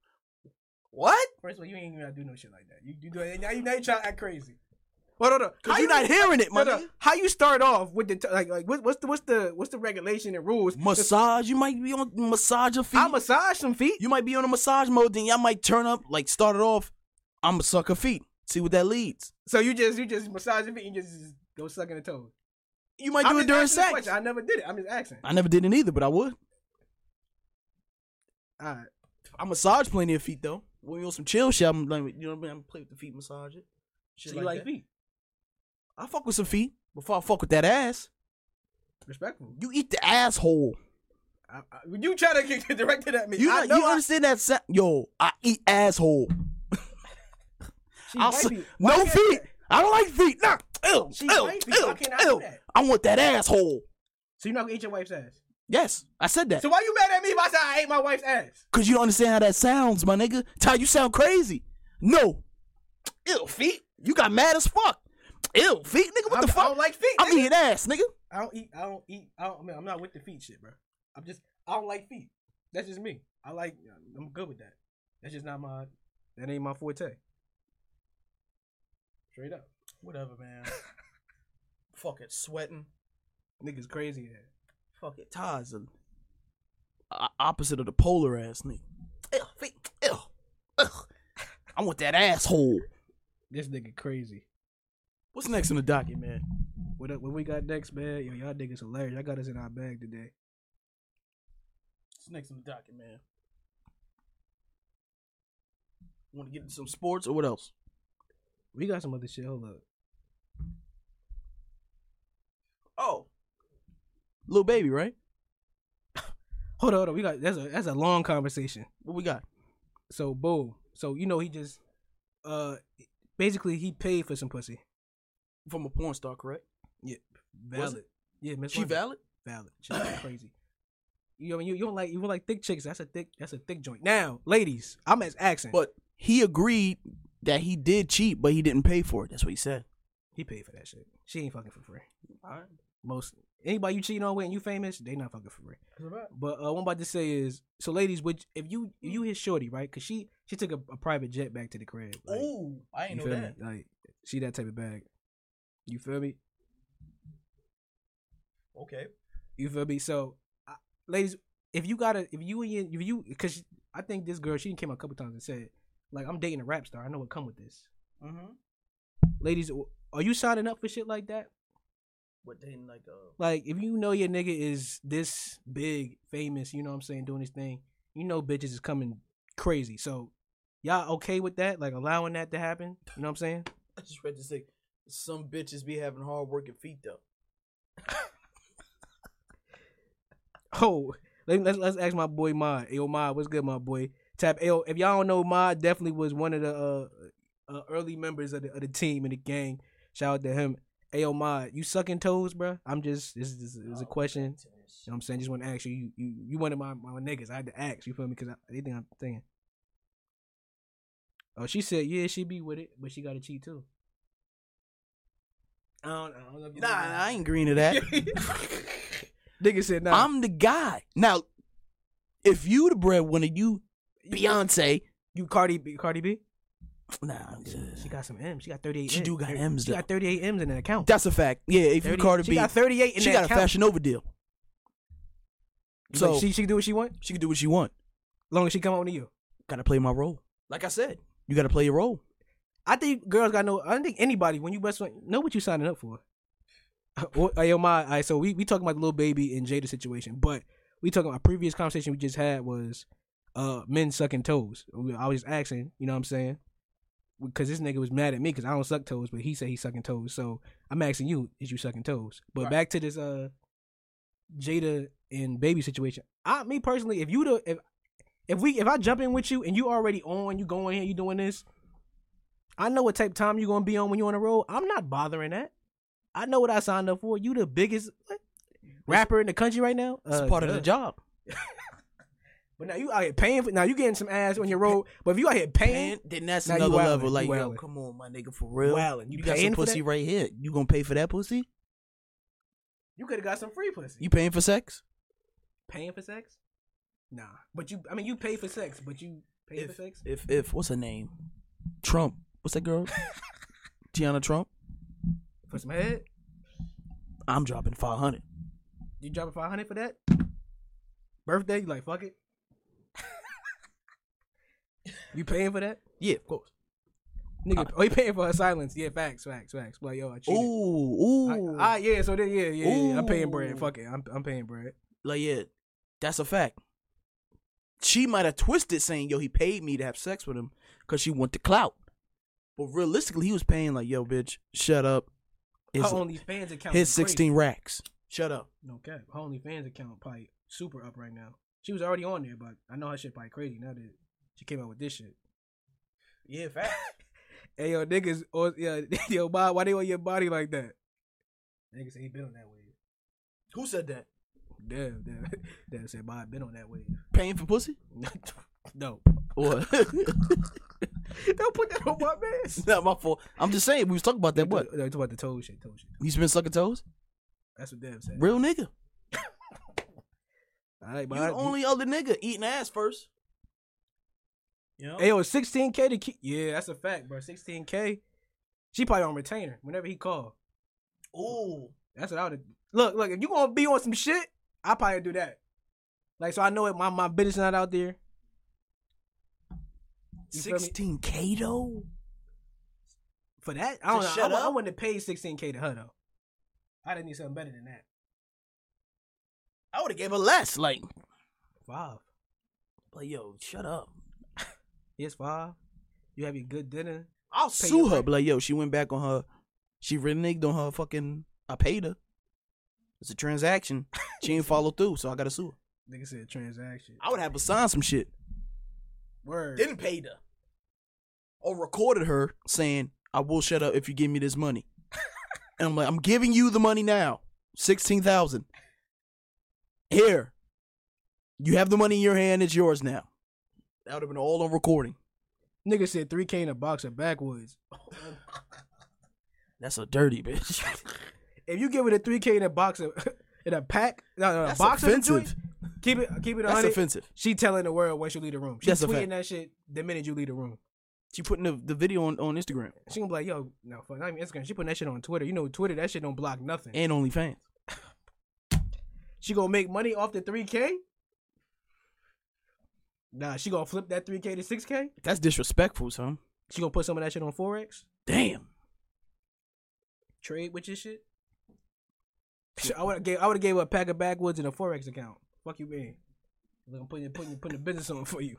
Speaker 1: What? First of all, you ain't even gotta do no shit like that. You, you do it now. You now you trying to act crazy. Hold on, hold on.
Speaker 2: Cause
Speaker 1: How
Speaker 2: you're not hearing it,
Speaker 1: no,
Speaker 2: my
Speaker 1: no.
Speaker 2: nigga.
Speaker 1: How you start off with the t- like like what, what's the what's the what's the regulation and rules?
Speaker 2: Massage. You might be on massage your feet.
Speaker 1: I massage some feet.
Speaker 2: you might be on a massage mode. Then y'all might turn up. Like start it off. I'm gonna suck her feet. See what that leads.
Speaker 1: So you just you just massage your feet and just, just go sucking the toes.
Speaker 2: You might do
Speaker 1: I'm just
Speaker 2: it during
Speaker 1: asking the
Speaker 2: sex.
Speaker 1: question. I never did it. I'm just asking.
Speaker 2: I never did it either, but I would.
Speaker 1: All right.
Speaker 2: I massage plenty of feet though. When you on some chill shit, I'm like, you know what I mean. I'm play with the feet, massage it.
Speaker 3: shit
Speaker 1: So you like,
Speaker 3: that.
Speaker 1: feet?
Speaker 2: I fuck with some feet before I fuck with that ass.
Speaker 1: Respectful.
Speaker 2: You eat the asshole.
Speaker 1: I, I, you try to get directed at me.
Speaker 2: You
Speaker 1: I
Speaker 2: know,
Speaker 1: know
Speaker 2: you
Speaker 1: I-
Speaker 2: understand that? Sa- Yo, I eat asshole.
Speaker 1: She
Speaker 2: I'll
Speaker 1: might
Speaker 2: su-
Speaker 1: be- why
Speaker 2: no
Speaker 1: can't-
Speaker 2: feet. I don't like feet. Nah. Ew,
Speaker 1: She
Speaker 2: ew,
Speaker 1: might be. Why
Speaker 2: ew,
Speaker 1: can't I do
Speaker 2: ew.
Speaker 1: that?
Speaker 2: I want that asshole.
Speaker 1: So you're not gonna eat your wife's ass.
Speaker 2: Yes, I said that.
Speaker 1: So why you mad at me if I said I ate my wife's ass?
Speaker 2: Cause you don't understand how that sounds, my nigga. Ty, you sound crazy. No. Ew, feet. You got mad as fuck. Ew, feet, nigga. What
Speaker 1: I'm-
Speaker 2: the
Speaker 1: I
Speaker 2: fuck?
Speaker 1: don't like feet.
Speaker 2: I'm
Speaker 1: nigga.
Speaker 2: eating ass, nigga.
Speaker 1: I don't eat. I don't eat. I don't. I mean, I'm not with the feet shit, bro. I'm just. I don't like feet. That's just me. I like. I'm good with that. That's just not my. That ain't my forte. Straight up.
Speaker 3: Whatever, man. fucking sweating.
Speaker 1: Niggas crazy. Yeah.
Speaker 3: Fucking
Speaker 2: Ty's the o- opposite of the polar ass nigga. Ew, fe- ew, ugh. I want that asshole.
Speaker 1: This nigga crazy.
Speaker 2: What's next in the docket, man?
Speaker 1: What up- what we got next, man? Yo, y'all niggas hilarious. I got us in our bag today.
Speaker 3: What's next on the docket, man? Want to get into some sports or what else?
Speaker 1: We got some other shit. Hold up.
Speaker 3: Oh,
Speaker 2: Little baby, right?
Speaker 1: Hold on, hold on. We got that's a that's a long conversation.
Speaker 2: What we got?
Speaker 1: So boom. So you know he just uh basically he paid for some pussy.
Speaker 2: From a porn star, correct? Was
Speaker 1: Valid. Yeah, Miss
Speaker 2: She
Speaker 1: London.
Speaker 2: valid?
Speaker 1: Valid. She's crazy. You know, what I mean? you, you don't like you don't like thick chicks. That's a thick that's a thick joint. Now, ladies, I'm as accent.
Speaker 2: But he agreed that he did cheat, but he didn't pay for it. That's what he said.
Speaker 1: he paid for that shit. She ain't fucking for free. Most anybody you cheating on with and you famous, they not fucking for free. But uh, what I'm about to say is, so ladies, which if you if you hit shorty right, cause she she took a, a private jet back to the crib. Like,
Speaker 3: Ooh, I
Speaker 1: you
Speaker 3: ain't know
Speaker 1: feel
Speaker 3: that.
Speaker 1: me? Like she that type of bag. You feel me?
Speaker 3: Okay.
Speaker 1: You feel me? So, I, ladies, if you gotta, if you and your- if you, because I think this girl, she came a couple times and said, like, I'm dating a rap star. I know what come with this.
Speaker 3: Mm-hmm.
Speaker 1: Ladies, are you signing up for shit like that?
Speaker 3: But then, like, uh,
Speaker 1: Like, if you know your nigga is this big, famous, you know what I'm saying, doing his thing, you know bitches is coming crazy. So, y'all okay with that? Like, allowing that to happen? You know what I'm saying?
Speaker 3: I just read this thing. Some bitches be having hard working feet though.
Speaker 1: Oh, let, let's let's ask my boy Ma. Yo, Ma, what's good, my boy? Tap Yo, if y'all don't know, Ma definitely was one of the uh, uh early members of the of the team and the gang. Shout out to him. Ayo, Ma, you sucking toes, bruh? I'm just this is, this is a question. You know what I'm saying? Just want to ask you. You you, you one of my, my niggas. I had to ask. You feel me? Because they think I'm thinking. Oh, she said, yeah, she be with it, but she got to cheat too. I don't, I don't know if you
Speaker 2: Nah, I ain't agreeing to that.
Speaker 1: Nigga said, nah.
Speaker 2: I'm the guy. Now, if you the breadwinner, you Beyonce.
Speaker 1: you Cardi B, Cardi B?
Speaker 2: Nah, I'm good.
Speaker 1: She got some M's. She got 38
Speaker 2: She do got M's,
Speaker 1: She got 38 M's in that account.
Speaker 2: That's a fact. Yeah, if you
Speaker 1: 30
Speaker 2: Cardi
Speaker 1: she
Speaker 2: B,
Speaker 1: got 38 in
Speaker 2: she
Speaker 1: that
Speaker 2: got a
Speaker 1: account.
Speaker 2: Fashion Nova deal.
Speaker 1: You think
Speaker 2: So-
Speaker 1: she, she can do what she want?
Speaker 2: She can do what she want.
Speaker 1: long as she come on to you.
Speaker 2: Gotta play my role.
Speaker 3: Like I said,
Speaker 2: You gotta play your role.
Speaker 1: I think girls got no. I don't think anybody, when you best friend, know what you signing up for. What- Yo, my, all right, so we, we talking about the little baby and Jada situation, but we talking about previous conversation we just had was uh men sucking toes. We- I was just asking, you know what I'm saying? Because this nigga was mad at me because I don't suck toes, but he said he sucking toes. So I'm asking you, is you sucking toes? But
Speaker 3: Right.
Speaker 1: back to this uh Jada and baby situation. I me personally, if you the if if we if I jump in with you and you already on, you going here, you doing this, I know what type of time you gonna be on when you on the road. I'm not bothering that. I know what I signed up for. You the biggest what? rapper in the country right now.
Speaker 2: It's
Speaker 1: Uh,
Speaker 2: part of
Speaker 1: duh.
Speaker 2: the job.
Speaker 1: But now you out here paying for. Now you getting some ass on your road. But if you out here paying,
Speaker 2: And then that's
Speaker 1: Now you
Speaker 2: another
Speaker 1: wildin',
Speaker 2: level.
Speaker 1: you
Speaker 2: Like, yo,
Speaker 1: wildin'.
Speaker 2: come on, my nigga, for real.
Speaker 1: Wildin'.
Speaker 2: You,
Speaker 1: You
Speaker 2: got
Speaker 1: paying
Speaker 2: some
Speaker 1: for
Speaker 2: pussy
Speaker 1: that?
Speaker 2: right here. You gonna pay for that pussy?
Speaker 1: you could have got some free pussy.
Speaker 2: You paying for sex?
Speaker 1: paying for sex? Nah. But you, I mean, you pay for sex, but you pay for sex.
Speaker 2: If if what's her name? Trump. What's that girl? Tiana Trump.
Speaker 1: for some head.
Speaker 2: I'm dropping five hundred.
Speaker 1: You dropping five hundred for that? Birthday? You like fuck it? you paying for that?
Speaker 2: Yeah, of course.
Speaker 1: Nigga, oh, you paying for her silence? Yeah, facts, facts, facts. Well, yo, I
Speaker 2: Ooh,
Speaker 1: cheated. I,
Speaker 2: ooh.
Speaker 1: I- yeah, so then, yeah, yeah, yeah, I'm paying
Speaker 2: Ooh.
Speaker 1: bread. Fuck it, I'm, I'm paying bread.
Speaker 2: like yeah, that's a fact. She might have twisted saying, "Yo, he paid me to have sex with him because she went to clout," but realistically, he was paying like, "Yo, bitch, shut up."
Speaker 1: Her
Speaker 2: It's-
Speaker 1: OnlyFans account.
Speaker 2: his
Speaker 1: is crazy.
Speaker 2: sixteen racks. Shut up.
Speaker 1: No cap. Her OnlyFans account probably super up right now. She was already on there, but I know her shit probably crazy now that she came out with this shit.
Speaker 3: yeah, fact.
Speaker 1: Hey yo, niggas, or yeah, yo, Bob, why they on your body like that? Niggas say he been on that wave.
Speaker 3: Who said that?
Speaker 1: Damn, damn, damn. Said Bob been on that wave.
Speaker 2: Paying for pussy?
Speaker 1: no,
Speaker 2: Or
Speaker 1: don't put that on my man.
Speaker 2: not my fault. I'm just saying we was talking about that. What?
Speaker 1: No, it's about the toe shit, toe shit.
Speaker 2: He's been sucking toes.
Speaker 1: That's what Dev said.
Speaker 2: Real nigga.
Speaker 1: All right,
Speaker 2: You
Speaker 1: but
Speaker 2: the only other nigga eating ass first.
Speaker 3: You know?
Speaker 1: Hey yo, sixteen k to keep. Yeah, that's a fact, bro. Sixteen k. She probably on retainer whenever he called.
Speaker 3: Ooh.
Speaker 1: That's what I would look. Look, if you gonna be on some shit, I probably do that. Like, so I know it. My my business not out there. You feel me?
Speaker 2: 16K though?
Speaker 1: for that. I don't know.
Speaker 3: Just
Speaker 1: I,
Speaker 3: shut
Speaker 1: wou- I
Speaker 3: up?
Speaker 1: wouldn't have paid sixteen k to her though. I didn't need something better than that.
Speaker 2: I would have gave her less. Like,
Speaker 1: Five.
Speaker 2: like yo, shut up.
Speaker 1: Yes, five. You have your good dinner.
Speaker 2: I'll
Speaker 1: Pay
Speaker 2: sue
Speaker 1: your
Speaker 2: her.
Speaker 1: rent.
Speaker 2: But like, yo, she went back on her. She reneged on her fucking. I paid her. It's a transaction. She ain't follow through, so I gotta sue her.
Speaker 1: Nigga said transaction.
Speaker 2: I would have her sign some shit.
Speaker 1: Word.
Speaker 3: Didn't pay her.
Speaker 2: Or recorded her saying, "I will shut up if you give me this money." and I'm like, I'm giving you the money now, sixteen thousand. Here, you have the money in your hand. It's yours now. That would have been all on recording.
Speaker 1: Nigga said three k in a box of backwoods.
Speaker 2: That's a dirty bitch.
Speaker 1: If you give it a three k in a box of in a pack, no, no, no, a
Speaker 2: That's
Speaker 1: box of the
Speaker 2: offensive.
Speaker 1: joint, keep it, keep it
Speaker 2: That's
Speaker 1: on.
Speaker 2: offensive.
Speaker 1: She telling the world once you leave the room. She's
Speaker 2: That's a
Speaker 1: tweeting
Speaker 2: fact.
Speaker 1: that shit the minute you leave the room.
Speaker 2: She putting the, the video on, on Instagram
Speaker 1: She gonna be like, yo, no, fuck, not even Instagram. She putting that shit on Twitter. You know, Twitter, that shit don't block nothing.
Speaker 2: and OnlyFans.
Speaker 1: She gonna make money off the three k. Nah, she gonna flip that three k to six k.
Speaker 2: That's disrespectful, son.
Speaker 1: She gonna put some of that shit on forex,
Speaker 2: Damn.
Speaker 1: trade with your shit. Shit, I would have gave I would have gave her a pack of backwoods and a forex account. Fuck you, man. Look, I'm putting putting putting the business on for you.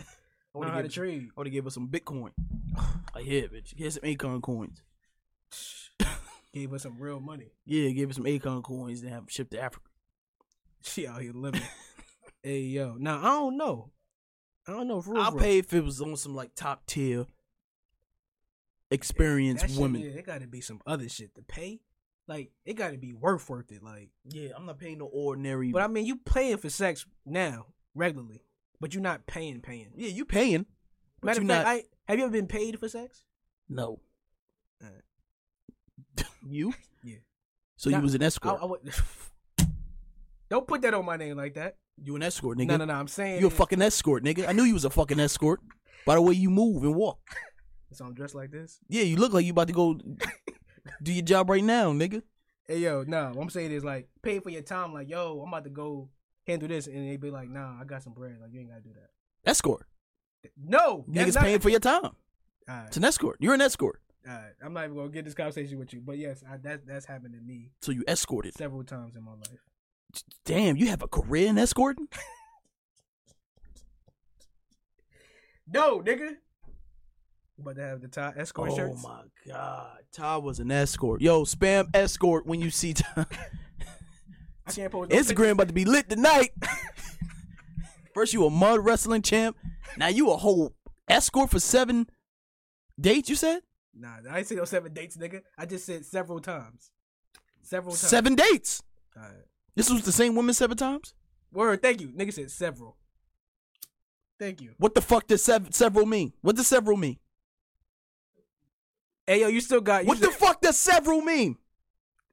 Speaker 2: I
Speaker 1: Learn how to
Speaker 2: would've given,
Speaker 1: trade.
Speaker 2: I would've gave her some Bitcoin. I yeah, bitch. Here's some Akon coins.
Speaker 1: Gave her some real money.
Speaker 2: Yeah, give her some Akon coins and have them shipped to Africa.
Speaker 1: She out here living. hey yo, now I don't know. I don't know. For real,
Speaker 2: I'll
Speaker 1: for real.
Speaker 2: pay if it was on some like top tier experienced
Speaker 1: That shit,
Speaker 2: women.
Speaker 1: Yeah, it got to be some other shit to pay. Like it got to be worth worth it. Like.
Speaker 2: Yeah, I'm not paying no ordinary.
Speaker 1: But I mean, you paying for sex now regularly, but you're not paying paying.
Speaker 2: yeah, you paying. but
Speaker 1: Matter
Speaker 2: you
Speaker 1: of fact,
Speaker 2: not-
Speaker 1: I have you ever been paid for sex?
Speaker 2: No.
Speaker 1: Alright.
Speaker 2: you?
Speaker 1: Yeah.
Speaker 2: So
Speaker 1: Nah,
Speaker 2: you was an
Speaker 1: I,
Speaker 2: escort.
Speaker 1: I would. Don't put that on my name like that.
Speaker 2: you an escort, nigga.
Speaker 1: No, no, no. I'm saying
Speaker 2: You a
Speaker 1: it-
Speaker 2: fucking escort, nigga. I knew you was a fucking escort. By the way you move and walk.
Speaker 1: So I'm dressed like this.
Speaker 2: Yeah, you look like you about to go do your job right now, nigga.
Speaker 1: Hey, yo, no. What I'm saying is like pay for your time. Like, yo, I'm about to go handle this, and they be like, nah, I got some bread. Like, you ain't gotta do that.
Speaker 2: Escort.
Speaker 1: No,
Speaker 2: Niggas paying for your time.
Speaker 1: All right,
Speaker 2: It's an escort. You're an escort.
Speaker 1: all right. I'm not even gonna get this conversation with you, but yes, I, that that's happened to me
Speaker 2: So you escorted.
Speaker 1: several times in my life.
Speaker 2: Damn, you have a career in escorting?
Speaker 1: No, nigga. About to have the tie escort
Speaker 2: oh
Speaker 1: shirts.
Speaker 2: my god. Ty was an escort. Yo, spam escort when you see Ty.
Speaker 1: I can't post no pictures.
Speaker 2: Instagram about to be lit tonight. First you a mud wrestling champ. Now you a whole escort for seven dates, you said?
Speaker 1: Nah, I ain't say no seven dates, nigga. I just said several times. Several times.
Speaker 2: Seven dates.
Speaker 1: Alright.
Speaker 2: This was the same woman seven times?
Speaker 1: Word, thank you. Nigga said several. Thank you.
Speaker 2: What the fuck does sev- several mean? What does several mean?
Speaker 1: Hey yo, you still got you
Speaker 2: What the
Speaker 1: still-
Speaker 2: fuck does several mean?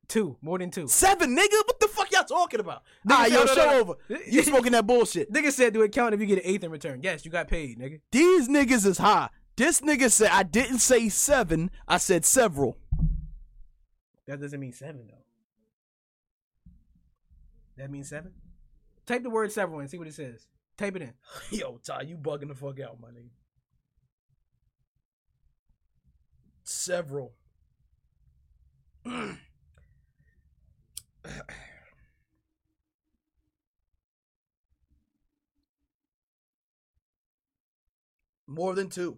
Speaker 1: two, more than two.
Speaker 2: Seven, nigga? What the fuck y'all talking about?
Speaker 1: Nigga,
Speaker 2: All right,
Speaker 1: no,
Speaker 2: yo,
Speaker 1: no,
Speaker 2: show
Speaker 1: no.
Speaker 2: over. You smoking that bullshit.
Speaker 1: Nigga said do it count if you get an eighth in return. Yes, you got paid, nigga.
Speaker 2: These niggas is high. This nigga said, I didn't say seven, I said several.
Speaker 1: That doesn't mean seven though. That means seven? Type the word several and see what it says. Type it in.
Speaker 3: Yo, Ty, you bugging the fuck out, my nigga. Several. More than two.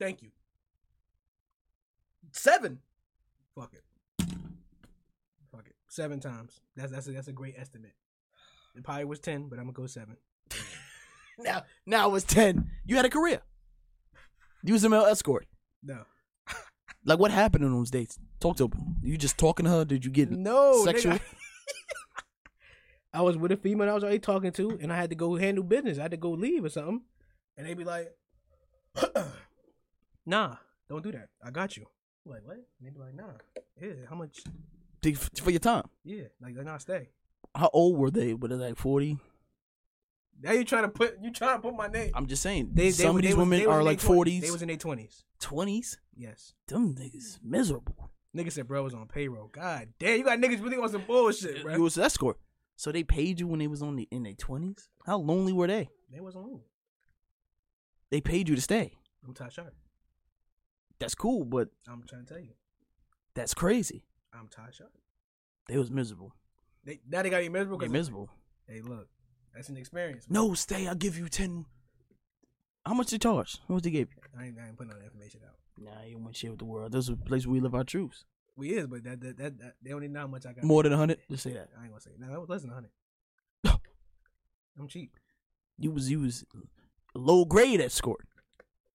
Speaker 1: Thank you.
Speaker 3: Seven.
Speaker 1: Fuck it. Fuck it. Seven times. That's that's a, that's a great estimate. It probably was ten, but I'm gonna go seven.
Speaker 2: Now, now it's 10. You had a career. You was a male escort.
Speaker 1: No.
Speaker 2: Like, what happened on those dates? Talk to him. You just talking to her? Did you get
Speaker 1: No.
Speaker 2: sexual?
Speaker 1: Nigga, I was with a female I was already talking to, and I had to go handle business. I had to go leave or something, and they'd be like, "Nah, don't do that. I got you." I'm like what? And they'd be like, "Nah, yeah, how much?
Speaker 2: Did- For your time.
Speaker 1: Yeah, like they're not stay."
Speaker 2: How old were they? Were they like 40?
Speaker 1: Now you trying to put you trying to put my name.
Speaker 2: I'm just saying. some of these women
Speaker 1: was
Speaker 2: are
Speaker 1: in
Speaker 2: like
Speaker 1: their 20s. They
Speaker 2: 40s,
Speaker 1: was in their twenties.
Speaker 2: 20s.
Speaker 1: Yes.
Speaker 2: Them niggas miserable.
Speaker 1: Nigga said, bro, I was on payroll. God damn, you got niggas really on some bullshit, bro.
Speaker 2: You was an escort. So they paid you when they was on the in their twenties. How lonely were they?
Speaker 1: they wasn't on.
Speaker 2: They paid you to stay.
Speaker 1: I'm Ty Sharp.
Speaker 2: That's cool, but
Speaker 1: I'm trying to tell you.
Speaker 2: that's crazy.
Speaker 1: I'm Ty Sharp.
Speaker 2: They was miserable.
Speaker 1: They, now they got to be miserable.
Speaker 2: They
Speaker 1: 'cause-
Speaker 2: miserable.
Speaker 1: Hey, look. That's an experience.
Speaker 2: No, stay. I'll give you ten. How much they charge? How much they gave you?
Speaker 1: I ain't, I ain't putting all that information out.
Speaker 2: Nah, you want share with the world. This is a place where we live our truths.
Speaker 1: We is, but that, that, that, that they only know how much I got.
Speaker 2: More than a hundred. Just say that.
Speaker 1: I ain't gonna say. No, that was less than 100. I'm cheap.
Speaker 2: You was you was low grade escort.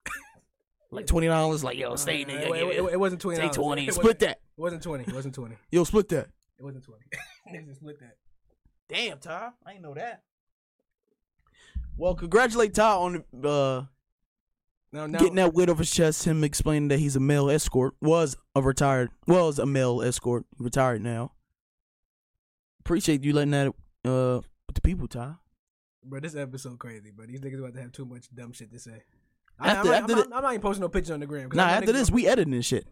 Speaker 2: like twenty dollars. Like yo, stay
Speaker 1: Uh,
Speaker 2: nigga.
Speaker 1: It, it-
Speaker 2: give
Speaker 1: it wasn't twenty.
Speaker 2: Say
Speaker 1: dollars.
Speaker 2: 20,
Speaker 1: It wasn't-
Speaker 2: split that.
Speaker 1: It wasn't twenty. It wasn't twenty.
Speaker 2: Yo, split that.
Speaker 1: It wasn't twenty. Niggas just split that.
Speaker 3: Damn, Ty. I ain't know that.
Speaker 2: Well, congratulate Ty on uh,
Speaker 1: No, no.
Speaker 2: getting that weight off his chest. Him explaining that he's a male escort was a retired, well, is a male escort, retired now. Appreciate you letting that uh with the people, Ty.
Speaker 1: bro, this episode crazy, bro. These niggas about to have too much dumb shit to say. I, I'm,
Speaker 2: After-
Speaker 1: not,
Speaker 2: after
Speaker 1: I'm,
Speaker 2: the-
Speaker 1: not, I'm not even posting no picture on the gram. 'cause
Speaker 2: Nah,
Speaker 1: I know
Speaker 2: after
Speaker 1: niggas
Speaker 2: this,
Speaker 1: gonna-
Speaker 2: we editing this shit.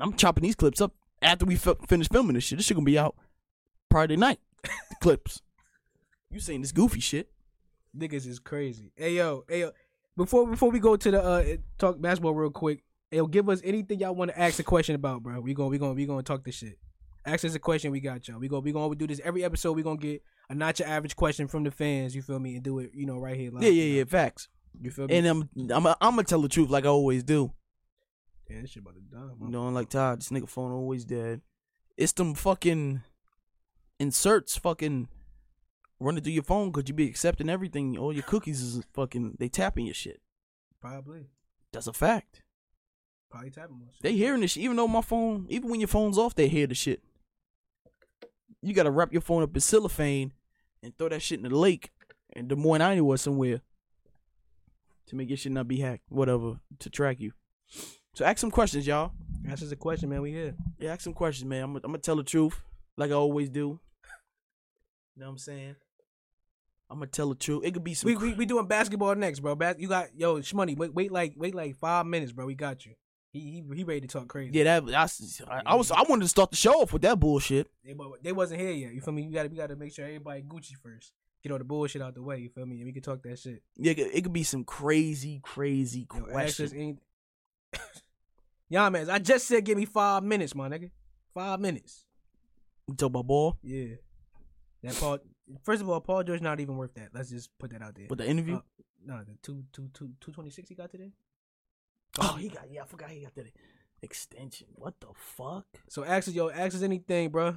Speaker 2: I'm chopping these clips up after we f- finish filming this shit. This shit gonna be out Friday night. The clips. You saying this goofy shit?
Speaker 1: niggas is crazy. Hey yo, hey yo. Before before we go to the uh talk basketball real quick, yo, give us anything y'all want to ask a question about, bro. We going we going we going to talk this shit. Ask us a question, we got y'all. We go we going to do this every episode. We gonna get a not your average question from the fans. You feel me? And do it, you know, right here. Live,
Speaker 2: Yeah, yeah, yeah. Facts.
Speaker 1: You feel me?
Speaker 2: And uh, I'm I'm I'm gonna tell the truth like I always do.
Speaker 1: Damn, this shit about to die.
Speaker 2: You know, like Todd, this nigga phone always dead. It's them fucking inserts fucking running through your phone because you be accepting everything. All your cookies is fucking they tapping your shit.
Speaker 1: Probably.
Speaker 2: That's a fact.
Speaker 1: Probably tapping more shit.
Speaker 2: They hearing this shit, even though my phone, even when your phone's off, they hear the shit. You gotta wrap your phone up in cellophane and throw that shit in the lake in Des Moines, Iowa, somewhere to make your shit not be hacked, whatever, to track you. So ask some questions, y'all.
Speaker 1: That's just a question, man. We here.
Speaker 2: Yeah, ask some questions, man. I'm, gonna- I'm gonna tell the truth, like I always do.
Speaker 3: You know what I'm saying?
Speaker 2: I'm gonna tell the truth. It could be some.
Speaker 1: We, we we doing basketball next, bro. Bas- you got yo Shmoney. Wait wait like wait like five minutes, bro. We got you. He he, he ready to talk crazy.
Speaker 2: yeah, that that's- I, I was. I wanted to start the show off with that bullshit.
Speaker 1: They, wa- they wasn't here yet. You feel me? You gotta we gotta make sure everybody Gucci first. Get all the bullshit out the way. You feel me? And we can talk that shit.
Speaker 2: Yeah, it could, it could be some crazy, crazy
Speaker 1: Yo, ask us
Speaker 2: questions.
Speaker 1: any. Y'all man, I just said give me five minutes, my nigga. Five minutes.
Speaker 2: Talk about ball
Speaker 1: Yeah. That Paul. First of all, Paul George not even worth that. Let's just put that out there.
Speaker 2: with the interview.
Speaker 1: Uh, no, the two two two two twenty six he got today.
Speaker 2: oh, he got. Yeah, I forgot he got that extension. What the fuck?
Speaker 1: So ask us, yo, ask us anything, bro.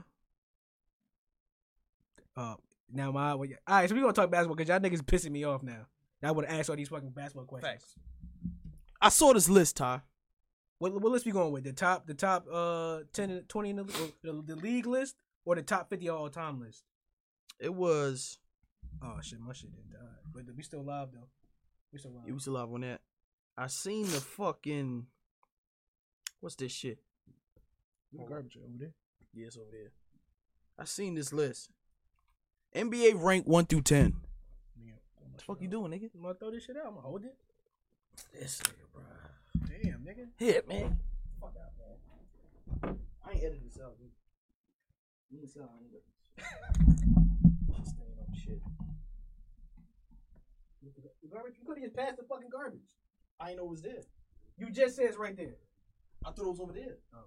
Speaker 1: Uh, now my all right. So we gonna talk basketball because y'all niggas pissing me off now. Y'all want to ask all these fucking basketball questions.
Speaker 3: Facts.
Speaker 2: I saw this list, Ty.
Speaker 1: What what list we going with? The top the top uh 10, and 20 in the, or the the league list or the top fifty all time list?
Speaker 2: It was.
Speaker 1: Oh shit, my shit didn't die, but we still live though. We still live.
Speaker 2: You was alive on that. I seen the fucking. What's this shit?
Speaker 1: We garbage over there.
Speaker 2: Yes, over there. I seen this list. NBA rank one through ten.
Speaker 1: Yeah. What
Speaker 2: Fuck you doing, nigga?
Speaker 1: I'm gonna throw this shit out. I'm gonna hold it.
Speaker 3: This nigga, bro.
Speaker 1: Damn, nigga.
Speaker 2: Hit man.
Speaker 1: Fuck out, man.
Speaker 2: I ain't editing this out, dude. Me and Sal ain't editing this shit. Just staying on shit.
Speaker 1: The garbage. You could have just passed the fucking garbage.
Speaker 2: I ain't know it was there.
Speaker 1: You just said it's right there.
Speaker 2: I thought it was over there. Oh.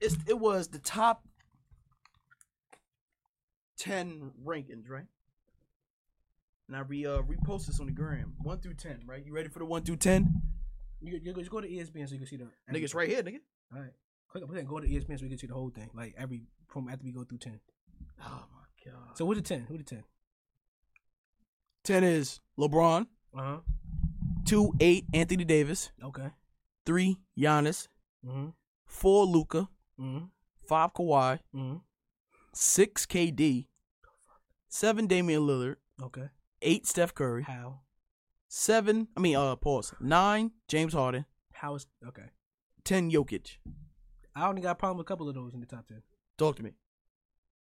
Speaker 2: It's it was the top ten rankings, right? And I re uh repost this on the gram. One through ten, right? You ready for the one through ten?
Speaker 1: You, you, just go to E ESPN so you can see the
Speaker 2: Nigga, it's right here, nigga.
Speaker 1: All right, click up. Go to E ESPN so we can see the whole thing. Like every from after we go through ten.
Speaker 2: Oh my god.
Speaker 1: So who the ten? Who the ten?
Speaker 2: Ten is LeBron.
Speaker 1: Uh huh.
Speaker 2: Two, eight, Anthony Davis.
Speaker 1: Okay.
Speaker 2: Three, Giannis. Mm-hmm.
Speaker 1: Mm
Speaker 2: Four, Luca.
Speaker 1: hmm. Mm
Speaker 2: Mm-hmm. Five, Kawhi.
Speaker 1: hmm. Mm
Speaker 2: Six, KD. Seven, Damian Lillard.
Speaker 1: hmm. Okay.
Speaker 2: Eight, Steph Curry.
Speaker 1: How?
Speaker 2: Seven, I mean, uh, pause. Nine, James Harden.
Speaker 1: How is okay?
Speaker 2: Ten, Jokic.
Speaker 1: I only got a problem with a couple of those in the top ten.
Speaker 2: Talk to me.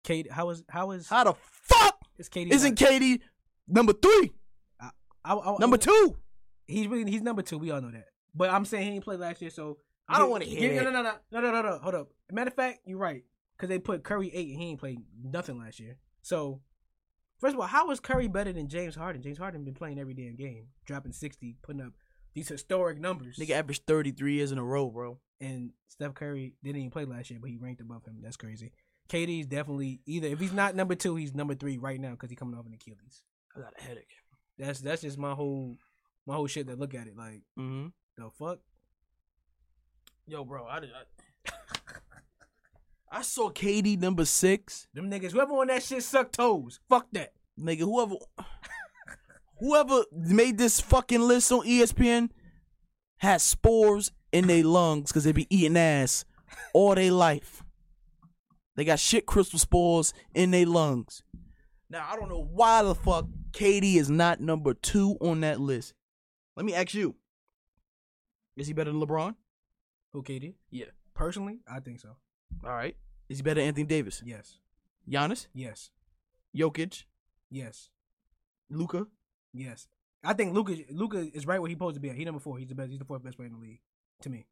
Speaker 1: Kate, how is how is
Speaker 2: How the fuck
Speaker 1: is Katie?
Speaker 2: isn't KD number three?
Speaker 1: I, I, I,
Speaker 2: Number two?
Speaker 1: He's really he's number two. We all know that. But I'm saying he didn't play last year, so
Speaker 2: I don't want to
Speaker 1: Give-
Speaker 2: hear
Speaker 1: No,
Speaker 2: it.
Speaker 1: no, no, no, no, no, no, no. Hold up. Matter of fact, you're right. Because they put Curry eight and he ain't played nothing last year. So, first of all, how is Curry better than James Harden? James Harden been playing every damn game, dropping 60, putting up these historic numbers.
Speaker 2: Nigga averaged 33 years in a row, bro.
Speaker 1: And Steph Curry didn't even play last year, but he ranked above him. That's crazy. KD's definitely either if he's not number two, he's number three right now because he's coming off an Achilles.
Speaker 2: I got a headache.
Speaker 1: That's that's just my whole my whole shit that look at it like
Speaker 2: Mm-hmm.
Speaker 1: the fuck.
Speaker 3: Yo, bro, I, did- I
Speaker 2: I saw KD number six.
Speaker 1: Them niggas, whoever on that shit suck toes. Fuck that.
Speaker 2: Nigga, whoever whoever made this fucking list on E ESPN has spores in their lungs because they be eating ass all their life. They got shit crystal spores in their lungs. Now I don't know why the fuck KD is not number two on that list. Let me ask you. Is he better than LeBron?
Speaker 1: Who KD?
Speaker 2: Yeah.
Speaker 1: Personally, I think so.
Speaker 2: All right. Is he better than Anthony Davis?
Speaker 1: Yes.
Speaker 2: Giannis?
Speaker 1: Yes.
Speaker 2: Jokic?
Speaker 1: Yes.
Speaker 2: Luca?
Speaker 1: Yes. I think Luca Luca is right where he's supposed to be at. He number four. He's the best. He's the fourth best player in the league to me.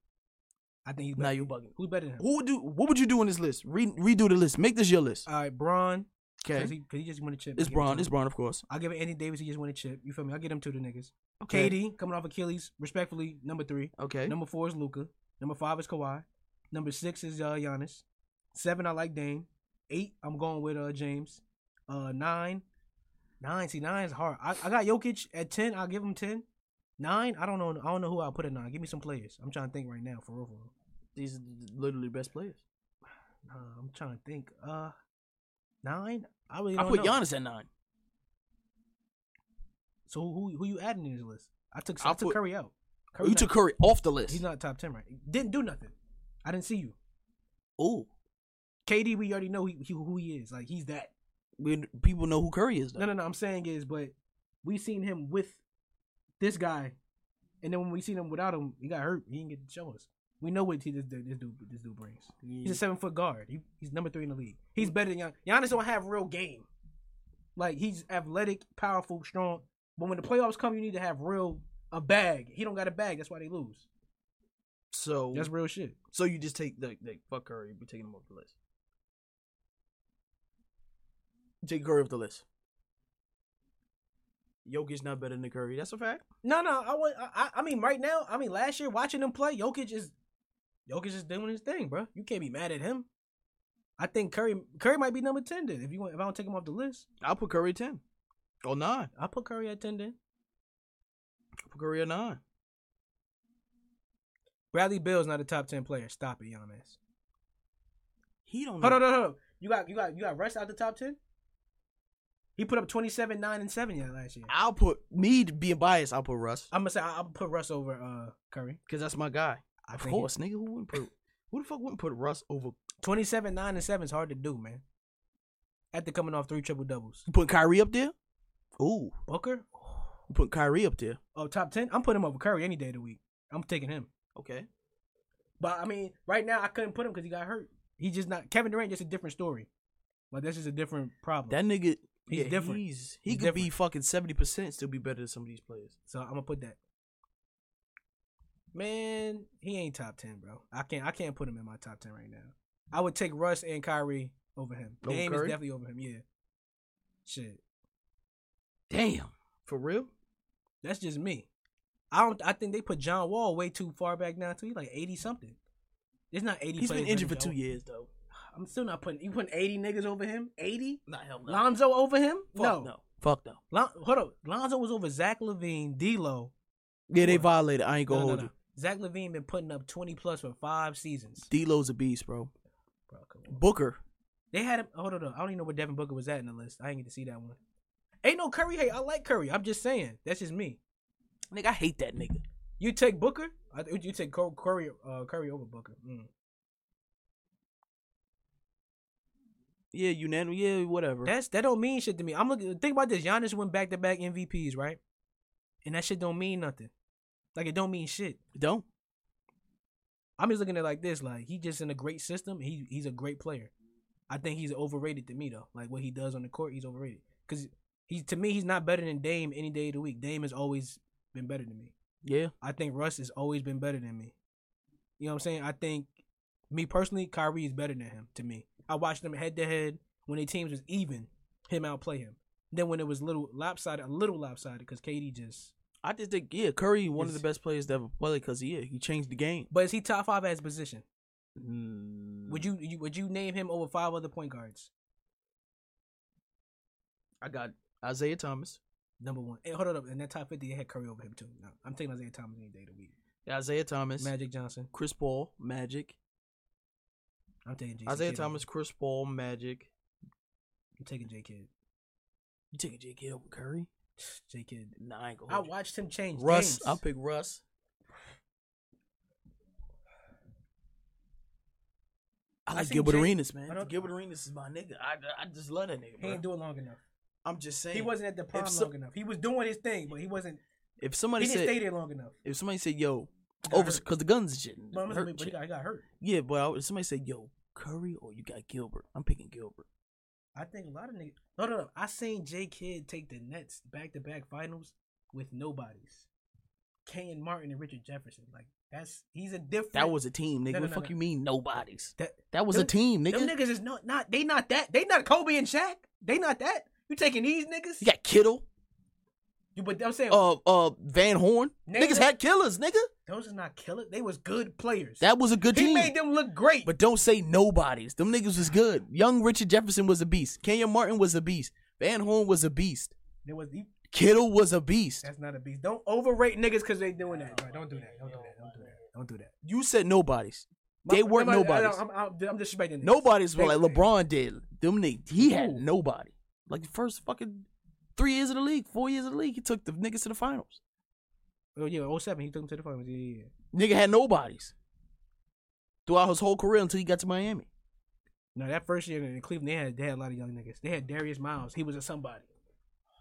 Speaker 1: I think he's
Speaker 2: Now
Speaker 1: better.
Speaker 2: you bugging.
Speaker 1: Who's better than him?
Speaker 2: Who would do? What would you do on this list? Re, redo the list. Make this your list.
Speaker 1: All right, Braun.
Speaker 2: Okay.
Speaker 1: Cause he, cause he just won a chip.
Speaker 2: it's
Speaker 1: I'll give it
Speaker 2: Braun.
Speaker 1: to
Speaker 2: It's
Speaker 1: him.
Speaker 2: Braun, of course.
Speaker 1: I'll give it Andy Davis. He just won a chip. You feel me? I'll get him to the niggas.
Speaker 2: Okay.
Speaker 1: KD coming off Achilles, respectfully, number three.
Speaker 2: Okay.
Speaker 1: Number four is Luca. Number five is Kawhi. Number six is uh, Giannis. Seven, I like Dame. Eight, I'm going with uh, James. Uh, nine, nine. See, nine is hard. I, I got Jokic at ten. I'll give him ten. Nine, I don't know. I don't know who I'll put at nine. Give me some players. I'm trying to think right now. For real, for real.
Speaker 2: These are literally the best players.
Speaker 1: Uh, I'm trying to think. Uh, nine. I really
Speaker 2: I
Speaker 1: don't
Speaker 2: put
Speaker 1: know.
Speaker 2: Giannis at nine.
Speaker 1: So who who you adding in this list? I took I,
Speaker 2: I'll
Speaker 1: took
Speaker 2: put-
Speaker 1: Curry out.
Speaker 2: Oh,
Speaker 1: Curry
Speaker 2: you
Speaker 1: not-
Speaker 2: took Curry off the list.
Speaker 1: He's not top ten right. Didn't do nothing. I didn't see you.
Speaker 2: Ooh.
Speaker 1: KD, we already know he, he, who he is. Like he's that.
Speaker 2: We, people know who Curry is. Though.
Speaker 1: No, no, no. I'm saying is, but we seen him with this guy, and then when we seen him without him, he got hurt. He didn't get to show us. We know what he, this, dude- this dude this dude brings. He's a seven foot guard. He, he's number three in the league. He's better than Gian- Giannis. Don't have real game. Like he's athletic, powerful, strong. But when the playoffs come, you need to have real a bag. He don't got a bag. That's why they lose.
Speaker 2: So
Speaker 1: That's real shit.
Speaker 2: so you just take the, the fuck Curry. You're taking him off the list. Take Curry off the list. Jokic not better than Curry. That's a fact.
Speaker 1: No, no. I want. I, I mean, right now. I mean, last year watching him play, Jokic is Jokic is doing his thing, bro. You can't be mad at him. I think Curry Curry might be number ten then. If you want, if I don't take him off the list,
Speaker 2: I'll put Curry at ten. Or nine.
Speaker 1: I will put Curry at ten then.
Speaker 2: I'll put Curry at nine.
Speaker 1: Bradley Bill's not a top ten player. Stop it, Giannis.
Speaker 2: He
Speaker 1: Hold
Speaker 2: don't. know-
Speaker 1: on, hold on, hold on. You got you got you got Russ out the top ten. He put up 27, 9, and 7 yeah, last year.
Speaker 2: I'll put me being biased. I'll put Russ
Speaker 1: I'm gonna say I, I'll put Russ over uh Curry.
Speaker 2: because that's my guy.
Speaker 1: I
Speaker 2: Of
Speaker 1: think
Speaker 2: course, nigga, who wouldn't put who the fuck wouldn't put Russ over?
Speaker 1: twenty seven, nine, and seven is hard to do, man. After coming off three triple doubles,
Speaker 2: You put Kyrie up there? Ooh,
Speaker 1: Booker,
Speaker 2: you put Kyrie up there.
Speaker 1: Oh, top ten? I'm putting him over Curry any day of the week. I'm taking him.
Speaker 2: Okay,
Speaker 1: But I mean, right now I couldn't put him because he got hurt. He just not Kevin Durant. Just a different story. Like this is a different problem.
Speaker 2: that nigga,
Speaker 1: He's
Speaker 2: yeah,
Speaker 1: different.
Speaker 2: He's, he
Speaker 1: He's
Speaker 2: could be fucking seventy percent, still be better than some of these players.
Speaker 1: so I'm gonna put that. Man, he ain't top ten, bro. I can't. I can't put him in my top ten right now. I would take Russ and Kyrie over him.
Speaker 2: Over
Speaker 1: Dame
Speaker 2: Curry?
Speaker 1: is definitely over him. Yeah. Shit,
Speaker 2: Damn, for real?
Speaker 1: that's just me. I don't. I think they put John Wall way too far back now. Too. He's like eighty something. It's not eighty.
Speaker 2: He's
Speaker 1: players
Speaker 2: been
Speaker 1: better
Speaker 2: injured for
Speaker 1: than
Speaker 2: two
Speaker 1: John Wall.
Speaker 2: years though.
Speaker 1: I'm still not putting. You putting eighty niggas over him? Eighty?
Speaker 2: Not hell no.
Speaker 1: Lonzo over him?
Speaker 2: Fuck no. Fuck no.
Speaker 1: Lon- hold up. Lonzo was over Zach Levine, D'Lo.
Speaker 2: Yeah, they
Speaker 1: What?
Speaker 2: violated. I ain't
Speaker 1: No,
Speaker 2: gonna
Speaker 1: no,
Speaker 2: hold
Speaker 1: no. Zach Levine been putting up twenty plus for five seasons.
Speaker 2: you. D'Lo's a beast, bro.
Speaker 1: Bro, come on.
Speaker 2: Booker.
Speaker 1: They had him. Hold on. I don't even know where Devin Booker was at in the list. I ain't get to see that one. Ain't no Curry. Hey, I like Curry. I'm just saying. That's just me.
Speaker 2: Nigga, I hate that nigga.
Speaker 1: You take Booker. I, th- you take Col- Curry. Uh, Curry over Booker. Mm.
Speaker 2: Yeah, unanimous. Yeah, whatever.
Speaker 1: That's that don't mean shit to me. I'm looking. Think about this. Giannis went back to back MVPs, right? And that shit don't mean nothing. Like it don't mean shit.
Speaker 2: Don't.
Speaker 1: I'm just looking at it like this. Like he just in a great system. He he's a great player. I think he's overrated to me though. Like what he does on the court, he's overrated. Cause he to me he's not better than Dame any day of the week. Dame has always been better than me.
Speaker 2: Yeah.
Speaker 1: I think Russ has always been better than me. You know what I'm saying? I think me personally, Kyrie is better than him to me. I watched them head to head when their teams was even, him outplay him. Then when it was little lopsided, a little lopsided because KD just.
Speaker 2: I just think yeah, Curry one of the
Speaker 1: Is-
Speaker 2: best players to ever play because yeah, he changed the game.
Speaker 1: But is he top five at his position?
Speaker 2: Mm.
Speaker 1: Would
Speaker 2: Would
Speaker 1: you, you would you name him over five other point guards?
Speaker 2: I got Isaiah Thomas,
Speaker 1: Number one. Hey, hold on, in that top fifty, they had Curry over him too. No, I'm taking Isaiah Thomas any day of the week.
Speaker 2: Isaiah Thomas,
Speaker 1: Magic Johnson.
Speaker 2: Chris Paul, Magic,
Speaker 1: I'm taking J.
Speaker 2: Isaiah Thomas, Chris Paul, Magic.
Speaker 1: I'm taking J. Kidd.
Speaker 2: You taking J. Kidd over Curry?
Speaker 1: J. Kidd.
Speaker 2: Nah, I ain't gonna.
Speaker 1: I
Speaker 2: hold you.
Speaker 1: watched him change.
Speaker 2: Russ,
Speaker 1: games.
Speaker 2: I'll pick Russ. I like
Speaker 1: seen
Speaker 2: Gilbert
Speaker 1: Jay-
Speaker 2: Arenas, man.
Speaker 3: I don't, Gilbert Arenas is my nigga. I, I just love that nigga,
Speaker 1: He
Speaker 3: bro.
Speaker 1: ain't do it long enough.
Speaker 3: I'm just saying.
Speaker 1: He wasn't at the prime
Speaker 2: so-
Speaker 1: long enough. He was doing his thing, but he wasn't.
Speaker 2: If
Speaker 1: He
Speaker 2: somebody
Speaker 1: didn't stay
Speaker 2: said,
Speaker 1: there long enough.
Speaker 2: if somebody said, yo,
Speaker 1: got
Speaker 2: over
Speaker 1: hurt.
Speaker 2: because the guns and shit, and
Speaker 1: But, I'm
Speaker 2: hurt
Speaker 1: but he,
Speaker 2: shit.
Speaker 1: got, he got hurt.
Speaker 2: yeah, but I, if somebody said, yo, Curry or you got Gilbert, I'm picking Gilbert.
Speaker 1: I think a lot of niggas. No, no, no. I seen J. Kidd take the Nets back to back finals with nobodies. Kane Martin and Richard Jefferson. Like that's he's a different.
Speaker 2: That was a team, nigga.
Speaker 1: No, no,
Speaker 2: what
Speaker 1: no,
Speaker 2: fuck
Speaker 1: no.
Speaker 2: you mean nobodies?
Speaker 1: that.
Speaker 2: That was a
Speaker 1: Them-
Speaker 2: team, nigga.
Speaker 1: Them niggas is not not. They not that. They not Kobe and Shaq. They not that. You taking these niggas?
Speaker 2: You got Kittle,
Speaker 1: You, but I'm saying
Speaker 2: uh, uh, Van Horn.
Speaker 1: Name
Speaker 2: niggas
Speaker 1: it.
Speaker 2: had killers, nigga.
Speaker 1: those is not killer. They was good players.
Speaker 2: That was a good
Speaker 1: he
Speaker 2: team.
Speaker 1: made them look great.
Speaker 2: But don't say nobodies. Them niggas was good. Young Richard Jefferson was a beast. Kenyon Martin was a beast. Van Horn was a beast.
Speaker 1: there was he-
Speaker 2: Kittle was a beast.
Speaker 1: That's not a beast. Don't overrate niggas because they doing that. Bro, don't do that. Don't do that. Don't do that. Don't do that.
Speaker 2: You said nobodies. They
Speaker 1: My-
Speaker 2: weren't
Speaker 1: my- I-
Speaker 2: nobodies.
Speaker 1: I'm, I'm, I'm disrespecting niggas.
Speaker 2: Nobodies were
Speaker 1: They-
Speaker 2: like LeBron did. Them niggas, he had
Speaker 1: Who?
Speaker 2: nobody. Like the first fucking three years of the league, four years of the league, he took the niggas to the finals.
Speaker 1: Oh yeah, 07, He took him to the finals. Yeah, yeah, yeah.
Speaker 2: Nigga had nobodies throughout his whole career until he got to Miami.
Speaker 1: No, that first year in Cleveland, they had they had a lot of young niggas. They had Darius Miles. He was a somebody.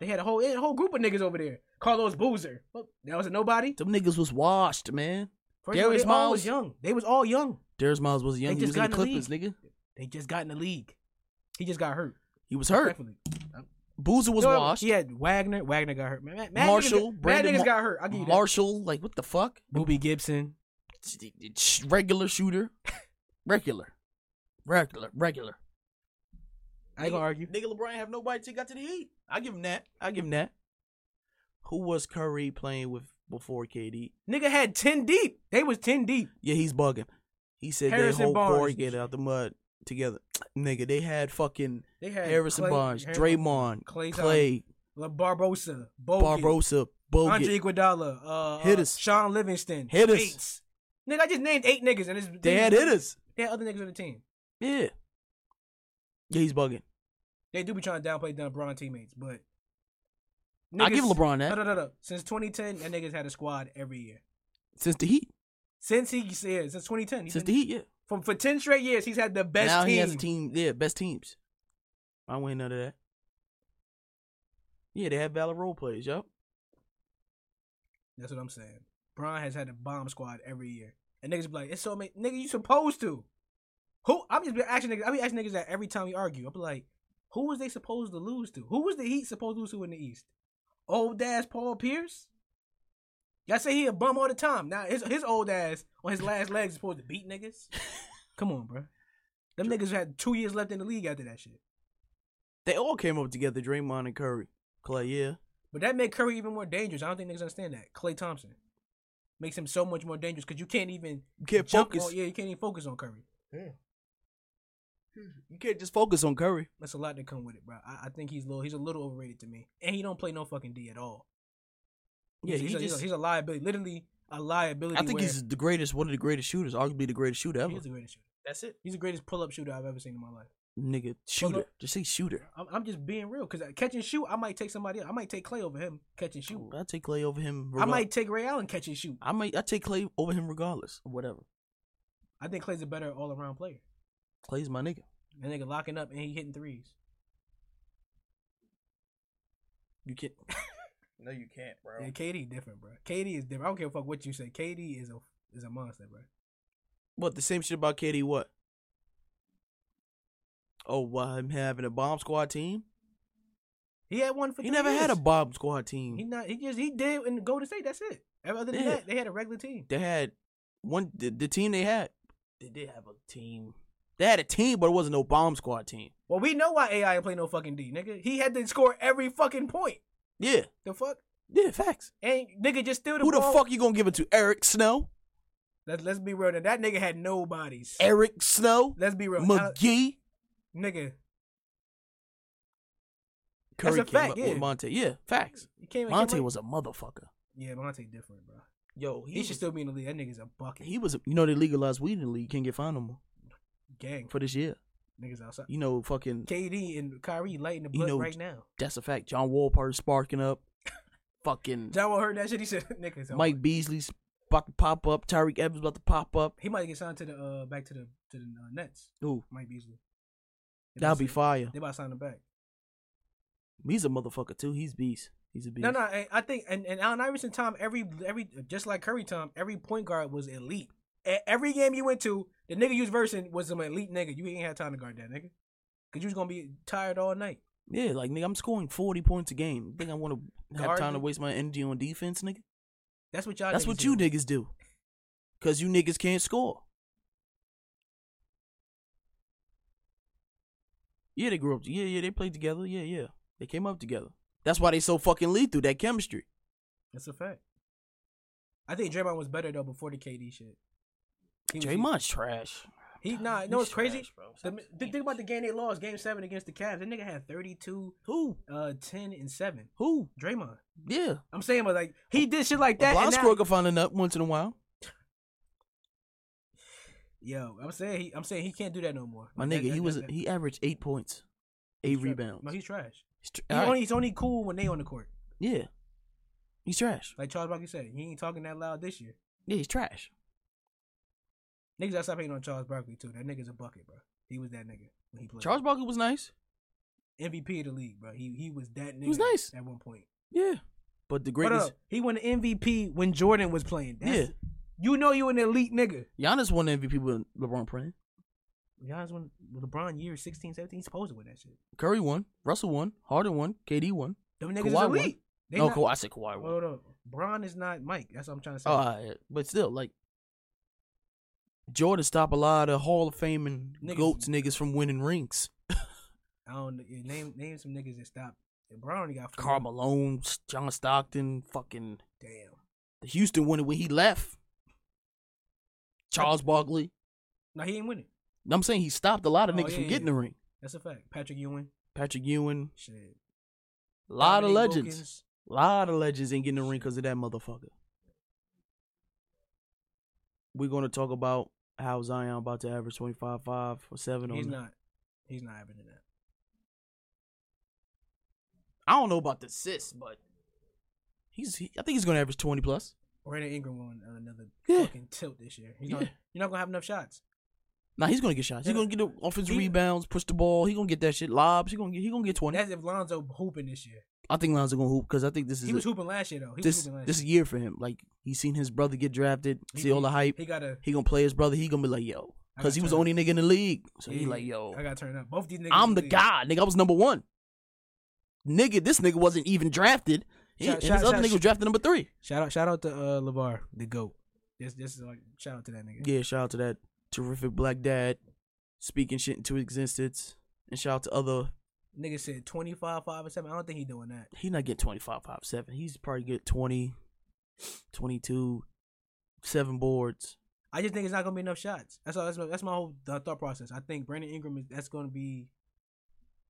Speaker 1: They had a whole they had a whole group of niggas over there. Carlos Boozer. Well, that was a nobody.
Speaker 2: Them niggas was washed, man.
Speaker 1: First of all,
Speaker 2: Darius
Speaker 1: they all was
Speaker 2: Miles.
Speaker 1: young. They was all young.
Speaker 2: Darius Miles was young.
Speaker 1: They
Speaker 2: he
Speaker 1: just
Speaker 2: was in the
Speaker 1: got in the
Speaker 2: Clippers, nigga.
Speaker 1: They just got in the league. He just got hurt.
Speaker 2: He was hurt.
Speaker 1: Definitely.
Speaker 2: Boozer was
Speaker 1: No,
Speaker 2: washed.
Speaker 1: He had Wagner. Wagner got hurt. Man, man, man
Speaker 2: Marshall,
Speaker 1: Niggas, got- man,
Speaker 2: Brandon
Speaker 1: niggas
Speaker 2: Mar-
Speaker 1: got hurt. I give you that.
Speaker 2: Marshall, like what the fuck?
Speaker 1: Booby Gibson.
Speaker 2: Regular shooter, regular, regular, regular.
Speaker 1: I ain't gonna argue.
Speaker 3: Nigga LeBron have nobody till he got to the Heat.
Speaker 2: I give him that. I give him that. Who was Curry playing with before KD?
Speaker 1: Nigga had ten deep. They was ten deep.
Speaker 2: Yeah, he's bugging. He said
Speaker 1: Harrison
Speaker 2: they whole
Speaker 1: Barnes.
Speaker 2: core get out the mud together. Nigga, they had fucking
Speaker 1: They had
Speaker 2: Harrison
Speaker 1: Clay-
Speaker 2: Barnes,
Speaker 1: Har-
Speaker 2: Draymond,
Speaker 1: Clay
Speaker 2: Clay,
Speaker 1: Thompson, La Barbosa, Bogut,
Speaker 2: Barbosa, Bogut.
Speaker 1: Andre Iguodala, uh,
Speaker 2: Hit
Speaker 1: uh,
Speaker 2: us.
Speaker 1: Sean Livingston,
Speaker 2: Hit us.
Speaker 1: Bates. Nigga, I just named eight niggas and it's
Speaker 2: They had hitters.
Speaker 1: They had other niggas on the team.
Speaker 2: Yeah. Yeah, he's bugging.
Speaker 1: They do be trying to downplay the LeBron teammates, but
Speaker 2: I give LeBron that.
Speaker 1: No, no, no, no. Since 2010, that niggas had a squad every year.
Speaker 2: Since the Heat.
Speaker 1: Since he yeah, since 2010, he's
Speaker 2: Since the
Speaker 1: been,
Speaker 2: Heat, yeah.
Speaker 1: from for 10 straight years, he's had the best
Speaker 2: now
Speaker 1: team.
Speaker 2: he has a team. Yeah, best teams. I win none of that. Yeah, they have valid role plays, yo.
Speaker 1: That's what I'm saying. Bron has had a bomb squad every year. And niggas be like, it's so many nigga, you supposed to. Who I'm just be asking niggas, I be asking niggas that every time we argue. I'm like, who was they supposed to lose to? Who was the Heat supposed to lose to in the East? Old ass Paul Pierce? Y'all say he a bum all the time. Now his his old ass on his last legs is supposed to beat niggas. Come on, bro. Them niggas had two years left in the league after that shit.
Speaker 2: They all came up together, Draymond and Curry. Clay, yeah.
Speaker 1: But that made Curry even more dangerous. I don't think niggas understand that. Clay Thompson makes him so much more dangerous because you can't even
Speaker 2: You can't
Speaker 1: jump
Speaker 2: focus.
Speaker 1: on- yeah, you can't even focus on Curry.
Speaker 2: You can't just focus on Curry.
Speaker 1: That's a lot to come with it, bro. I, I think he's little. He's a little overrated to me, and he don't play no fucking D at all.
Speaker 2: Yeah,
Speaker 1: he's, he's a,
Speaker 2: he
Speaker 1: he's a-
Speaker 2: just.
Speaker 1: he's a liability. Literally a liability.
Speaker 2: I think
Speaker 1: where-
Speaker 2: he's the greatest, one of the greatest shooters, arguably the greatest shooter ever.
Speaker 1: he is the greatest shooter.
Speaker 3: That's it.
Speaker 1: He's the greatest pull up shooter I've ever seen in my life.
Speaker 2: Nigga, shooter.
Speaker 1: look-
Speaker 2: just say shooter.
Speaker 1: I'm, I'm just being real because catch and shoot, I might take somebody. Else. I might take Clay over him. Catch and shoot.
Speaker 2: I take Clay over him.
Speaker 1: I
Speaker 2: regard-
Speaker 1: might take Ray Allen. Catch and shoot.
Speaker 2: I might. I take Clay over him regardless. Whatever.
Speaker 1: I think Clay's a better all around player.
Speaker 2: Clay's my nigga.
Speaker 1: That nigga locking up and he hitting threes.
Speaker 2: You can't.
Speaker 3: No, you can't, bro.
Speaker 1: Yeah, KD different, bro. KD is different. I don't give a fuck what you say. KD is a is a monster, bro.
Speaker 2: What the same shit about KD? What? Oh, why him having a bomb squad team?
Speaker 1: He had one for.
Speaker 2: He
Speaker 1: three
Speaker 2: never had a
Speaker 1: years.
Speaker 2: bomb squad team.
Speaker 1: He not. He just he did in Golden State. That's it. Other than
Speaker 2: Yeah.
Speaker 1: that, they had a regular team.
Speaker 2: they had one the, the team they had.
Speaker 3: They did have a team.
Speaker 2: They had a team, but it wasn't no bomb squad team.
Speaker 1: Well, we know why AI ain't play no fucking D, nigga. He had to score every fucking point.
Speaker 2: Yeah,
Speaker 1: The fuck?
Speaker 2: yeah, facts.
Speaker 1: And nigga just steal the
Speaker 2: Who the
Speaker 1: ball.
Speaker 2: fuck you gonna give it to? Eric Snow,
Speaker 1: Let's, let's be real. That that nigga had nobodies.
Speaker 2: Eric Snow,
Speaker 1: Let's be real. Now,
Speaker 2: McGee.
Speaker 1: nigga,
Speaker 2: Curry
Speaker 1: a
Speaker 2: came
Speaker 1: fact,
Speaker 2: up
Speaker 1: yeah.
Speaker 2: with Monte. Yeah, facts.
Speaker 1: he came. he
Speaker 2: Monte
Speaker 1: came-
Speaker 2: was a motherfucker.
Speaker 1: Yeah, Monte different, bro.
Speaker 3: Yo,
Speaker 1: He, should still be in the league. That nigga's a bucket.
Speaker 2: He was, you know, they legalized weed in the league. Can't get fined no more
Speaker 1: Gang.
Speaker 2: for this year.
Speaker 1: Niggas outside.
Speaker 2: You know, fucking.
Speaker 1: KD and Kyrie lighting the
Speaker 2: You
Speaker 1: blood
Speaker 2: know-
Speaker 1: right now.
Speaker 2: That's a fact. John Wall part sparking up. fucking
Speaker 1: John Wall heard that shit. He said, "Niggas, Mike,
Speaker 2: Mike Beasley's about to pop up. Tyreek Evans about to pop up.
Speaker 1: he might get signed to the uh back to the to the uh, Nets."
Speaker 2: Ooh,
Speaker 1: Mike Beasley. They
Speaker 2: that'll
Speaker 1: about
Speaker 2: be
Speaker 1: to-
Speaker 2: fire.
Speaker 1: They about to sign him back.
Speaker 2: He's a motherfucker too. He's beast. He's a beast.
Speaker 1: No, no, I, I think and, and Allen Iverson time every every just like Curry time every point guard was elite. A- every game you went to, the nigga you was versing was an elite nigga. You ain't had time to guard that nigga, cause you was gonna be tired all night.
Speaker 2: Yeah, like nigga, I'm scoring 40 points a game. Think I want to have
Speaker 1: Guard
Speaker 2: time to
Speaker 1: me?
Speaker 2: waste my energy on defense, nigga?
Speaker 1: That's what y'all.
Speaker 2: That's
Speaker 1: niggas
Speaker 2: what you
Speaker 1: do.
Speaker 2: niggas do. Cause you niggas can't score. Yeah, they grew up. Yeah, yeah, they played together. Yeah, yeah, they came up together. That's why they so fucking lethal. That chemistry.
Speaker 1: That's a fact. I think Draymond was better though before the KD shit. He was-
Speaker 2: Draymond's trash.
Speaker 1: He nah, no, it's
Speaker 3: He's
Speaker 1: crazy.
Speaker 3: trash, bro.
Speaker 1: The, the thing about the game they lost, game seven against the Cavs, that nigga had 32,
Speaker 2: Who?
Speaker 1: uh, 10, and 7.
Speaker 2: Who?
Speaker 1: Draymond.
Speaker 2: Yeah.
Speaker 1: I'm saying, but like, he did shit like that.
Speaker 2: Blind
Speaker 1: and now-
Speaker 2: squirrel can find a nut once in a while.
Speaker 1: Yo, I'm saying he, I'm saying he can't do that no more.
Speaker 2: My
Speaker 1: Like,
Speaker 2: nigga,
Speaker 1: that- that-
Speaker 2: he was
Speaker 1: that- that-
Speaker 2: he averaged eight points, eight
Speaker 1: he's trash.
Speaker 2: rebounds.
Speaker 1: No, he's trash.
Speaker 2: He's tr-
Speaker 1: He
Speaker 2: all right.
Speaker 1: only, he's only cool when they on the court.
Speaker 2: yeah, he's trash.
Speaker 1: Like Charles Barkley said, he ain't talking that loud this year.
Speaker 2: Yeah, he's trash.
Speaker 1: Niggas gotta stop hating on Charles Barkley too. That nigga's a bucket, bro. He was that nigga when he played.
Speaker 2: Charles Barkley was nice.
Speaker 1: MVP of the league, bro. He he was that nigga.
Speaker 2: was nice.
Speaker 1: at one point.
Speaker 2: Yeah, but the
Speaker 1: Hold
Speaker 2: greatest
Speaker 1: up. He won the MVP when Jordan was playing. That's,
Speaker 2: Yeah.
Speaker 1: You know you an elite nigga.
Speaker 2: Giannis won the MVP with LeBron playing.
Speaker 1: Giannis when LeBron year 16, 17, he's supposed to win that shit.
Speaker 2: Curry won. Russell won. Harden won. KD won.
Speaker 1: Them niggas
Speaker 2: Kawhi won.
Speaker 1: is elite. They
Speaker 2: no,
Speaker 1: not, Oh,
Speaker 2: Kawhi. I said Kawhi won.
Speaker 1: Hold up. Bron is not Mike. That's what I'm trying to say.
Speaker 2: Oh, all right. but still, like Jordan stopped a lot of Hall of Fame and
Speaker 1: Niggas.
Speaker 2: goats niggas from winning rings.
Speaker 1: I don't know. name name some niggas that stopped. Bron only got four.
Speaker 2: Carl Malone, John Stockton, fucking
Speaker 1: Damn.
Speaker 2: the Houston winner when he left. Charles Barkley.
Speaker 1: No, he ain't winning.
Speaker 2: I'm saying he stopped a lot of
Speaker 1: Oh,
Speaker 2: niggas
Speaker 1: yeah,
Speaker 2: from
Speaker 1: yeah,
Speaker 2: getting
Speaker 1: yeah.
Speaker 2: the ring.
Speaker 1: That's a fact. Patrick Ewing.
Speaker 2: Patrick Ewing,
Speaker 1: Shit.
Speaker 2: a lot of
Speaker 1: Dominique
Speaker 2: legends.
Speaker 1: Wilkins.
Speaker 2: lot of legends ain't getting the ring because of that motherfucker. We're gonna talk about how Zion about to average 25, 5 or 7
Speaker 1: He's
Speaker 2: on
Speaker 1: not. He's not averaging that.
Speaker 2: I don't know about the assists, but he's he, I think he's gonna average 20 plus.
Speaker 1: Brandon Ingram won another
Speaker 2: Yeah.
Speaker 1: fucking tilt this year. He's not,
Speaker 2: Yeah.
Speaker 1: You're not gonna have enough shots.
Speaker 2: Nah, he's gonna get shots. He's
Speaker 1: Yeah.
Speaker 2: gonna get the offensive
Speaker 1: He-
Speaker 2: rebounds, push the ball, he gonna get that shit. Lobs, he gonna get he gonna get 20.
Speaker 1: That's if Lonzo hooping this year.
Speaker 2: I think Lonzo gonna hoop because I think this is
Speaker 1: He
Speaker 2: a-
Speaker 1: was hooping last year though. He was
Speaker 2: this
Speaker 1: hooping last
Speaker 2: this
Speaker 1: year.
Speaker 2: year for him. Like he's seen his brother get drafted,
Speaker 1: He-
Speaker 2: see all the hype.
Speaker 1: He got a
Speaker 2: He gonna play his brother. He gonna be like, yo,
Speaker 1: I
Speaker 2: because
Speaker 1: got
Speaker 2: he was the
Speaker 1: turned.
Speaker 2: only nigga in the league. So he
Speaker 1: Yeah,
Speaker 2: like, yo,
Speaker 1: I got turned up. Both these niggas.
Speaker 2: I'm
Speaker 1: is
Speaker 2: the
Speaker 1: elite.
Speaker 2: guy, nigga. I was number one. Nigga, this nigga wasn't even drafted. He-
Speaker 1: Shout-
Speaker 2: and
Speaker 1: shout-
Speaker 2: this other
Speaker 1: shout-
Speaker 2: nigga was drafted number three.
Speaker 1: Shout out, shout out to uh, Levar, the goat. This, this is like shout out to that nigga.
Speaker 2: Yeah, shout out to that terrific black dad speaking shit into existence. And shout out to other.
Speaker 1: Nigga said 25, 5, and 7. I don't think he doing that.
Speaker 2: He not getting 25, 5, 7. He's probably get 20, 22, 7 boards.
Speaker 1: I just think it's not gonna be enough shots. That's all. That's my, that's my whole th- uh, thought process. I think Brandon Ingram is that's gonna be.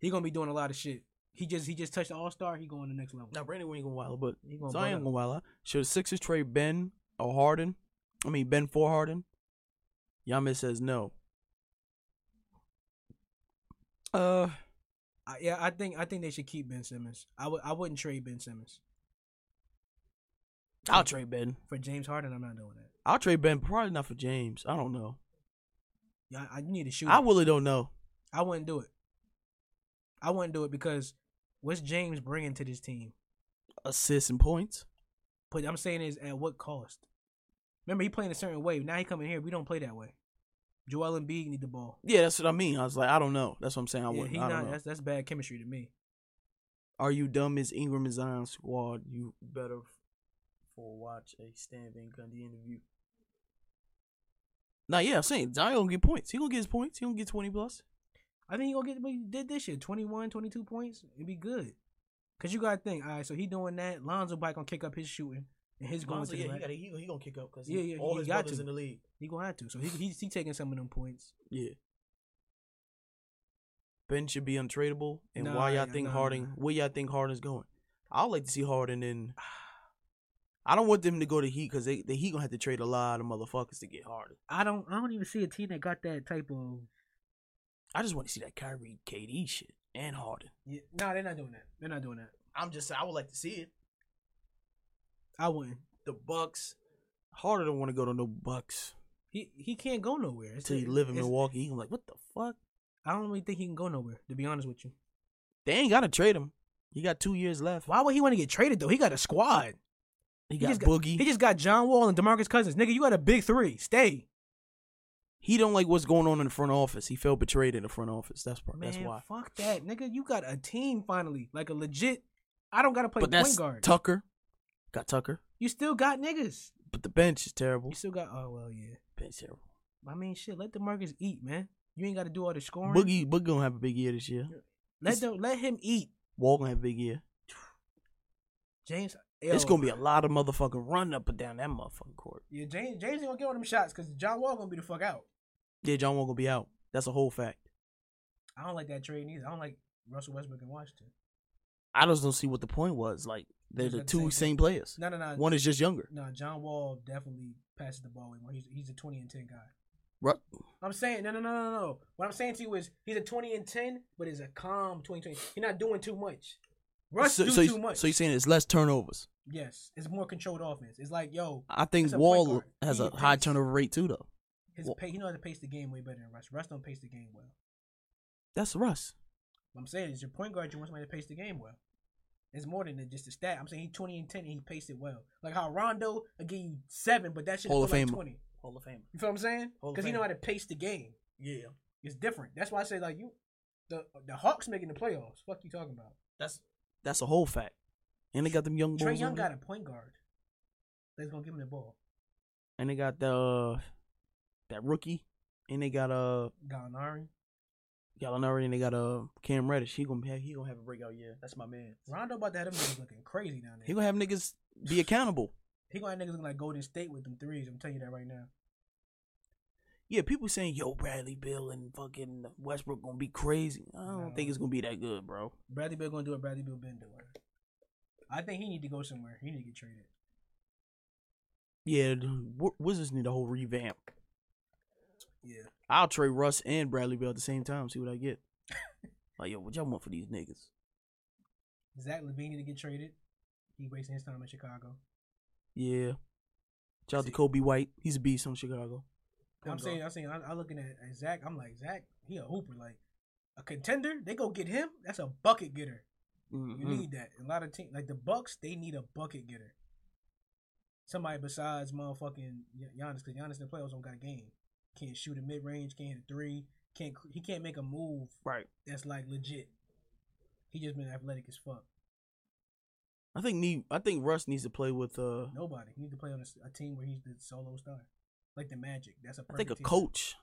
Speaker 1: He gonna be doing a lot of shit. He just he just touched the All Star. He going to the next level.
Speaker 2: Now, Brandon Wing gonna wild, but
Speaker 1: He gonna
Speaker 2: so I am
Speaker 1: ball
Speaker 2: gonna
Speaker 1: out.
Speaker 2: wild out. Should the Sixers trade Ben or Harden? I mean, Ben for Harden? Yamin says no. Uh,
Speaker 1: I, yeah, I think I think they should keep Ben Simmons. I would I wouldn't trade Ben Simmons
Speaker 2: I'll trade Ben.
Speaker 1: for James Harden. I'm not doing that.
Speaker 2: I'll trade Ben, probably not for James. I don't know.
Speaker 1: Yeah, I, I need to shoot.
Speaker 2: I really don't know.
Speaker 1: I wouldn't do it. I wouldn't do it because what's James bringing to this team?
Speaker 2: Assists and points.
Speaker 1: But I'm saying is at what cost? Remember, he playing a certain way. Now he coming here. We don't play that way. Joel Embiid need the ball.
Speaker 2: Yeah, that's what I mean. I was like, I don't know. That's what I'm saying. I
Speaker 1: yeah,
Speaker 2: wouldn't.
Speaker 1: he
Speaker 2: I don't
Speaker 1: not.
Speaker 2: know.
Speaker 1: That's that's bad chemistry to me.
Speaker 2: Are you dumb? Is Ingram and Zion squad? You
Speaker 3: better for watch a Stan Van Gundy interview.
Speaker 2: Nah, yeah, I'm saying Zion gonna get points. He gonna get his points. He gonna get twenty plus.
Speaker 1: I think he gonna get what he did this year 21, 22 points and be good. Cause you gotta think, all right. So he doing that. Lonzo probably gonna kick up his shooting and his going
Speaker 3: Lonzo,
Speaker 1: to the
Speaker 3: yeah, he,
Speaker 1: rack.
Speaker 3: gotta, he, he gonna kick up because
Speaker 1: Yeah, yeah,
Speaker 3: all
Speaker 1: he
Speaker 3: his
Speaker 1: got
Speaker 3: brothers
Speaker 1: to.
Speaker 3: in the league.
Speaker 1: He gonna have to. So he he's he taking some of them points.
Speaker 2: Yeah. Ben should be untradeable. And
Speaker 1: Nah,
Speaker 2: why y'all
Speaker 1: yeah,
Speaker 2: think
Speaker 1: nah,
Speaker 2: Harding?
Speaker 1: nah.
Speaker 2: Where y'all think Harden's going? I'd like to see Harden in. I don't want them to go to Heat because they the Heat gonna have to trade a lot of motherfuckers to get Harden.
Speaker 1: I don't I don't even see a team that got that type of.
Speaker 2: I just want to see that Kyrie, KD shit and Harden.
Speaker 1: Yeah, no, they're not doing that. They're not doing that.
Speaker 3: I'm just saying, I would like to see it.
Speaker 1: I wouldn't.
Speaker 3: The Bucks.
Speaker 2: Harden don't want to go to no Bucks
Speaker 1: He he can't go nowhere. It's-
Speaker 2: until he live in
Speaker 1: it's-
Speaker 2: Milwaukee. He gonna be like, what the fuck?
Speaker 1: I don't really think he can go nowhere. To be honest with you,
Speaker 2: They ain't gotta trade him. He got two years left.
Speaker 1: why would he want to get traded though? He got a squad.
Speaker 2: He
Speaker 1: He
Speaker 2: got
Speaker 1: just
Speaker 2: Boogie.
Speaker 1: He just got John Wall and Demarcus Cousins. Nigga, you got a big three. Stay.
Speaker 2: he don't like what's going on in the front office. He felt betrayed in the front office. That's part.
Speaker 1: Man,
Speaker 2: that's why.
Speaker 1: Fuck that, nigga. You got a team finally, like a legit. I don't gotta play
Speaker 2: But
Speaker 1: point
Speaker 2: that's
Speaker 1: guard.
Speaker 2: Tucker. Got Tucker.
Speaker 1: you still got niggas.
Speaker 2: But the bench is terrible.
Speaker 1: You still got. Oh well, yeah.
Speaker 2: Bench terrible.
Speaker 1: I mean, shit. Let Demarcus eat, man. You ain't gotta do all the scoring.
Speaker 2: Boogie Boogie gonna have a big year this year.
Speaker 1: Let them, let him eat.
Speaker 2: Wall gonna have a big year.
Speaker 1: James.
Speaker 2: It's
Speaker 1: Yo,
Speaker 2: gonna be a lot of motherfucking run up and down that motherfucking court.
Speaker 1: Yeah, James. James ain't gonna get on them shots because John Wall gonna be the fuck out.
Speaker 2: Yeah, John Wall gonna be out. That's a whole fact.
Speaker 1: I don't like that trade either. I don't like Russell Westbrook in Washington.
Speaker 2: I just don't see what the point was. Like they're
Speaker 1: Is
Speaker 2: the
Speaker 1: that the
Speaker 2: two
Speaker 1: same
Speaker 2: same,
Speaker 1: thing?
Speaker 2: players.
Speaker 1: No, no, no.
Speaker 2: One is just younger.
Speaker 1: No, John Wall definitely passes the ball way more. He's he's a twenty and ten guy.
Speaker 2: Ru-
Speaker 1: I'm saying no, no, no, no, no. What I'm saying to you is he's a twenty and ten, but he's a calm twenty twenty. He's not doing too much. Russ
Speaker 2: so,
Speaker 1: do
Speaker 2: so you-
Speaker 1: too much.
Speaker 2: So you're saying it's less turnovers?
Speaker 1: yes, it's more controlled offense. It's like yo,
Speaker 2: I think
Speaker 1: That's a point
Speaker 2: Wall
Speaker 1: guard.
Speaker 2: has
Speaker 1: He
Speaker 2: a
Speaker 1: can
Speaker 2: high
Speaker 1: pace.
Speaker 2: turnover rate too, though.
Speaker 1: his
Speaker 2: Well-
Speaker 1: pa he knows how to pace the game way better than Russ. Russ don't pace the game well.
Speaker 2: That's Russ.
Speaker 1: What I'm saying is your point guard, you want somebody to pace the game well. It's more than just a stat. I'm saying he's twenty and ten and he paced it well. Like how Rondo will give you seven, but that shit
Speaker 2: Hall
Speaker 1: feel
Speaker 2: of
Speaker 1: like
Speaker 2: Famer.
Speaker 1: twenty.
Speaker 3: Hall of Fame.
Speaker 1: You feel what I'm saying?
Speaker 3: Hall of
Speaker 1: Because he know
Speaker 3: Famer.
Speaker 1: how to pace the game.
Speaker 3: Yeah.
Speaker 1: It's different. That's why I say like you, the the Hawks making the playoffs. Fuck you talking about?
Speaker 3: That's
Speaker 2: That's a whole fact. And they got them young boys.
Speaker 1: Trey Young
Speaker 2: on
Speaker 1: got
Speaker 2: there.
Speaker 1: a point guard. That's gonna give him the ball.
Speaker 2: And they got the uh, that rookie. And they got uh
Speaker 1: Gallinari,
Speaker 2: Gallinari and they got uh Cam Reddish. He gonna have he gonna have a breakout.
Speaker 3: breakout year. That's my man.
Speaker 1: Rondo about to have them niggas looking crazy down there.
Speaker 2: He gonna have niggas be accountable.
Speaker 1: He gonna have niggas looking like Golden State with them threes. I'm telling you that right now.
Speaker 2: Yeah, people saying yo Bradley Bill and fucking Westbrook gonna be crazy. I don't
Speaker 1: No.
Speaker 2: think it's gonna be that good, bro.
Speaker 1: Bradley Bill gonna do what Bradley Bill been doing. I think he need to go somewhere. He need to get traded.
Speaker 2: Yeah, the Wa- Wizards need a whole revamp.
Speaker 1: Yeah.
Speaker 2: I'll trade Russ and Bradley Bill at the same time. See what I get. like yo, what y'all want for these niggas?
Speaker 1: Zach Levine need to get traded. He wasting his time in Chicago.
Speaker 2: Yeah. Shout out to Kobe White. He's a beast on Chicago.
Speaker 1: I'm
Speaker 3: Point
Speaker 1: saying, uh, I'm saying, I'm, I'm looking at, at Zach. I'm like Zach, he a hooper, like a contender. They go get him. That's a bucket getter. You
Speaker 2: Mhm.
Speaker 1: need that. A lot of teams, like the Bucks, they need a bucket getter. Somebody besides motherfucking Gian- Giannis, because Giannis in the playoffs don't got a game. Can't shoot a mid range. Can't hit a three. Can't cr- he can't make a move
Speaker 2: Right.
Speaker 1: that's like legit. He just been athletic as fuck.
Speaker 2: I think need I think Russ needs to play with uh
Speaker 1: Nobody. He need to play on a, s- a team where he's the solo star, like the Magic. That's a
Speaker 2: I
Speaker 1: perfect
Speaker 2: think a
Speaker 1: team.
Speaker 2: coach.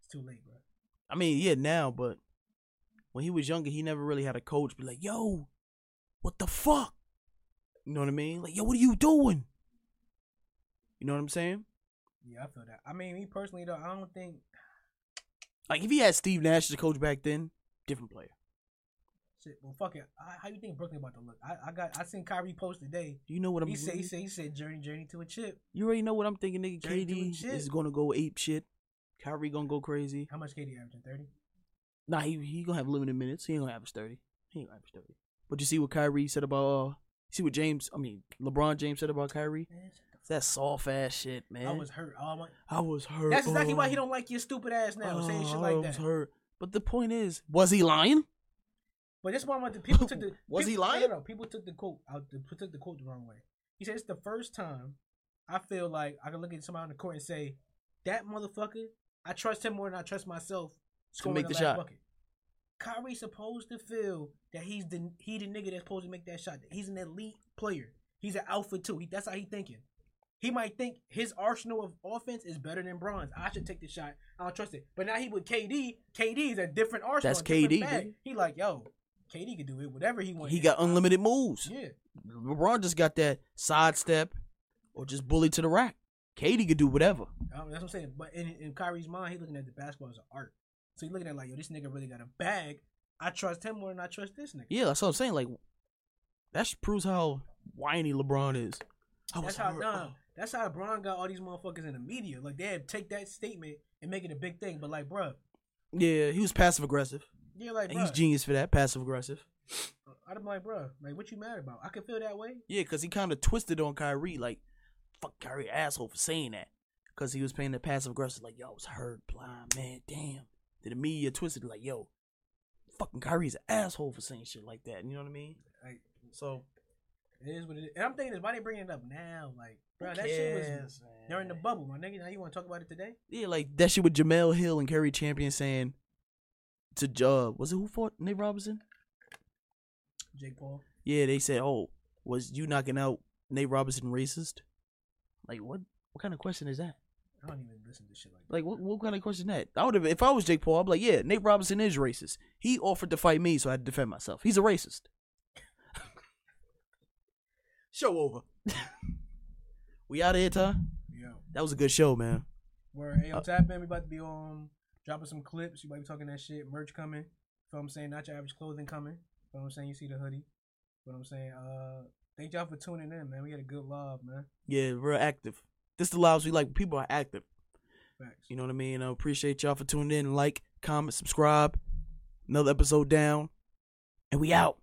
Speaker 1: It's too late, bro.
Speaker 2: I mean, yeah, now, but when he was younger, he never really had a coach be like, yo, what the fuck? You know what I mean? Like, yo, what are you doing? You know what I'm saying?
Speaker 1: Yeah, I feel that. I mean, me personally though, I don't think
Speaker 2: Like, if he had Steve Nash as a coach back then, different player.
Speaker 1: Shit, well, fuck it. I, how you think Brooklyn about to look? I, I got. I seen Kyrie post today.
Speaker 2: You know what I'm
Speaker 1: He said. He
Speaker 2: saying?
Speaker 1: said. He said. Journey, journey to a chip.
Speaker 2: You already know what I'm thinking, nigga.
Speaker 1: They doing
Speaker 2: KD
Speaker 1: shit.
Speaker 2: is gonna go ape shit. Kyrie gonna go crazy.
Speaker 1: How much KD averaging? Thirty.
Speaker 2: Nah, he he gonna have limited minutes. He ain't gonna average thirty. He ain't gonna average thirty. But you see what Kyrie said about uh, see what James, I mean LeBron James said about Kyrie.
Speaker 1: Man, shut the
Speaker 2: It's that soft ass shit, man.
Speaker 1: f- Eh, I was hurt. All my.
Speaker 2: I was hurt.
Speaker 1: That's exactly why
Speaker 2: Oh,
Speaker 1: he don't like your stupid ass now saying shit
Speaker 2: oh,
Speaker 1: like
Speaker 2: I was
Speaker 1: that.
Speaker 2: hurt. But the point is, was he lying?
Speaker 1: But this one, the people took the.
Speaker 2: Was he
Speaker 1: people- no, no,
Speaker 2: lying?
Speaker 1: No, people took the quote out. The, people took the quote the wrong way. He said it's the first time I feel like I can look at somebody on the court and say that motherfucker. I trust him more than I trust myself. Scoring
Speaker 2: make
Speaker 1: the,
Speaker 2: the
Speaker 1: last
Speaker 2: shot.
Speaker 1: Bucket. Kyrie supposed to feel that he's the he the nigga that's supposed to make that shot. He's an elite player. He's an alpha too. He, that's how he thinking. He might think his arsenal of offense is better than Bronze. I should take the shot. I don't trust it. But now he with KD. KD is a different arsenal.
Speaker 2: That's
Speaker 1: a different
Speaker 2: KD,
Speaker 1: bag.
Speaker 2: dude.
Speaker 1: He like yo, KD can do it. Whatever he wants.
Speaker 2: He got unlimited moves.
Speaker 1: Yeah.
Speaker 2: LeBron just got that sidestep or just bully to the rack. Katie could do whatever.
Speaker 1: I mean, um, that's what I'm saying. But in, in Kyrie's mind, he's looking at the basketball as an art. So he's looking at it like, yo, this nigga really got a bag. I trust him more than I trust this nigga.
Speaker 2: Yeah, that's what I'm saying. Like that just proves how whiny LeBron is. I
Speaker 1: That's
Speaker 2: was
Speaker 1: how
Speaker 2: hurt.
Speaker 1: nah, that's how Bron got all these motherfuckers in the media. Like they had take that statement and make it a big thing. But like, bruh,
Speaker 2: Yeah, he was passive aggressive.
Speaker 1: you're like,
Speaker 2: And he's
Speaker 1: bruh,
Speaker 2: genius for that, passive aggressive.
Speaker 1: I'm like, bruh, like what you mad about? I can feel that way.
Speaker 2: Yeah, because he kind of twisted on Kyrie, like, fuck Kyrie asshole for saying that. Because he was playing the passive aggressive, like, yo, I was hurt, blind man, damn. Then the media twisted, like, yo, fucking Kyrie's an asshole for saying shit like that. You know what I mean?
Speaker 1: Like
Speaker 2: So,
Speaker 1: it is what it is. And I'm thinking, this, why they bringing it up now? Like, bruh, that shit was during the bubble, my nigga. Now you want to talk about it today?
Speaker 2: yeah, like that shit with Jamel Hill and Kerry Champion saying to Jub, was it who fought Nate Robinson?
Speaker 1: Jake Paul.
Speaker 2: Yeah, they said, oh, was you knocking out Nate Robinson racist? Like, what? What kind of question is that?
Speaker 1: I don't even listen to shit like that.
Speaker 2: Like, what, what kind of question is that? I would have, if I was Jake Paul, I'd be like, yeah, Nate Robinson is racist. He offered to fight me, so I had to defend myself. He's a racist. show over. we out of here, Ty.
Speaker 1: Yo,
Speaker 2: That was a good show, man.
Speaker 1: where hey, I'm tapping. We about to be on dropping some clips. You might be talking that shit. Merch coming. Feel what I'm saying? Not your average clothing coming. Feel what I'm saying? You see the hoodie. Feel what I'm saying? Uh, thank y'all for tuning in, man. We had a good love, man.
Speaker 2: Yeah, real active. This the lives we like. People are active.
Speaker 1: Facts.
Speaker 2: You know what I mean? I appreciate y'all for tuning in. Like, comment, subscribe. Another episode down. And we out.